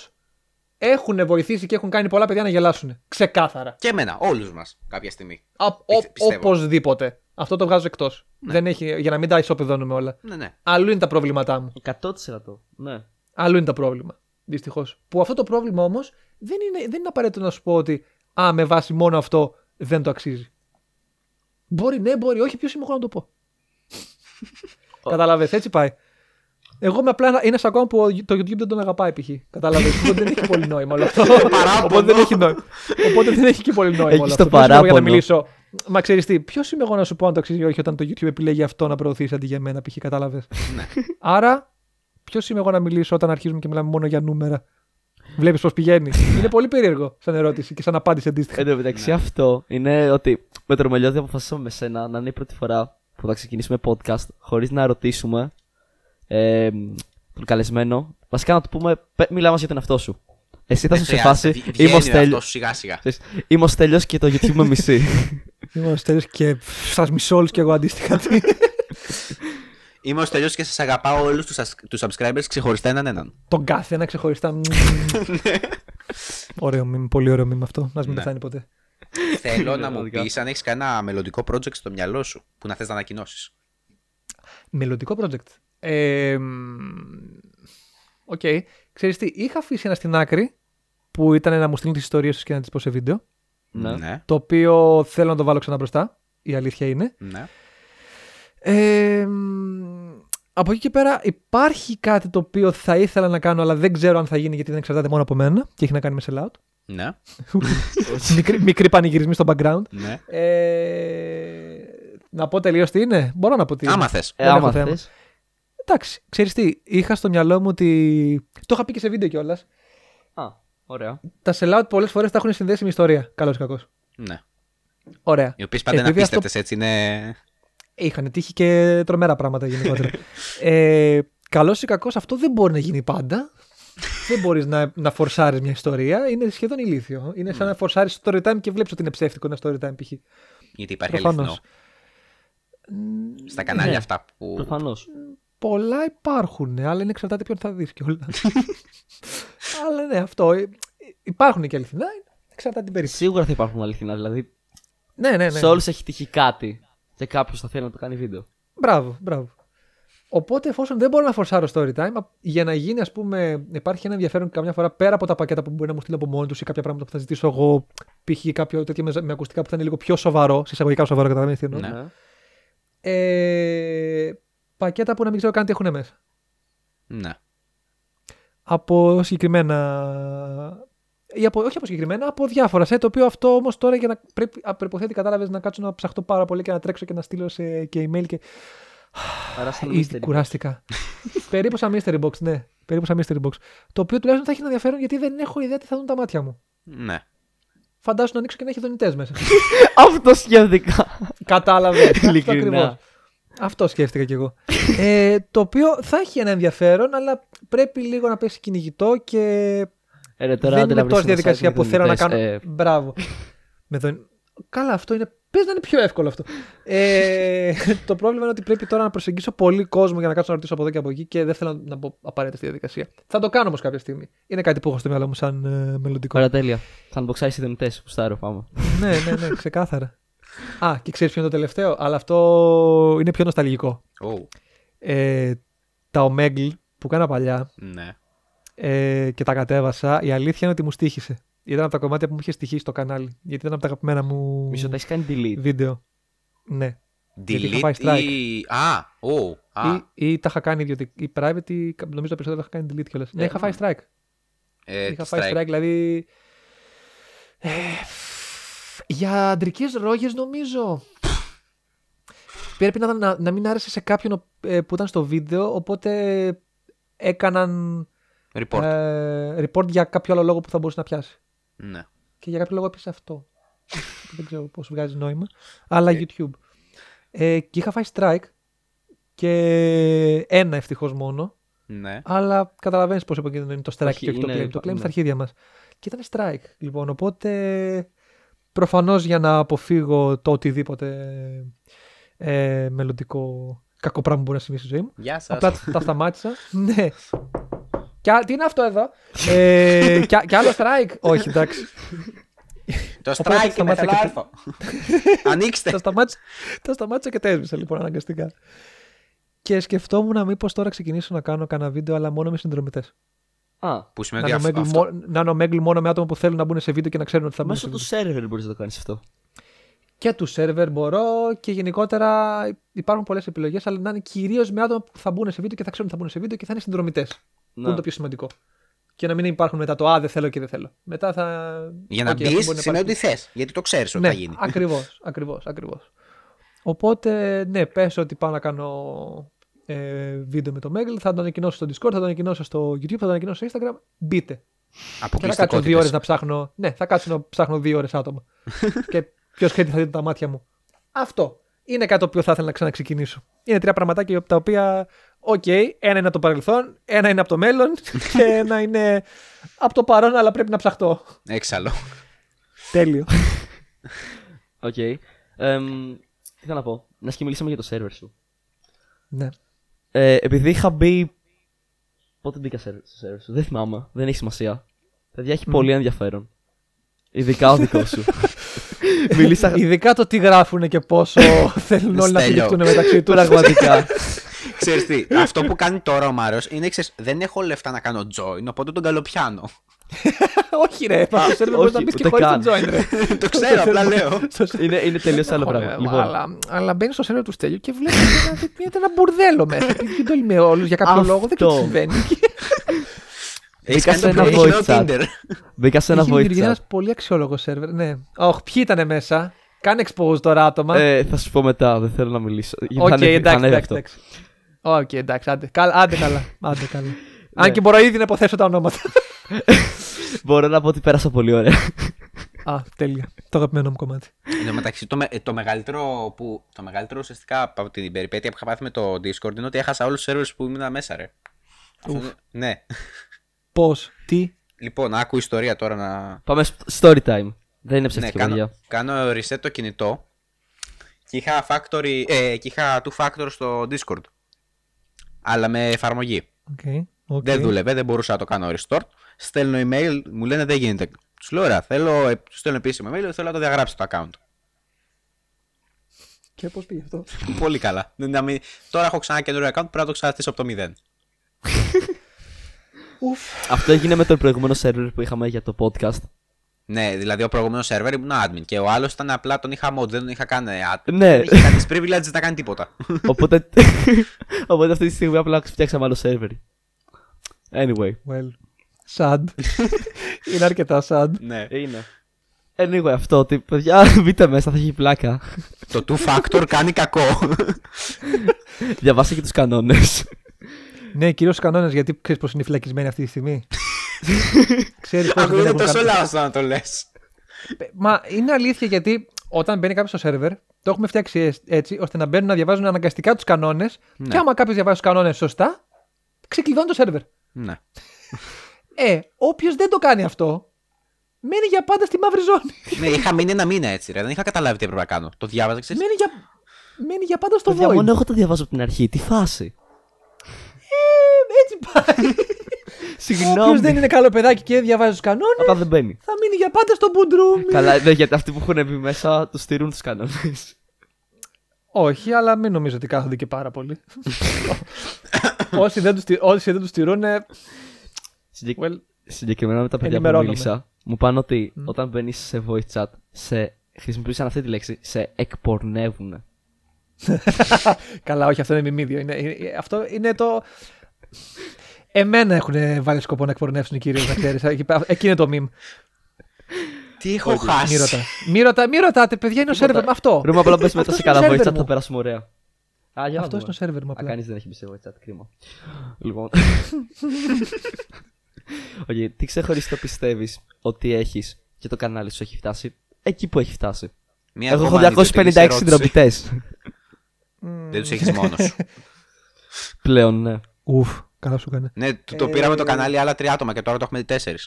έχουν βοηθήσει και έχουν κάνει πολλά παιδιά να γελάσουν. Ξεκάθαρα. Και εμένα, όλους μας κάποια στιγμή. Α, ο- Πιθε- πιστεύω. οπωσδήποτε. Αυτό το βγάζω εκτός. Δεν έχει, για να μην τα ισοπεδώνουμε όλα. Ναι, ναι. Αλλού είναι τα προβλήματά μου. 100%. Ναι. Άλλο είναι το πρόβλημα. Δυστυχώς. Που αυτό το πρόβλημα όμως δεν είναι, δεν είναι απαραίτητο να σου πω ότι Α, με βάση μόνο αυτό δεν το αξίζει. Μπορεί ναι, μπορεί όχι, ποιος είμαι εγώ να το πω. Καταλαβες, έτσι πάει. Εγώ είμαι απλά ένα- ένας ακόμα που το YouTube δεν τον αγαπάει π.χ. Καταλαβες, οπότε δεν έχει πολύ νόημα όλο αυτό. οπότε, δεν έχει νόημα. οπότε δεν έχει και πολύ νόημα Έχεις όλο το αυτό. Δεν είμαι εγώ Για να παράπονο. μιλήσω. Μα ξέρεις τι, ποιος είμαι εγώ να σου πω αν το αξίζει ή όχι όταν το YouTube επιλέγει αυτό να προωθήσει αντί για μένα π.χ. Κατάλαβες. Άρα, ποιος είμαι εγώ να μιλήσω όταν αρχίζουμε και μιλάμε μόνο για νούμερα. Βλέπεις πώς πηγαίνει. Είναι πολύ περίεργο σαν ερώτηση και σαν απάντηση αντίστοιχα. Εν τω μεταξύ αυτό είναι ότι με τον Ρωμελιώδη αποφασίσαμε με σένα να είναι η πρώτη φορά που θα ξεκινήσουμε podcast χωρίς να ρωτήσουμε ε, τον καλεσμένο. Βασικά να του πούμε, πε- μιλά μας για τον εαυτό σου. Εσύ Ε, θα σου σε φάση, είμαι ο Στέλιος- σιγά σιγά. ξέρεις, είμαι ο Στέλιος και το YouTube με μισή. Είμαι ο Στέλιος και σας μισώ όλους και εγώ αντίστοιχα. Τι- Είμαι ο Στέλιος και σας αγαπάω όλους τους subscribers ξεχωριστά έναν έναν. Τον κάθε ένα ξεχωριστά. Μμμ. ωραίο μήνυμα, πολύ ωραίο μήνυμα αυτό. Να μην πεθάνει ποτέ. Θέλω να μου Πραγματικά. πεις αν έχεις κανένα μελλοντικό project στο μυαλό σου που να θες να ανακοινώσεις. Μελλοντικό project. Ε, μ, Οκ. Ξέρεις τι, είχα αφήσει ένα στην άκρη που ήταν να μου στείλουν τις ιστορίες τους και να τις πω σε βίντεο. ναι. Ναι. Το οποίο θέλω να το βάλω ξανά μπροστά. Η αλήθεια είναι. ναι. Ε, μ, από εκεί και πέρα υπάρχει κάτι το οποίο θα ήθελα να κάνω, αλλά δεν ξέρω αν θα γίνει γιατί δεν εξαρτάται μόνο από μένα και έχει να κάνει με sellout. Ναι. μικροί, μικροί πανηγυρισμοί στο background. ναι. Ε, να πω τελείως τι είναι. Μπορώ να πω τι είναι. Άμα θες. Ε, Δεν άμα έχω θέμα. θες. Εντάξει, ξέρεις τι, είχα στο μυαλό μου ότι. Το είχα πει και σε βίντεο κιόλας. Α, ωραία. Τα sellout πολλές φορές τα έχουν συνδέσει με ιστορία. Καλός ή κακός. Ναι. Ωραία. Οι οποίες ε, πάντα είναι Επειδή αυτό- απίστευτες, έτσι είναι. Είχαν τύχει και τρομερά πράγματα γενικότερα. ε, Καλός ή κακός, αυτό δεν μπορεί να γίνει πάντα. δεν μπορείς να, να φορσάρεις μια ιστορία. Είναι σχεδόν ηλίθιο. Είναι σαν να φορσάρεις story time και βλέπεις ότι είναι ψεύτικο ένα story time π.χ. Γιατί υπάρχει αληθινό. Προφανώ. Στα κανάλια Ναι. αυτά που. Προφανώς. Πολλά υπάρχουν, ναι, αλλά είναι εξαρτάται ποιον θα δεις κιόλα. αλλά ναι, αυτό. ε, Υπάρχουν και αληθινά. Εξαρτάται την περίπτωση. Σίγουρα θα υπάρχουν αληθινά, δηλαδή Ναι, ναι, ναι. σε όλους έχει τύχει κάτι και κάποιος θα θέλει να το κάνει βίντεο. Μπράβο, μπράβο. Οπότε εφόσον δεν μπορώ να φορσάρω story time, α- για να γίνει, ας πούμε, υπάρχει ένα ενδιαφέρον και καμιά φορά πέρα από τα πακέτα που μπορεί να μου στείλει από μόνοι του ή κάποια πράγματα που θα ζητήσω εγώ, π.χ. κάποιο τέτοιο με, με ακουστικά που θα είναι λίγο πιο σοβαρό, συσσαγωγικά σοβαρό, καταλαβαίνετε τι εννοώ. Ναι. Ε, πακέτα που να μην ξέρω καν τι έχουν μέσα. Ναι. από συγκεκριμένα. Ή από, όχι από συγκεκριμένα, από διάφορα σετ. Το οποίο αυτό όμως τώρα για να πρέπει, α, προποθέτει, κατάλαβες να κάτσω να ψαχτώ πάρα πολύ και να τρέξω και να στείλω σε, και email. Και... Άρα σαν Ήδη mystery. κουράστηκα. Περίπου σαν mystery box, ναι. Περίπου σαν mystery box. Το οποίο τουλάχιστον θα έχει ένα ενδιαφέρον γιατί δεν έχω ιδέα τι θα δουν τα μάτια μου. Ναι. Φαντάζομαι να ανοίξω και να έχει δονητές μέσα. Αυτό σκέφτηκα. Κατάλαβε. αυτό Ειλικρινά. ακριβώ. Αυτό σκέφτηκα κι εγώ. ε, το οποίο θα έχει ένα ενδιαφέρον, αλλά πρέπει λίγο να πέσει κυνηγητό και Ε, ρε, τώρα δεν άντε να είναι βρεις τόσο ένα διαδικασία site που με θέλω να κάνω. δονητές, ε, Μπράβο. Με δον- Καλά, αυτό είναι. Πες να είναι πιο εύκολο αυτό. Ε, το πρόβλημα είναι ότι πρέπει τώρα να προσεγγίσω πολύ κόσμο για να κάτσω να ρωτήσω από εδώ και από εκεί και δεν θέλω να μπω απαραίτητα στη διαδικασία. Θα το κάνω όμως κάποια στιγμή. Είναι κάτι που έχω στο μυαλό μου σαν ε, μελλοντικό. Ωραία, τέλεια. Θα unboxάρεις οι δονητέ. Κουστάρω, πάμε. ναι, ναι, ναι, ξεκάθαρα. Α, και ξέρεις ποιο είναι το τελευταίο, αλλά αυτό είναι πιο νοσταλγικό. Ου, Ε, τα ομέγκλ που κάνα παλιά ναι. ε, και τα κατέβασα, η αλήθεια είναι ότι μου στήχησε. Ήταν από τα κομμάτια που μου είχε στοιχήσει στο κανάλι. Γιατί ήταν από τα αγαπημένα μου Μισό, τα έχεις κάνει delete. βίντεο. Ναι. Γιατί είχα πάει Delete ή. Α, ου, α. Ή, ή, τα είχα κάνει διότι η private, ή, νομίζω τα περισσότερα είχα κάνει delete κιόλας. Ναι, είχα φάει strike. ε, είχα strike. φάει strike, δηλαδή. Ε, για αντρικές ρόγες, νομίζω. Πρέπει να, να, να μην άρεσε σε κάποιον ο- ε, που ήταν στο βίντεο, οπότε έκαναν Report. ε, report για κάποιο άλλο λόγο που θα μπορούσε να πιάσει. Ναι. Και για κάποιο λόγο έπεσε αυτό. Δεν ξέρω πώς βγάζει νόημα. Αλλά Ναι. YouTube. Ε, και είχα φάει strike. Και ένα ευτυχώς μόνο. Ναι. Αλλά καταλαβαίνεις πόσο επικίνδυνο είναι το strike Όχι, και όχι το είναι- claim. Το claim ναι. στα αρχίδια μας. Και ήταν strike, λοιπόν. Οπότε προφανώς για να αποφύγω το οτιδήποτε ε, μελλοντικό κακό πράγμα που μπορεί να συμβεί στη ζωή μου. Γεια σας. Απλά τα σταμάτησα. ναι. Και, α- τι είναι αυτό εδώ. ε, και, α- και άλλο strike. όχι, εντάξει. Το Οπότε strike είναι σταμάτησα θα και- έρθω. Ανοίξτε. τα, σταμάτησα, τα σταμάτησα και τα έσβησα λοιπόν αναγκαστικά. Και σκεφτόμουν μήπως τώρα ξεκινήσω να κάνω κανένα βίντεο, αλλά μόνο με συνδρομητές. Α, Που σημαίνει Να ότι αυτό- νομέγγλει αυτό. μό- να νομέγγλει μόνο με άτομα που θέλουν να μπουν σε βίντεο και να ξέρουν ότι θα μπουν. μέσω σε του βίντεο. server μπορεί να το κάνεις αυτό. Και του σερβερ μπορώ και γενικότερα υπάρχουν πολλές επιλογές, αλλά να είναι κυρίως με άτομα που θα μπουν σε βίντεο και θα ξέρουν ότι θα μπουν σε βίντεο και θα είναι συνδρομητές. Που Ναι. Να. είναι το πιο σημαντικό. Και να μην υπάρχουν μετά το Α, δεν θέλω και δεν θέλω. Μετά θα. Για να Οκ, αυτό μπει, μπορεί να σημαίνει υπάρχει. ότι θες. Γιατί το ξέρεις ότι Ναι, θα γίνει. ακριβώς, ακριβώς, ακριβώς. Οπότε, ναι, πέσω ότι πάω να κάνω ε, βίντεο με το Μέγλ, θα το ανακοινώσω στο Discord, θα το ανακοινώσω στο YouTube, θα το ανακοινώσω στο Instagram. Μπείτε. Και θα κάτσω δύο ώρες να ψάχνω. Ναι, θα κάτσω να ψάχνω δύο ώρες άτομα. και ποιος χαίρεται θα δείτε τα μάτια μου. Αυτό. Είναι κάτι το οποίο θα ήθελα να ξαναξεκινήσω. Είναι τρία πραγματάκια από τα οποία. Οκ, ένα είναι από το παρελθόν, ένα είναι από το μέλλον και ένα είναι από το παρόν, αλλά πρέπει να ψαχτώ. Έξαλλο. Τέλειο. Οκ. Εμ, τι θέλω να πω. Να και μιλήσαμε για το server σου. ναι. Ε, επειδή είχα μπει. Πότε μπήκα σε- στο server σου, δεν θυμάμαι. Δεν έχει σημασία. Παιδιά, έχει πολύ ενδιαφέρον. Ειδικά ο δικός σου. Μιλήσα Ε, Ειδικά το τι γράφουν και πόσο θέλουν όλοι να Στέλιο. φιλιχτούν μεταξύ τους. πραγματικά. Ξέρεις τι, αυτό που κάνει τώρα ο Μάριος είναι, ξέρεις, δεν έχω λεφτά να κάνω join, οπότε τον καλοπιάνω. Όχι, ρε. Το σερβερ μπορεί να Όχι, μπεις και ούτε χωρίς καν. τον join, ρε. το ξέρω, απλά λέω. Στο σερβερ- είναι είναι τελείως άλλο πράγμα. Ωραία, Λοιπόν, αλλά, αλλά μπαίνει στο σερβερ του Στέλιου και βλέπει ένα, ένα μπουρδέλο μέσα. Δεν το είμαι όλους για κάποιο Αυτό. λόγο, δεν ξέρω τι συμβαίνει. Έχεις κάνει σε το ένα προηγούμενο voice chat. Tinder. μπήκα σε ένα Έχει voice δημιουργηθεί chat. ένας πολύ αξιόλογος σερβερ. Ναι. Οχ, ποιοι ήταν μέσα. Κάνε expose τώρα άτομα. Ε, θα σου πω μετά, δεν θέλω να μιλήσω. Οκ, θα ανέβει- θα εντάξει, ανέβει εντάξει, αυτό. εντάξει. Οκ, εντάξει, άντε. Καλά, άντε καλά. Άντε καλά. Ναι. Αν και μπορώ ήδη να υποθέσω τα ονόματα. Μπορώ να πω ότι πέρασα πολύ ωραία. Α, τέλεια. Το αγαπημένο μου κομμάτι. Εν τω μεταξύ, το, με- ε, το, μεγαλύτερο που, το μεγαλύτερο ουσιαστικά από την περιπέτεια που είχα πάθει με το Discord είναι ότι έχασα όλους τους servers που ήμουν μέσα, ρε. Αυτό είναι- Ναι. Πώς, τι, Λοιπόν, άκου ιστορία τώρα να... Πάμε στο- story time. Δεν είναι Ναι, ψεύτικο, κάνω, παιδιά. κάνω reset το κινητό και είχα, factory, ε, και είχα two factor στο Discord. Αλλά με εφαρμογή. Οκ, οκ. Δεν δούλευε, δεν μπορούσα να το κάνω restore. Στέλνω email, μου λένε δεν γίνεται. Τους λέω ωραία, θέλω, ε, τους στέλνω επίσημο email, θέλω να το διαγράψω το account. Και πώς πήγε αυτό. Πολύ καλά. Να μην- Τώρα έχω ξανά καινούριο account, πρέπει να το ξαναστήσω από το μηδέν. Ουφ. Αυτό έγινε με τον προηγούμενο server που είχαμε για το podcast. Ναι, δηλαδή ο προηγούμενος server ήμουν admin και ο άλλος ήταν απλά τον είχα mod, δεν τον είχα κάνει admin. Ναι. Δεν είχε κάνει privilege, δεν τα κάνει τίποτα. Οπότε, οπότε αυτή τη στιγμή απλά φτιάξαμε άλλο server. Anyway. Well. Sad. Είναι αρκετά sad. ναι. Είναι. Anyway, αυτό ότι παιδιά μπείτε μέσα, θα έχει πλάκα. Το two factor κάνει κακό. Διαβάσα και τους κανόνες. Ναι, κυρίως στους κανόνες, γιατί ξέρεις πώς είναι φυλακισμένοι αυτή τη στιγμή. ξέρεις πώς Ακούγεται τόσο λάθος να το λες. Μα είναι αλήθεια γιατί όταν μπαίνει κάποιος στο σερβερ, το έχουμε φτιάξει εσ- έτσι ώστε να μπαίνουν να διαβάζουν αναγκαστικά τους κανόνες. Και άμα κάποιος διαβάζει τους κανόνες σωστά, ξεκλειδώνει το σερβερ. Ναι. Ε, όποιος δεν το κάνει αυτό, μένει για πάντα στη μαύρη ζώνη. ναι, είχα μείνει ένα μήνα έτσι, ρε. Δεν είχα καταλάβει τι έπρεπε να κάνω. Το διάβαζα, ξέρεις. μένει, για... μένει για πάντα στο Παιδιά, void. μόνο εγώ το διαβάζω από την αρχή. Τι φάση. Ε, έτσι πάει. Όποιος δεν είναι καλό παιδάκι και δεν διαβάζει τους κανόνες, Απλά δεν μπαίνει. θα μείνει για πάντα στο μπουντρούμι. Καλά, ναι, γιατί αυτοί που έχουν μπει μέσα τους στηρούν τους κανόνες. Όχι, αλλά μην νομίζω ότι κάθονται και πάρα πολύ. όσοι, δεν τους, στηρούν- όσοι δεν τους στηρούν, ε, well, Συγκεκριμένα με τα παιδιά που Ενημερώνομαι. μίλησα, μου πάνε ότι όταν μπαίνεις σε voice chat, σε χρησιμοποιούσαν αυτή τη λέξη, σε εκπορνεύουν. καλά, όχι, αυτό είναι μιμίδιο. Είναι, είναι- ε, αυτό είναι το... Εμένα έχουν βάλει σκοπό να εκπορνεύσουν κυρίως, να ξέρεις. Εκεί πα- Εκεί είναι το meme. Τι έχω χάσει. Μη, ρωτά. μη, ρωτά, μη ρωτάτε, παιδιά, είναι ο σερβερ μου. Αυτό. Ρούμα, απλά μπες μετά Αυτός σε είναι ο καλά voice server chat, μου. θα περάσουμε ωραία. Α, για να Αυτό είναι ο δούμε. σερβερ μου Α, απλά. κανείς δεν έχει μπει σε voice chat, κρίμα. λοιπόν. Οκ, τι ξεχωριστό πιστεύεις ότι έχεις και το κανάλι σου έχει φτάσει εκεί που έχει φτάσει. Μία Εγώ έχω ακόμα ανιδιοτελής 256 ερώτηση. συνδρομητέ Δεν τους έχεις μόνος σου. πλέον, ναι. Ουφ, Καλά σου έκανε. Ναι, το, το πήραμε το κανάλι άλλα τρία άτομα και τώρα το έχουμε τέσσερι.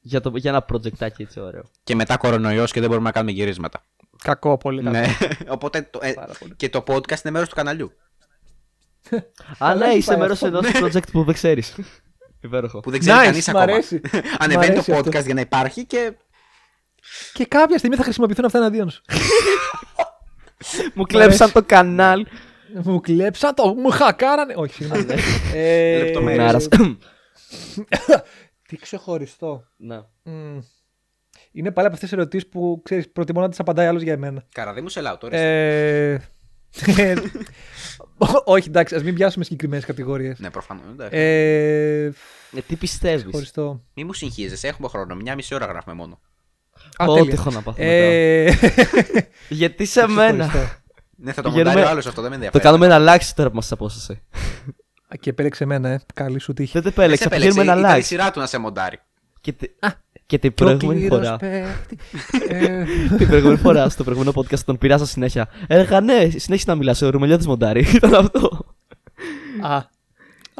Για, το, για ένα προτζεκτάκι έτσι ωραίο. Και μετά κορονοϊός και δεν μπορούμε να κάνουμε γυρίσματα. Κακό, πολύ κακό. Ναι, οπότε το, ε, Πάρα πολύ. και το podcast είναι μέρος του καναλιού. Α, ναι, έχει είσαι πάει μέρος αυτό. ενός project που δεν ξέρεις. Υπέροχο. Που δεν ξέρει Nice, κανείς μ' ακόμα. αρέσει. Μ' Ανεβαίνει το αρέσει podcast αυτό. για να υπάρχει και. Και κάποια στιγμή θα χρησιμοποιηθούν αυτά εναντίον σου. Μου κλέψαν το κανάλι. μου κλέψαν το, μου χακάρανε. Όχι, συγγνώμη. Ναι. Ναι. ε, Λεπτομέρειες. Νάρας. Τι ξεχωριστό. Να. Μμ. Είναι πάλι από αυτές τις ερωτήσεις που ξέρεις, προτιμώ να τις απαντάει άλλος για εμένα. Καραδί μου σε λαό τώρα. Ε, ε, ό- Όχι, εντάξει, ας μην πιάσουμε συγκεκριμένες κατηγορίες. Ναι, προφανώς. Ε, Ε, Τι πιστεύεις. Χωριστό. Μη μου συγχύζεσαι, έχουμε χρόνο. Μια μισή ώρα γράφουμε μόνο. Α, Ό,τι τέλεια. έχω να πάθω μετά. Ε, Γιατί σε μένα. χωριστό. Ναι, θα το Πηγαίνουμε- μοντάρει ο άλλος αυτό, δεν με Το ενδιαφέρει. κάνουμε να αλλάξει τώρα που μας απόστασε. Α, Και επέλεξε εμένα, ε. Καλή σου τύχη. Δεν το Δεν επέλεξα. σε επέλεξε, Πηγαίνουμε να ήταν η αλλάξει. σειρά του να σε μοντάρει. Και τε- Και την προηγούμενη φορά. Την Την προηγούμενη φορά, στο προηγούμενο podcast, τον πειράσα συνέχεια. Έλεγα ναι, συνέχισε να μιλάς. Ο Ρουμελιώτης Μοντάρη. Ήταν αυτό. Α.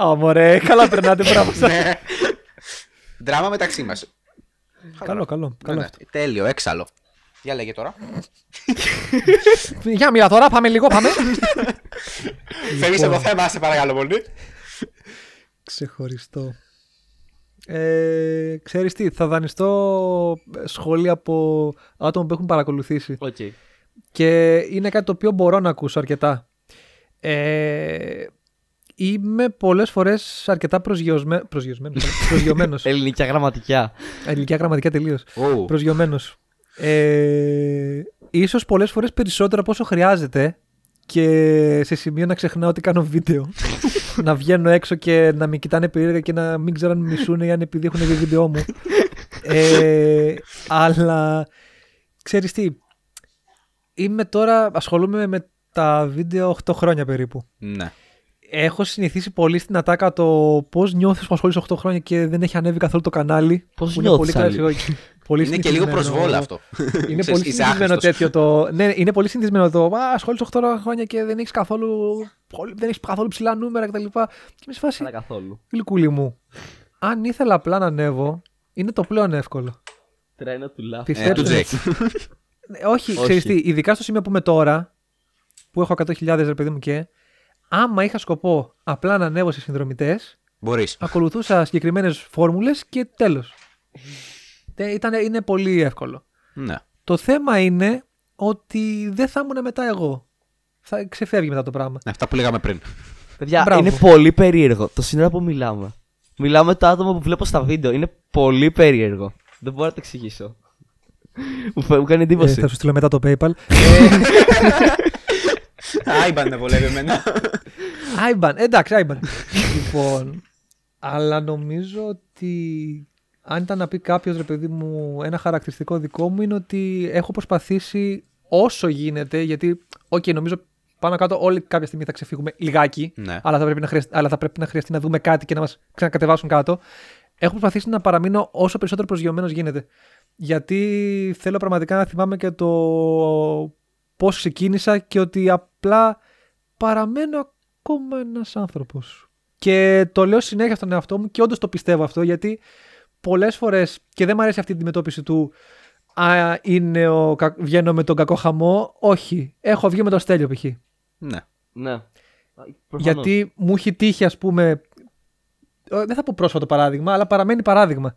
Α, μωρέ, καλά περνάτε, μπράβο σας. Ναι. Δράμα μεταξύ μας. Καλό, καλό. καλό αυτό. Λοιπόν. Τέλειο, έξαλλο. Για λέγε τώρα. Για μία τώρα, πάμε λίγο, πάμε. Φεύγεις από το θέμα, σε παρακαλώ πολύ. Ξεχωριστό. Ε, ξέρεις τι, θα δανειστώ σχόλια από άτομα που έχουν παρακολουθήσει Οκ. και είναι κάτι το οποίο μπορώ να ακούσω αρκετά. Ε, είμαι πολλές φορές αρκετά προσγειωσμέ... προσγειωσμένος, ε, προσγειωμένος. Ελληνικά γραμματικά. Ελληνικά γραμματικά τελείως. Προσγειωμένος. Ε, ίσως πολλές φορές περισσότερο από όσο χρειάζεται και σε σημείο να ξεχνάω ότι κάνω βίντεο. να βγαίνω έξω και να με κοιτάνε περίεργα και να μην ξέρω αν με μισούν ή αν επειδή έχουν δει βίντεό μου. ε, αλλά ξέρεις τι, είμαι τώρα, ασχολούμαι με τα βίντεο 8 χρόνια περίπου. Ναι. Έχω συνηθίσει πολύ στην ατάκα το πώς νιώθεις που ασχολείσαι 8 χρόνια και δεν έχει ανέβει καθόλου το κανάλι. Πώς που είναι νιώθεις, πολύ Άλλη? καλό. Πολύ Είναι και λίγο συνηθισμένο. προσβόλα αυτό. Είναι Ξέρεις, πολύ είσαι συνηθισμένο άχρηστος. τέτοιο το. Ναι, είναι πολύ συνηθισμένο το. Α, ασχολείσαι 8 χρόνια και δεν έχεις καθόλου. Δεν έχεις καθόλου ψηλά νούμερα κτλ. Και με σε φάση. Καλά καθόλου. Γλυκούλη μου. Αν ήθελα απλά να ανέβω, είναι το πλέον εύκολο. Τρένα του λάθου. Ε, Του Πιστέψτε με. Τζέκ. Ε, Όχι, Όχι. ξέρεις τι, ειδικά στο σημείο που είμαι τώρα, που έχω 100.000 ρε παιδί μου και, άμα είχα σκοπό απλά να ανέβω σε συνδρομητές, Μπορείς. ακολουθούσα συγκεκριμένες φόρμουλες και τέλος. Ήταν, είναι πολύ εύκολο. Ναι. Το θέμα είναι ότι δεν θα ήμουν μετά εγώ. Θα ξεφεύγει μετά το πράγμα. Ναι, Αυτά που λέγαμε πριν. Παιδιά, Μπράβο. είναι πολύ περίεργο το σύνορα που μιλάμε. Μιλάμε τα άτομα που βλέπω στα βίντεο. Είναι πολύ περίεργο. Δεν μπορώ να το εξηγήσω. Μου, φα- μου κάνει Ε, εντύπωση. Ε, θα σου στείλω μετά το PayPal. Άιμπαν με βολεύει εμένα. Άιμπαν, εντάξει, Άιμπαν. λοιπόν, αλλά νομίζω ότι αν ήταν να πει κάποιος ρε παιδί μου, ένα χαρακτηριστικό δικό μου είναι ότι έχω προσπαθήσει όσο γίνεται, γιατί, οκ, νομίζω πάνω κάτω όλοι κάποια στιγμή θα ξεφύγουμε λιγάκι, Ναι. αλλά, θα πρέπει να χρειαστεί, αλλά θα πρέπει να χρειαστεί να δούμε κάτι και να μας ξανακατεβάσουν κάτω. Έχω προσπαθήσει να παραμείνω όσο περισσότερο προσγειωμένος γίνεται. Γιατί θέλω πραγματικά να θυμάμαι και το πώς ξεκίνησα και ότι απλά παραμένω ακόμα ένας άνθρωπος. Και το λέω συνέχεια στον εαυτό μου και όντως το πιστεύω αυτό γιατί πολλές φορές και δεν μου αρέσει αυτή η αντιμετώπιση του. Α, είναι ο, κα- βγαίνω με τον κακό χαμό. Όχι. Έχω βγει με τον Στέλιο π.χ. Ναι. Ναι. Προφανώς. Γιατί μου έχει τύχει, ας πούμε. ε, Δεν θα πω πρόσφατο παράδειγμα, αλλά παραμένει παράδειγμα.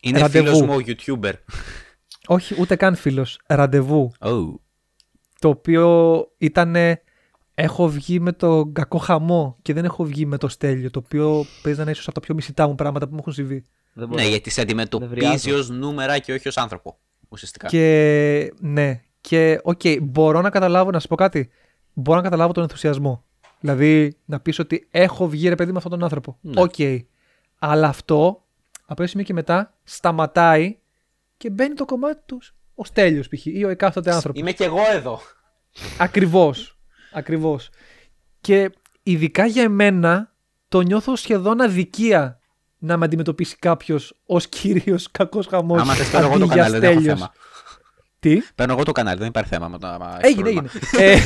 Είναι Ραντεβού. φίλος μου ο YouTuber. Όχι ούτε καν φίλος. Ραντεβού. Oh. Το οποίο ήταν. Έχω βγει με τον κακό χαμό και δεν έχω βγει με το στέλιο. Το οποίο παίζει να είναι ίσως από τα πιο μισητά μου πράγματα που μου έχουν συμβεί. Δεν μπορώ. Ναι, γιατί σε αντιμετωπίζει Νευριάζω. ως νούμερα και όχι ως άνθρωπο. Ουσιαστικά. Και ναι, και οκ, μπορώ να καταλάβω, να σα πω κάτι. Μπορώ να καταλάβω τον ενθουσιασμό. Δηλαδή να πεις ότι έχω βγει ρε παιδί με αυτόν τον άνθρωπο. Ναι. Οκ. Αλλά αυτό από ένα σημείο και μετά σταματάει και μπαίνει το κομμάτι τους ο Στέλιος π.χ. ή ο εκάστοτε άνθρωπος. Είμαι και εγώ εδώ. Ακριβώς. Ακριβώς. Και ειδικά για εμένα το νιώθω σχεδόν αδικία να με αντιμετωπίσει κάποιος ως κύριος κακός χαμός. Άμα θες, παίρνω εγώ το κανάλι, δεν έχω θέμα. Τι. Παίρνω εγώ το κανάλι, δεν υπάρχει θέμα. με το- άμα έχεις Έγινε, πρόβλημα. έγινε. Ε,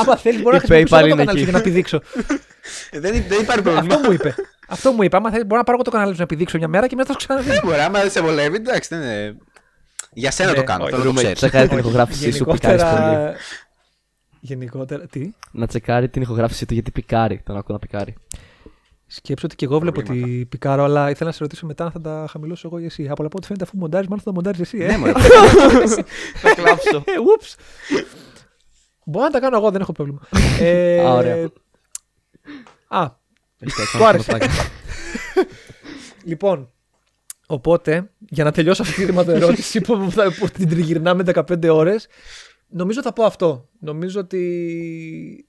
άμα θέλει, μπορεί να Η χρησιμοποιήσω PayPal όλο το είναι κανάλι σου εκεί. για να πηδήξω. Ε, δεν, δεν υπάρχει πρόβλημα. Αυτό μου είπε. Αυτό μου είπε. Άμα θέλει, μπορώ να πάρω εγώ το κανάλι σου να επιδείξω μια μέρα και μετά θα το ξαναδεί. Δεν μπορεί, άμα δεν σε βολεύει, εντάξει, δεν είναι. Για σένα Ναι, το κάνω, όχι, θέλω να το ξέρεις. Τσεκάρει την ηχογράφησή σου, πικάρει πολύ. Γενικότερα. Τι. Να τσεκάρει την ηχογράφησή του γιατί πικάρει. Τον ακούω να πικάρει. Σκέψω ότι και εγώ βλέπω ότι πικάρω, αλλά ήθελα να σε ρωτήσω μετά αν θα τα χαμηλώσω εγώ ή εσύ. Από όλα από ό,τι φαίνεται, αφού μοντάρεις, μάλλον θα τα μοντάρεις εσύ. Ε. Ναι, μωρέ. Θα κλάψω. Ε, ούψ. Μπορώ να τα κάνω εγώ, δεν έχω πρόβλημα. ε, Α, ωραία. Α, Του άρεσε. λοιπόν, οπότε, για να τελειώσω αυτή τη ρηματοερώτηση που, που, θα- που την τριγυρνάμε 15 ώρες, νομίζω θα πω αυτό. Νομίζω ότι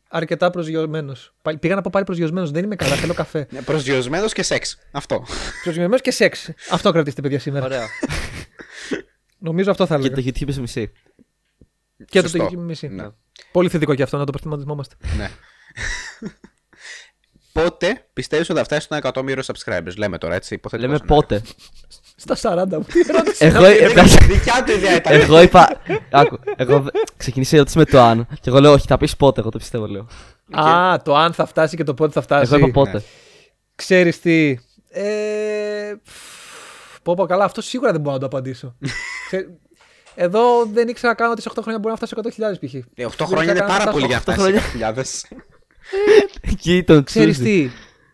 αρκετά προσγειωμένος. Πήγα να πω πάλι προσγειωμένος, δεν είμαι καλά, θέλω καφέ. Προσγειωσμένο Ναι, και σεξ. Αυτό. προσγειωμένος και σεξ. Αυτό κρατήστε, παιδιά, σήμερα. Ωραία. Νομίζω αυτό θα Και έλεγα. το YouTube σε μισή. Και το Σωστό. τελειώσουμε μισή. Ναι. Πολύ θετικό και αυτό, να το προστιματισμόμαστε. Ναι. Πότε πιστεύεις ότι θα φτάσει στο 1 εκατομμύριο subscribers, λέμε τώρα έτσι. υποθετικός Λέμε σενάριο. πότε. Στα 40 μου, τι ερώτηση. Εγώ, εντάξει, ε, Δικιά του ιδέα ήταν. εγώ είπα. Άκου, εγώ ξεκινήσα η ερώτηση με το αν. Και εγώ λέω, Όχι, θα πεις πότε. Εγώ το πιστεύω, λέω. Α, το αν θα φτάσει και το πότε θα φτάσει. Εγώ είπα πότε. Ξέρεις τι. Ε, φφ, πω πω καλά, αυτό σίγουρα δεν μπορώ να το απαντήσω. Ξέ- Εδώ δεν ήξερα καν ότι σε 8 χρόνια μπορώ να φτάσω 100.000 π.χ. 8 Ε, χρόνια είναι πάρα πολύ για Οκτώ αυτά. χρόνια. Εκεί τον Ξέρεις τσούζι. τι.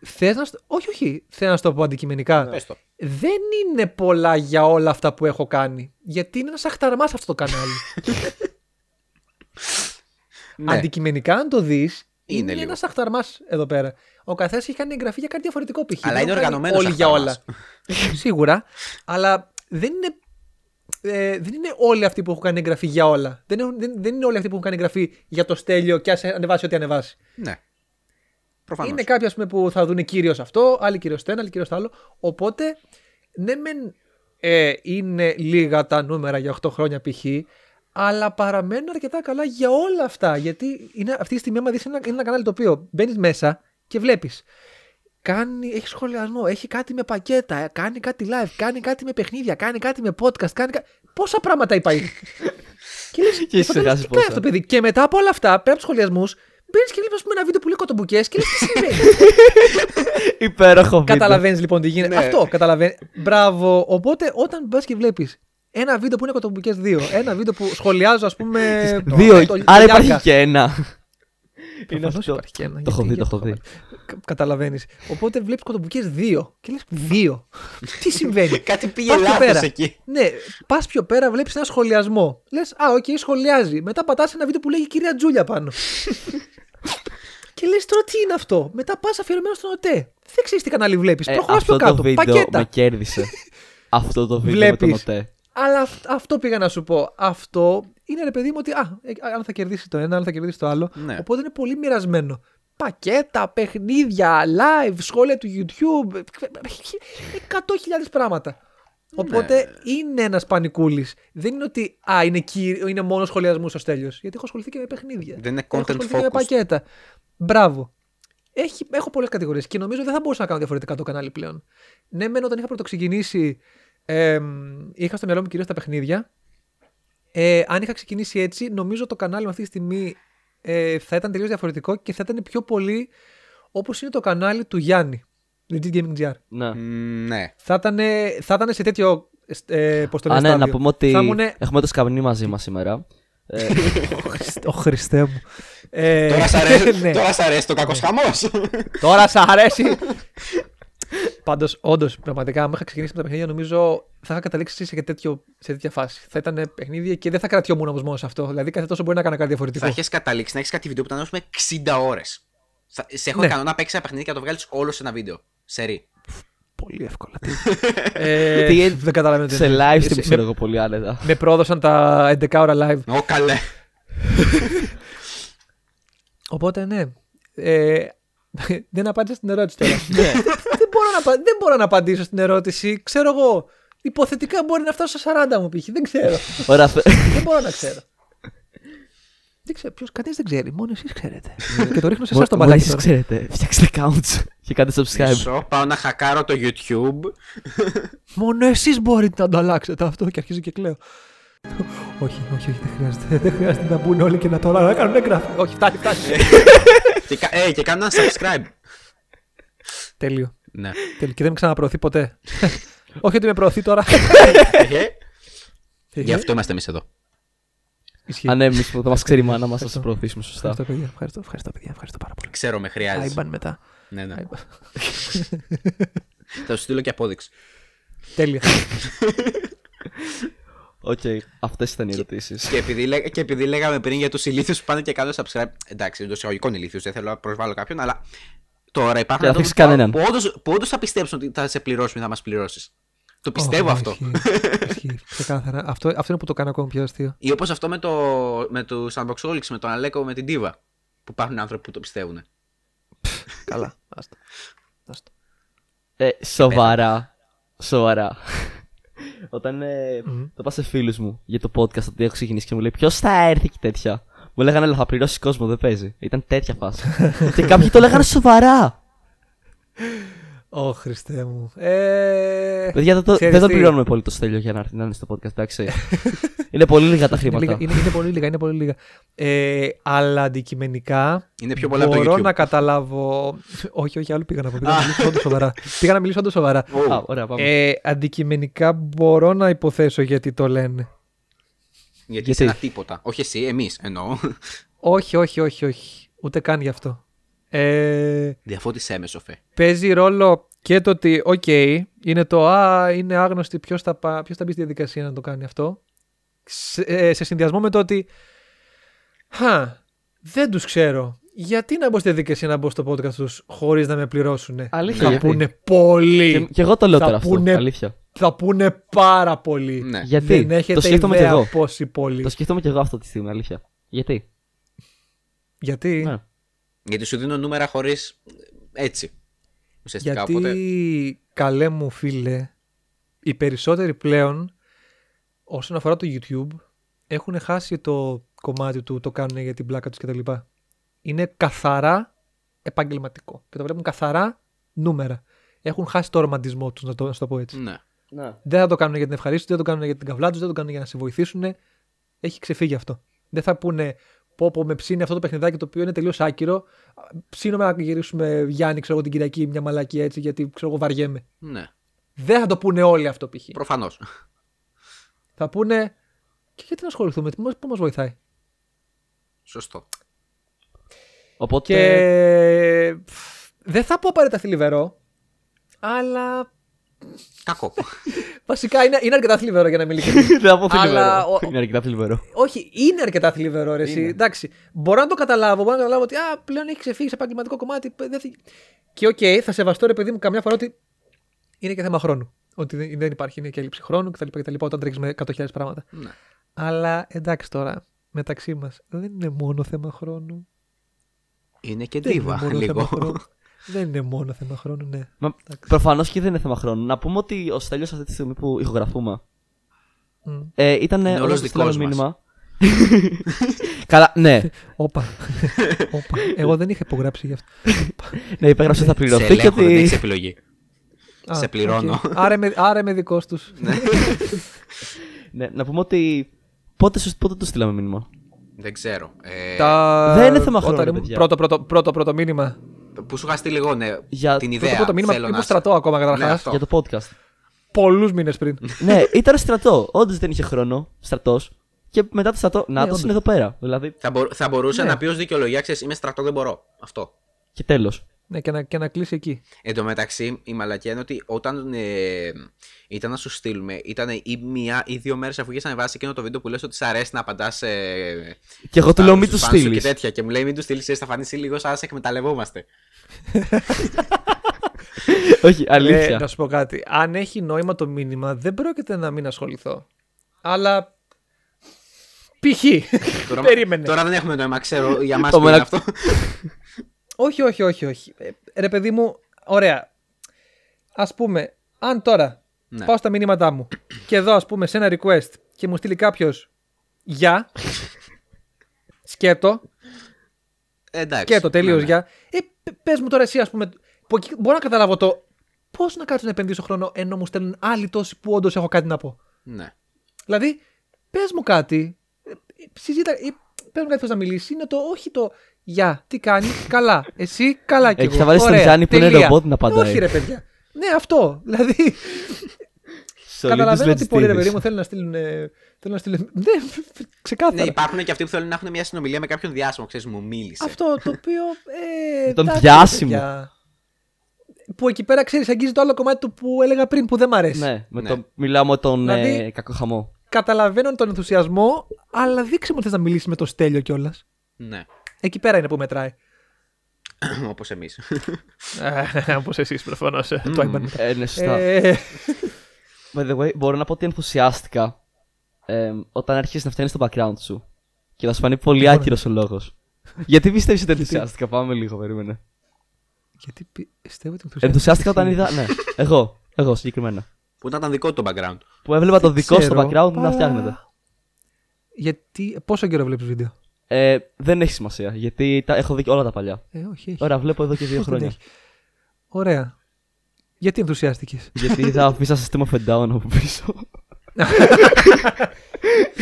Θες να... στο- Όχι, όχι. Θέλω να σου το πω αντικειμενικά. Πες το. Δεν είναι πολλά για όλα αυτά που έχω κάνει. Γιατί είναι ένας αχταρμάς αυτό το κανάλι. Αντικειμενικά, αν το δεις, Ναι. Είναι είναι, λίγο. ένας αχταρμάς εδώ πέρα. Ο καθένας έχει κάνει εγγραφή για κάτι διαφορετικό π.χ. Αλλά Δεν είναι έχουν κάνει οργανωμένος Όλοι για όλα. αχταρμάς. Σίγουρα. Αλλά δεν είναι. Ε, δεν είναι όλοι αυτοί που έχουν κάνει εγγραφή για όλα. Δεν, έχουν- δεν, δεν είναι όλοι αυτοί που έχουν κάνει εγγραφή για το στέλιο και ας ανεβάσει ό,τι ανεβάσει. Ναι. Προφανώς. Είναι κάποιοι ας πούμε, που θα δουν κυρίω αυτό, άλλοι κυρίω το ένα, άλλοι κυρίω το άλλο. Οπότε, ναι, μεν ε, είναι λίγα τα νούμερα για 8 χρόνια π.χ., αλλά παραμένουν αρκετά καλά για όλα αυτά. Γιατί είναι, αυτή τη στιγμή, άμα δεις, είναι, ένα- είναι ένα κανάλι το οποίο μπαίνεις μέσα και βλέπεις. Κάνει, έχει σχολιασμό, έχει κάτι με πακέτα, ε, κάνει κάτι live, κάνει κάτι με παιχνίδια, κάνει κάτι με podcast, κάνει κάτι. Πόσα πράγματα υπάρχει. και λες, Και έχεις «Ε, φαντάζεσαι, ξεχάσει τι πόσα». κάνει αυτό το παιδί. Και μετά από όλα αυτά, πέρα από τους σχολιασμούς, μπαίνεις και βλέπει ένα βίντεο που λέει κοτομπουκές και λες τι συμβαίνει. Υπέροχο βίντεο. Καταλαβαίνεις λοιπόν τι γίνεται. Ναι. Αυτό καταλαβαίνεις. Μπράβο. Οπότε όταν μπας και βλέπεις ένα βίντεο που είναι κοτομπουκές 2, ένα βίντεο που σχολιάζω, ας πούμε. το- Δύο. Ναι, το- το Άρα Λιάγκα. υπάρχει και ένα. Είναι Προφανώς αυτό. υπάρχει και ένα. Το έχω Γιατί- δει, το έχω δει. Καταλαβαίνεις. Οπότε βλέπεις κοτομπουκές 2 και λες δύο. τι συμβαίνει. Κάτι πήγε Πας πιο πέρα. λάθο εκεί. Ναι, πας πιο πέρα, βλέπεις ένα σχολιασμό. Λες, Α, οκ, σχολιάζει. Μετά πατάς ένα βίντεο που λέγει κυρία Τζούλια πάνω. και λες τώρα τι είναι αυτό. Μετά πας αφιερωμένο στον ΟΤΕ. Δεν ξέρεις τι κανάλι βλέπεις. Ε, Προχωράς πιο Αυτό κάτω. το βίντεο Πακέτα. με κέρδισε. Αυτό το βίντεο με τον Βλέπεις. ΟΤΕ. Αλλά αυ- αυτό πήγα να σου πω. Αυτό είναι ρε παιδί μου ότι α, ε, αν θα κερδίσει το ένα, αν θα κερδίσει το άλλο. Ναι. Οπότε είναι πολύ μοιρασμένο. Πακέτα, παιχνίδια, live, σχόλια του YouTube. ε, ε, 100.000 Ναι. πράγματα. Οπότε είναι ένας πανικούλης. Δεν είναι ότι α, είναι, κυ- είναι μόνο σχολιασμός ο τέλειο. Γιατί έχω ασχοληθεί και με παιχνίδια. Δεν είναι έχω content ασχοληθεί και με focused. πακέτα. Μπράβο. Έχει, έχω πολλές κατηγορίες και νομίζω δεν θα μπορούσα να κάνω διαφορετικά το κανάλι πλέον. Ναι, μεν όταν είχα πρωτοξεκινήσει, εμ, είχα στο μυαλό μου κυρίως τα παιχνίδια. Ε, αν είχα ξεκινήσει έτσι, νομίζω το κανάλι μου αυτή τη στιγμή ε, θα ήταν τελείως διαφορετικό και θα ήταν πιο πολύ όπως είναι το κανάλι του Γιάννη. Legit Gaming GR. Ναι. Μ, Ναι. Θα ήταν, θα ήτανε σε τέτοιο. Ε, πώς το λένε, Α, ναι, στάδιο. να πούμε ότι Θα Ναι, ήμουνε- έχουμε το σκαμνί μαζί μας σήμερα. Ε, Ο Χριστέ μου. Ε, Τώρα σ' αρέσει- ναι. Τώρα σ' αρέσει το κακός χαμός. Τώρα σ' αρέσει. Πάντως, όντως, πραγματικά, αν είχα ξεκινήσει με τα παιχνίδια, νομίζω θα είχα καταλήξει σε, τέτοιο, σε τέτοια φάση. Θα ήταν παιχνίδια και δεν θα κρατιόμουν όμως μόνος σε αυτό. Δηλαδή, κάθε τόσο μπορεί να κάνω κάτι διαφορετικό. Θα έχει καταλήξει να έχεις κάτι βίντεο που ήταν, ας πούμε, 60 ώρε. Σε έχω Ναι. ικανό να παίξεις ένα παιχνίδι και να το βγάλεις όλο σε ένα βίντεο. Σερί. Πολύ εύκολα. ε, Τι εν- δεν καταλαβαίνω τι σε είναι. live Ε, stream με- ξέρω εγώ πολύ άνετα. Με πρόδωσαν τα 11 ώρα live. Ω καλέ. Οπότε, ναι. Ε, δεν απάντησα στην ερώτηση τώρα. δεν, μπορώ να, απα- δεν μπορώ να απαντήσω στην ερώτηση. Ξέρω εγώ. Υποθετικά μπορεί να φτάσω στα 40 μου π.χ. Δεν ξέρω. Ωραία, θε- δεν μπορώ να ξέρω. δεν ξέρω. Ποιος, κανείς δεν ξέρει. Μόνο εσείς ξέρετε. και το ρίχνω σε Μόλι εσάς το μπαλάκι. εσείς τώρα. ξέρετε, φτιάξτε accounts και κάντε subscribe. Μισό, πάω να χακάρω το YouTube. Μόνο εσείς μπορείτε να το αλλάξετε αυτό και αρχίζω και κλαίω. όχι, όχι, όχι, δεν χρειάζεται. Δεν χρειάζεται να μπουν όλοι και να το να κάνουν εγγράφη. Όχι, φτάνει, φτάνει. και, κα- ε, και κάνω ένα subscribe. Τέλειο. Ναι. Τέλειο. Και δεν με ξαναπροωθεί ποτέ. Όχι ότι με προωθεί τώρα. Ε, Ε, Γι' αυτό είμαστε εμείς εδώ. Ισχύει. Ανέμει που θα μας ξέρει η μάνα μας, θα Ευχαριστώ. σα προωθήσουμε σωστά. Ευχαριστώ, παιδιά. Ευχαριστώ, ευχαριστώ, παιδιά. Ευχαριστώ πάρα πολύ. Ξέρω με χρειάζεσαι. Άιμπαν μετά. Ναι, ναι. Άιμπαν. Θα σου στείλω και απόδειξη. Τέλεια. Οκ, αυτές ήταν οι ερωτήσεις. Και επειδή, λέ- και επειδή λέγαμε πριν για τους ηλίθιους που πάνε και κάνουν subscribe. Εντάξει, εντό εισαγωγικών ηλίθιους, δεν θέλω να προσβάλλω κάποιον, αλλά τώρα υπάρχουν Και να θίξεις άνθρωποι κανέναν. που, όντως- που όντως θα πιστέψουν ότι θα σε πληρώσουν ή θα μας πληρώσεις. Το πιστεύω Ω, αυτό. ισχύει. Ισχύει. Ξεκάθαρα. Αυτό, αυτό είναι που το κάνει ακόμα πιο αστείο. Ή όπως αυτό με το, με το Sandboxholics, με τον Αλέκο, με την Diva. Που υπάρχουν άνθρωποι που το πιστεύουν. Καλά. Άστα. Άστα. Ε, σοβαρά. Σοβαρά. Όταν ε, Μμμ. το πάω σε φίλους μου για το podcast, ότι έχω ξεκινήσει και μου λέει Ποιος θα έρθει και τέτοια. Μου λέγανε, αλλά θα πληρώσεις κόσμο, δεν παίζει. Ήταν τέτοια φάση. και κάποιοι το λέγανε σοβαρά. Ω, Χριστέ μου. Ε... Παιδιά, δεν το, Ξέρεις δεν το τι? πληρώνουμε πολύ το στέλιο για να έρθει να είναι στο podcast, εντάξει. είναι πολύ λίγα τα Είναι, λίγα, χρήματα. είναι, είναι πολύ λίγα, είναι πολύ λίγα. Ε, αλλά αντικειμενικά. Είναι πιο πολλά από το μπορώ YouTube. να καταλάβω. όχι, όχι, άλλο πήγα να πω. Πήγα να μιλήσω όντως σοβαρά. πήγα να μιλήσω όντως σοβαρά. Ου. Α, ωραία, πάμε. Ε, αντικειμενικά μπορώ να υποθέσω γιατί το λένε. Γιατί γιατί? είσαι ένα τίποτα. Όχι εσύ, εμείς εννοώ. Όχι, όχι, όχι, όχι. Ούτε καν γι' αυτό. Ε, Διαφώτισέ με, σοφέ. παίζει ρόλο και το ότι, οκ, είναι το α, είναι άγνωστη, ποιος θα, πα- ποιος θα μπει στη διαδικασία να το κάνει αυτό. Σε, ε, σε συνδυασμό με το ότι, χα, δεν τους ξέρω. Γιατί να μπω στη διαδικασία να μπω στο podcast τους χωρίς να με πληρώσουνε. Αλήθεια, θα γιατί? πούνε ε, και, πολύ. και εγώ το λέω θα τώρα αυτό. πούνε- Αλήθεια. Θα πούνε πάρα πολύ. Ναι. Γιατί Δεν έχετε το σκέφτομαι κι ιδέα εγώ. πόσοι πολλοί. Το σκέφτομαι κι εγώ αυτή τη στιγμή, αλήθεια. Γιατί. Γιατί, Ναι. Γιατί σου δίνω νούμερα χωρίς. Έτσι. Ουσιαστικά γιατί οπότε. καλέ μου φίλε, οι περισσότεροι πλέον, όσον αφορά το YouTube, έχουν χάσει το κομμάτι του, το κάνουν για την πλάκα τους κτλ. Είναι καθαρά επαγγελματικό και το βλέπουν καθαρά νούμερα. Έχουν χάσει το ρομαντισμό τους, να το, να σου το πω έτσι. Ναι. Δεν θα το κάνουν για την ευχαρίστηση, δεν θα το κάνουν για την καβλά τους, δεν θα το κάνουν για να σε βοηθήσουν. Έχει ξεφύγει αυτό. Δεν θα πούνε πω πω με ψήνει αυτό το παιχνιδάκι το οποίο είναι τελείως άκυρο. Ψήνουμε να γυρίσουμε Γιάννη, ξέρω εγώ την Κυριακή, μια μαλακή έτσι, γιατί ξέρω εγώ βαριέμαι. ναι. Δεν θα το πούνε όλοι αυτό π.χ. Προφανώς. Θα πούνε. Και γιατί να ασχοληθούμε, τι μας- πού μας βοηθάει. Σωστό. Οπότε. Και. φφ, Δεν θα πω απαραίτητα θλιβερό, αλλά Κακό. βασικά είναι, είναι αρκετά θλιβερό για να μην ειλικρινή. Να πω Αλλά θλιβερό. ο- Είναι αρκετά θλιβερό. Όχι, είναι αρκετά θλιβερό ρε, εσύ. Είναι. Εντάξει, μπορώ να το καταλάβω. Μπορώ να καταλάβω ότι α, πλέον έχει ξεφύγει σε επαγγελματικό κομμάτι. π- Δεν... θυ- Και οκ, θα σεβαστώ ρε παιδί μου καμιά φορά ότι είναι και θέμα χρόνου. Ότι δεν δεν υπάρχει, είναι και έλλειψη χρόνου κτλ. κτλ όταν τρέχεις με 100.000 πράγματα. ναι. Αλλά εντάξει τώρα, μεταξύ μας δεν είναι μόνο θέμα χρόνου. Είναι και Δεν είναι ντίβα μόνο θέμα λίγο. χρόνου. δεν είναι μόνο θέμα χρόνου, ναι. Προφανώς και δεν είναι θέμα χρόνου. Να πούμε ότι ο Στέλιος αυτή τη στιγμή που ηχογραφούμε Μμ. ε, ήταν Είναι όλος όλος δικό δικός μας. μήνυμα. Καλά, ναι, Όπα. Όπα. Εγώ δεν είχα υπογράψει γι' αυτό. ναι, υπέγραψε ότι θα Σε πληρωθεί και ελέγχω, δεν ότι. έχεις επιλογή. Α, Σε πληρώνω. οκ. Άρα με, άρα με δικός τους. Ναι, να πούμε ότι. Πότε, σου- πότε του στείλαμε μήνυμα. Δεν ξέρω. Ε, Τα... Δεν είναι θέμα όταν χρόνου, ρε ήμουν- παιδιά. Πρώτο, πρώτο, πρώτο, πρώτο μήνυμα. Που σου είχα στείλει εγώ, ναι. Για- Την Πρώτο, ιδέα. πρώτο μήνυμα θέλω ήμουν να- στρατό ακόμα Ναι, καταρχά. αυτό. Για το podcast. Πολλούς μήνες πριν. ναι, ήταν στρατό. Όντως δεν είχε χρόνο. Στρατός. Και μετά το στρατό, να το Ναι, όντως. είναι εδώ πέρα. Δηλαδή. Θα, μπορ- θα μπορούσα Ναι. να πει ως δικαιολογία, ξέρεις, είμαι στρατό, δεν μπορώ. Αυτό. Και τέλος. ναι, και να, και να κλείσει εκεί. Εν τω μεταξύ, η μαλακία είναι ότι όταν ε, ήταν να σου στείλουμε, ήταν ή μία ή δύο μέρες αφού είχες ανεβάσει εκείνο το βίντεο που λες ότι σ' αρέσει να απαντάς. Ε, Και εγώ του στα- λέω μην τους στους fans σου στείλει. Και τέτοια. Και μου λέει μην τους στείλεις, θα φανείς λίγο σαν να σε εκμεταλλευόμαστε. Όχι, Ε, να αλήθεια. σου πω κάτι. Αν έχει νόημα το μήνυμα, δεν πρόκειται να μην ασχοληθώ. Αλλά. Π.χ. Περίμενε. Τώρα δεν έχουμε νόημα, ξέρω για μα Το που είναι μελα- αυτό. Όχι, όχι, όχι, όχι. Ε, ρε παιδί μου, ωραία. Ας πούμε, αν τώρα Ναι. πάω στα μηνύματά μου και εδώ ας πούμε σε ένα request και μου στείλει κάποιος γεια. σκέτο, Ε, Εντάξει. Και το τελείως Ναι, ναι. για. Ε, πε μου τώρα εσύ, ας πούμε. Που εκεί μπορώ να καταλάβω το. Πώς να κάτσω να επενδύσω χρόνο ενώ μου στέλνουν άλλοι τόσοι που όντως έχω κάτι να πω. Ναι. ε, Δηλαδή, πες μου κάτι. ε, Συζήτα. Πες μου κάτι που θες να μιλήσεις. Είναι το όχι το Γεια, τι κάνει, καλά. Εσύ, καλά κι εγώ. Εκεί θα βάλεις τον Ωραία, Γιάννη που είναι τελεία. ρομπότ να απαντάει. Όχι, ρε παιδιά. Ναι, αυτό. Δηλαδή, καταλαβαίνω ότι πολλοί ρε παιδί μου θέλουν να στείλουν. ε, Θέλουν να στείλουν. Ναι, Ναι, ξεκάθαρα. υπάρχουν και αυτοί που θέλουν να έχουν μια συνομιλία με κάποιον διάσημο. Ξέρεις, μου μίλησε. Αυτό το οποίο. Ε, Με τον εντάξει, διάσημο. παιδιά. Που εκεί πέρα ξέρεις, αγγίζει το άλλο κομμάτι του που έλεγα πριν που δεν μ' αρέσει. Ναι, με Ναι. το μιλάμε τον ε, Δηλαδή- κακοχαμό. Καταλαβαίνω τον ενθουσιασμό, αλλά δείξε μου ότι θες να μιλήσεις με το στέλιο κιόλας. Ναι. Εκεί πέρα είναι που μετράει. Όπως εμείς. Όπως εσείς προφανώς. Το Μμμ. Άιμπαν μετά. Ε, ναι, σωστά. Ε, By the way, μπορώ να πω ότι ενθουσιάστηκα ε, όταν άρχισες να φτιάχνει το background σου. Και θα σου φανεί Λοιπόν. πολύ άκυρος ο λόγος. Γιατί πιστεύεις ότι ενθουσιάστηκα, πάμε λίγο, περίμενε. Γιατί πι- πιστεύω ότι ενθουσιάστηκα. Ενθουσιάστηκα όταν είδα. Ναι, εγώ. Εγώ συγκεκριμένα. που ήταν δικό του το background. Που έβλεπα το δικό στο Ξέρω, background να παρά- φτιάχνεται. Γιατί. Πόσο καιρό βλέπεις βίντεο. Ε, δεν έχει σημασία, γιατί τα, έχω δει και όλα τα παλιά. Ε, όχι, έχει. Ωραία, βλέπω εδώ και δύο Πώς δεν χρόνια. έχει. Ωραία. Γιατί ενθουσιάστηκες. γιατί είδα αφήσα System of a Down από πίσω.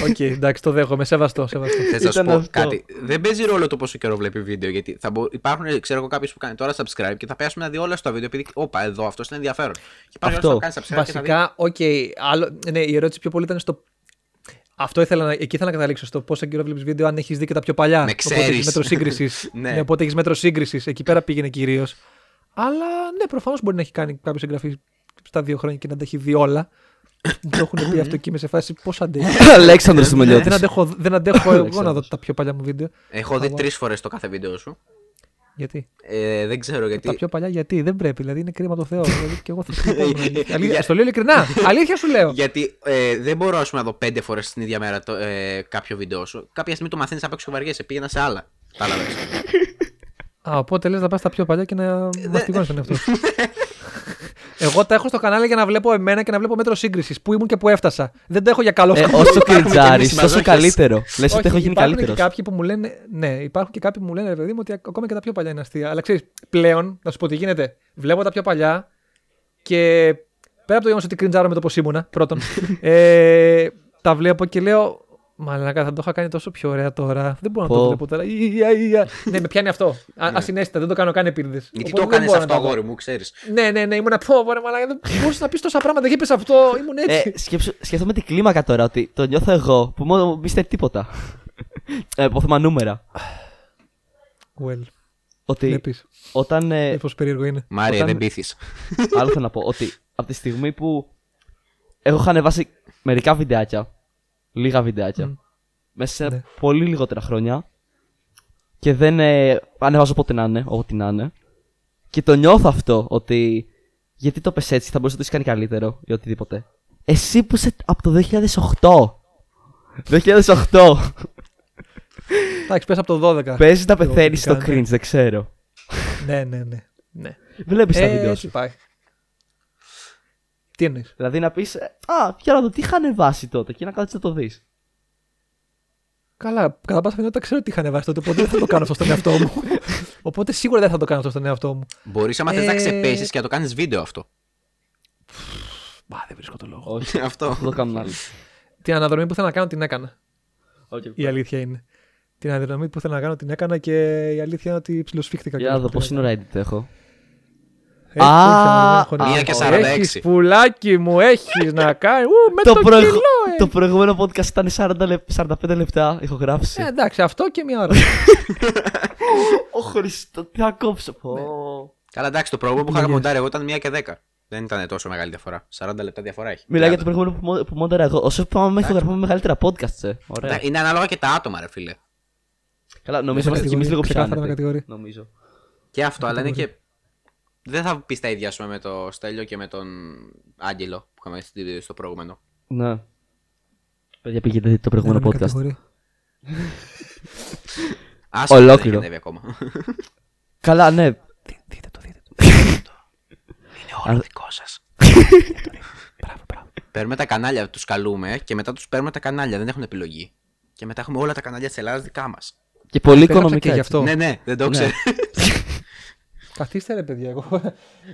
Οκ, εντάξει, το δέχομαι. Σεβαστό, σεβαστό. Θες να σου Ήταν πω αυτό. κάτι. Δεν παίζει ρόλο το πόσο καιρό βλέπει βίντεο. Γιατί θα μπο... υπάρχουν, ξέρω εγώ, κάποιους που κάνει τώρα subscribe και θα πέσουν να δει όλα στο βίντεο. Επειδή, όπα, εδώ αυτός είναι ενδιαφέρον. Και υπάρχει Αυτό. αυτό. που κάνεις subscribe και θα Βασικά, οκ. άλλο, ναι, η ερώτηση πιο πολύ ήταν στο. Αυτό ήθελα να, εκεί ήθελα να καταλήξω στο πόσο καιρό βλέπεις βίντεο, αν έχεις δει και τα πιο παλιά. Με Οπότε ξέρεις. έχεις μέτρο σύγκρισης. Ναι. οπότε έχεις μέτρο σύγκρισης. Εκεί πέρα πήγαινε κυρίως. Αλλά ναι, προφανώς μπορεί να έχει κάνει κάποιος εγγραφή στα δύο χρόνια και να τα έχει δει όλα. το έχουν πει αυτό και είμαι σε φάση πώς Ναι, αντέχεις. Αλέξανδρος του δεν, Μελιώτη. αντέχω, δεν αντέχω εγώ να δω Αλεξάνδρος. τα πιο παλιά μου βίντεο. δει. Έχω δει Καλά. τρεις φορές το κάθε βίντεο σου. Γιατί. Ε, δεν ξέρω Τα γιατί. πιο παλιά γιατί δεν πρέπει, δηλαδή είναι κρίμα το Θεό. δηλαδή και εγώ θα σου πω. Αλήθεια, στο λέω ειλικρινά. Αλήθεια σου λέω. Γιατί ε, δεν μπορώ ας πούμε, να δω πέντε φορές την ίδια μέρα το, ε, κάποιο βίντεο σου. Κάποια στιγμή το μαθαίνεις απ' έξω και βαριέσαι. Πήγαινα σε άλλα. Κατάλαβε. Α, οπότε λες να πας τα πιο παλιά και να μαστιγώνεις τον εαυτό σου. Εγώ τα έχω στο κανάλι για να βλέπω εμένα και να βλέπω μέτρο σύγκρισης. Πού ήμουν και πού έφτασα. Δεν τα έχω για καλό Ε, σκοπό. όσο και εμείς κριτζάρει, τόσο μαζόχες. καλύτερο. Λες ότι Όχι, έχω γίνει υπάρχουν καλύτερο. Και κάποιοι που μου λένε, ναι, υπάρχουν και κάποιοι που μου λένε, ρε παιδί μου, ότι ακ- ακόμα και τα πιο παλιά είναι αστεία. Αλλά ξέρεις, πλέον, να σου πω τι γίνεται. Βλέπω τα πιο παλιά και πέρα από το γεγονός ότι κριντζάρω με το πώς ήμουνα, πρώτον, ε, τα βλέπω και λέω, Μαλάκα, θα το είχα κάνει τόσο πιο ωραία τώρα. Δεν μπορώ να Πω. το βλέπω τώρα. Ια, ια. ναι, με πιάνει αυτό. Α- Ασυναίσθητα, δεν το κάνω καν επίτηδε. γιατί το έκανε αυτό, αγόρι μου, ξέρεις. Ναι, ναι, ναι, ήμουν πω, πω, ρε μαλάκα, δεν μπορούσες να πεις τόσα πράγματα. Δεν είπε αυτό, ήμουν έτσι. Ε, σκέψου, σκεφτόμαι την κλίμακα τώρα ότι το νιώθω εγώ που μόνο μη στέλνει τίποτα. ε, από θέμα νούμερα. Well, Ότι ναι, πεις. όταν. Ε, Ε, πόσο περίεργο είναι. Μάρια, Όταν- δεν πείθεις. άλλο θέλω να πω. Ότι από τη στιγμή που. Εγώ είχα ανεβάσει μερικά βιντεάκια. Λίγα βιντεάκια. Μμ. Μέσα σε Ναι. πολύ λιγότερα χρόνια. Και δεν ε, ανεβάζω πότε να είναι, ό,τι να είναι. Και το νιώθω αυτό ότι. Γιατί το πες έτσι, θα μπορούσε να το έχεις κάνει καλύτερο ή οτιδήποτε. Εσύ που είσαι από το 2008. 2008. Εντάξει, πες από το 12. Παίζει να Εγώ πεθαίνεις στο πρακτικά, ναι. cringe, δεν ξέρω. Ναι, ναι, ναι. ναι. Βλέπεις τα Ε, βίντεο έτσι σου. πάει. Τι εννοείς. Δηλαδή να πεις, Α, για να δω τι είχα ανεβάσει τότε και να κάτσεις να το δεις. Καλά, κατά πάσα πιθανότητα ξέρω τι είχα ανεβάσει τότε, οπότε δεν θα το κάνω αυτό στον εαυτό μου. οπότε σίγουρα δεν θα το κάνω αυτό στον εαυτό μου. Μπορείς άμα θες να Ε, ξεπέσεις και να το κάνεις βίντεο αυτό. Μα δεν βρίσκω το λόγο. Όχι, αυτό. θα το κάνουν άλλοι. Την αναδρομή που ήθελα να κάνω την έκανα. Okay. Η αλήθεια είναι. Την αναδρομή που ήθελα να κάνω την έκανα και η αλήθεια είναι ότι ψηλοσφίχτηκα. Για να δω πόση ώρα edit έχω. Α, μία Α, και 46. Έχεις πουλάκι μου, έχεις να κάνει. Ου, με το, προηγ- κιλό, ε. το προηγούμενο podcast ήταν 40 λεπ- 45 λεπτά, έχω γράψει. Ε, εντάξει, αυτό και μία ώρα. Ο Χριστό, τι θα κόψω. Ναι. πω. Καλά, εντάξει, το πρόβλημα που είχα Yes. μοντάρει εγώ ήταν 1 και 10. Δεν ήταν τόσο μεγάλη διαφορά. 40 λεπτά διαφορά έχει. Μιλάω για το 30. προηγούμενο που, μο- που μόντερα εγώ. Όσο πάμε, έχω γραφεί μεγαλύτερα podcast, ε. Ωραία. Ναι, Είναι ανάλογα και τα άτομα, ρε φίλε. Καλά, νομίζω είμαστε κι εμεί κατηγορεί, λίγο πιο Ναι, ξεκάθαρα με άνετοι. κατηγορεί. Νομίζω. Και αυτό, αλλά είναι και. Δεν θα πεις τα ίδια, ας πούμε, με το Στέλιο και με τον Άγγελο που είχαμε στη- στο προηγούμενο. Ναι. Παιδιά, πήγαινε δείτε το προηγούμενο Δεν με podcast. κατηγορεί. Άσχημα, δεν έχει Ολόκληρο. ανέβει ακόμα. Καλά, ναι. Δι- Δείτε το, δείτε το. Είναι δικό σας. Μπράβο, μπράβο. Παίρνουμε τα κανάλια, τους καλούμε και μετά τους παίρνουμε τα κανάλια. Δεν έχουν επιλογή. Και μετά έχουμε όλα τα κανάλια της Ελλάδας δικά μας. Και πολύ Υπέγραψα και οικονομικά. γι' έτσι. αυτό. Ναι, ναι, δεν το ξέρω. Καθίστε ρε παιδιά, εγώ.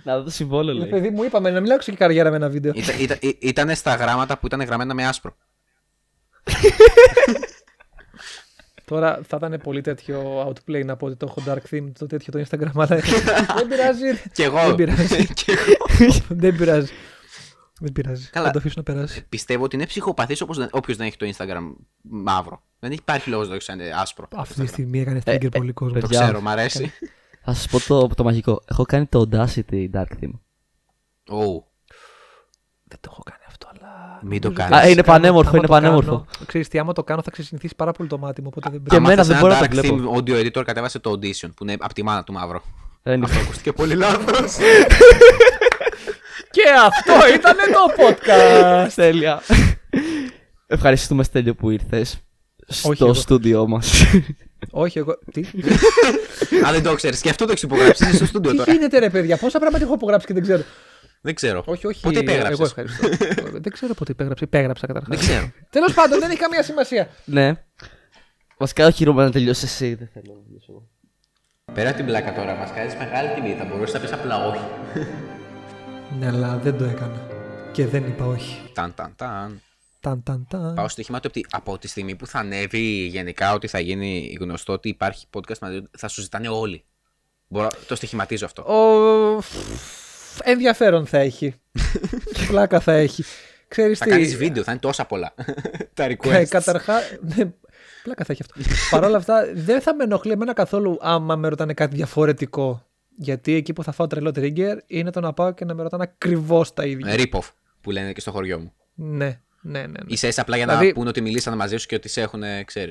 Να δω το συμβόλαιο, Ρε λέει. Ε, παιδί μου, είπαμε να μην αλλάξω και καριέρα με ένα βίντεο. Ήταν- ήταν- ε, ή- Ήταν στα γράμματα που ήταν γραμμένα με άσπρο. Τώρα θα ήταν πολύ τέτοιο outplay να πω ότι το έχω dark theme, το τέτοιο το Instagram, αλλά δεν πειράζει. Κι εγώ. Δεν πειράζει. Κι εγώ. Δεν πειράζει. Δεν πειράζει. Καλά. Θα το αφήσω να περάσει. Πιστεύω ότι είναι ψυχοπαθής όπως δεν- όποιος δεν έχει το Instagram μαύρο. Δεν υπάρχει λόγος να το έχεις άσπρο. Αυτή τη στιγμή έκανε trigger πολύ κόσμο. Το παιδιά. ξέρω, μ' αρέσει. Θα σας πω το, το μαγικό. Έχω κάνει το Audacity Dark Theme. Ου, Δεν το έχω κάνει αυτό, αλλά. Μην το νομίζω κάνεις. ότι Α, είναι άμα πανέμορφο, το είναι κάνω- πανέμορφο. Ξέρεις τι, άμα το κάνω θα ξεσυνηθίσει πάρα πολύ το μάτι μου, οπότε δεν Και πρέπει. άμα εμένα δεν θες ένα μπορώ να το dark βλέπω. theme audio editor κατέβασε το audition που είναι από τη μάνα του μαύρο. Ε, είναι- Αυτό ακούστηκε πολύ λάθος. Και αυτό ήταν το podcast! Τέλεια. Ευχαριστούμε Στέλιο που ήρθες Όχι, στο εγώ. στούντιό μας. Όχι, εγώ. Τι, Αν δεν το ξέρεις και αυτό το έχεις υπογράψει. Είναι στο στούντιο τι τώρα. γίνεται, ρε παιδιά, πόσα πράγματα έχω υπογράψει και δεν ξέρω. Δεν ξέρω. Όχι, όχι. Πότε Εγώ υπέγραψες. ευχαριστώ. δεν ξέρω πότε υπέγραψε. Υπέγραψα καταρχάς. Δεν ξέρω. Τέλος πάντων, δεν έχει καμία σημασία. ναι. Βασικά όχι Ρώμα να τελειώσει εσύ. Δεν θέλω να τελειώσω εγώ. Πέρα από την πλάκα τώρα, μας κάνεις μεγάλη τιμή. Θα μπορούσες να πεις απλά όχι. Ναι, αλλά δεν το έκανα. Και δεν είπα όχι. Ταν, ταν, ταν. Ταν, ταν, ταν. Πάω στο στοίχημα του ότι από τη στιγμή που θα ανέβει γενικά ότι θα γίνει γνωστό ότι υπάρχει podcast μαζί, θα σου ζητάνε όλοι. Μπορώ, το στοιχηματίζω αυτό. Ο... φ- Ενδιαφέρον θα έχει. Πλάκα θα έχει. Ξέρεις θα τι. κάνεις βίντεο, θα είναι τόσα πολλά. Τα Ε, requests. Καταρχά. ναι, πλάκα θα έχει αυτό. Παρ' όλα αυτά, δεν θα με ενοχλεί εμένα καθόλου άμα με ρωτάνε κάτι διαφορετικό. Γιατί εκεί που θα φάω τρελό trigger είναι το να πάω και να με ρωτάνε ακριβώς τα ίδια. Rip-off που λένε και στο χωριό μου. Ναι, ναι, ναι. ναι. Είσαι απλά για να Δηλαδή- πούνε ότι μιλήσαν μαζί σου και ότι σε έχουν, ξέρει.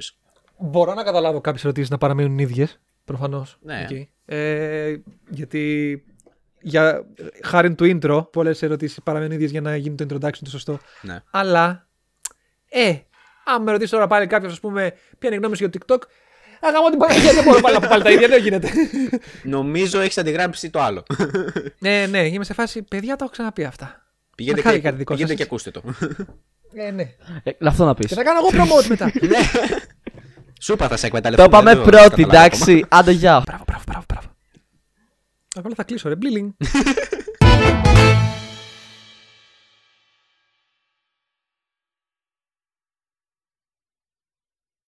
Μπορώ να καταλάβω κάποιες ερωτήσεις να παραμείνουν ίδιες. Προφανώς. Ναι. Ε, γιατί για, χάρη του intro, πολλές ερωτήσεις παραμένουν ίδιες για να γίνει το introduction το σωστό. Ναι. Αλλά, ε, αν με ρωτήσεις τώρα πάλι κάποιος, ας πούμε, ποια είναι η γνώμη σου για το TikTok, αγαμώ την Παναγία, δεν μπορώ πάλι να πω πάλι τα ίδια, δεν γίνεται. Νομίζω έχεις αντιγράψει το άλλο. ναι, ναι, είμαι σε φάση, παιδιά, τα έχω ξαναπεί αυτά. πηγαίνετε κάνει και, κάτι δικό πηγαίνετε σας. και ακούστε το. Ε, ναι. Ε, αυτό να Και πεις. θα κάνω εγώ promote μετά. Σούπα θα σε εκμεταλλευτούν. Το πάμε δεν το πρώτη, καταλάβω ακόμα. εντάξει. Άντε γεια. μπράβο, μπράβο, μπράβο, μπράβο. Απλά θα κλείσω, ρε, μπλίλινγκ.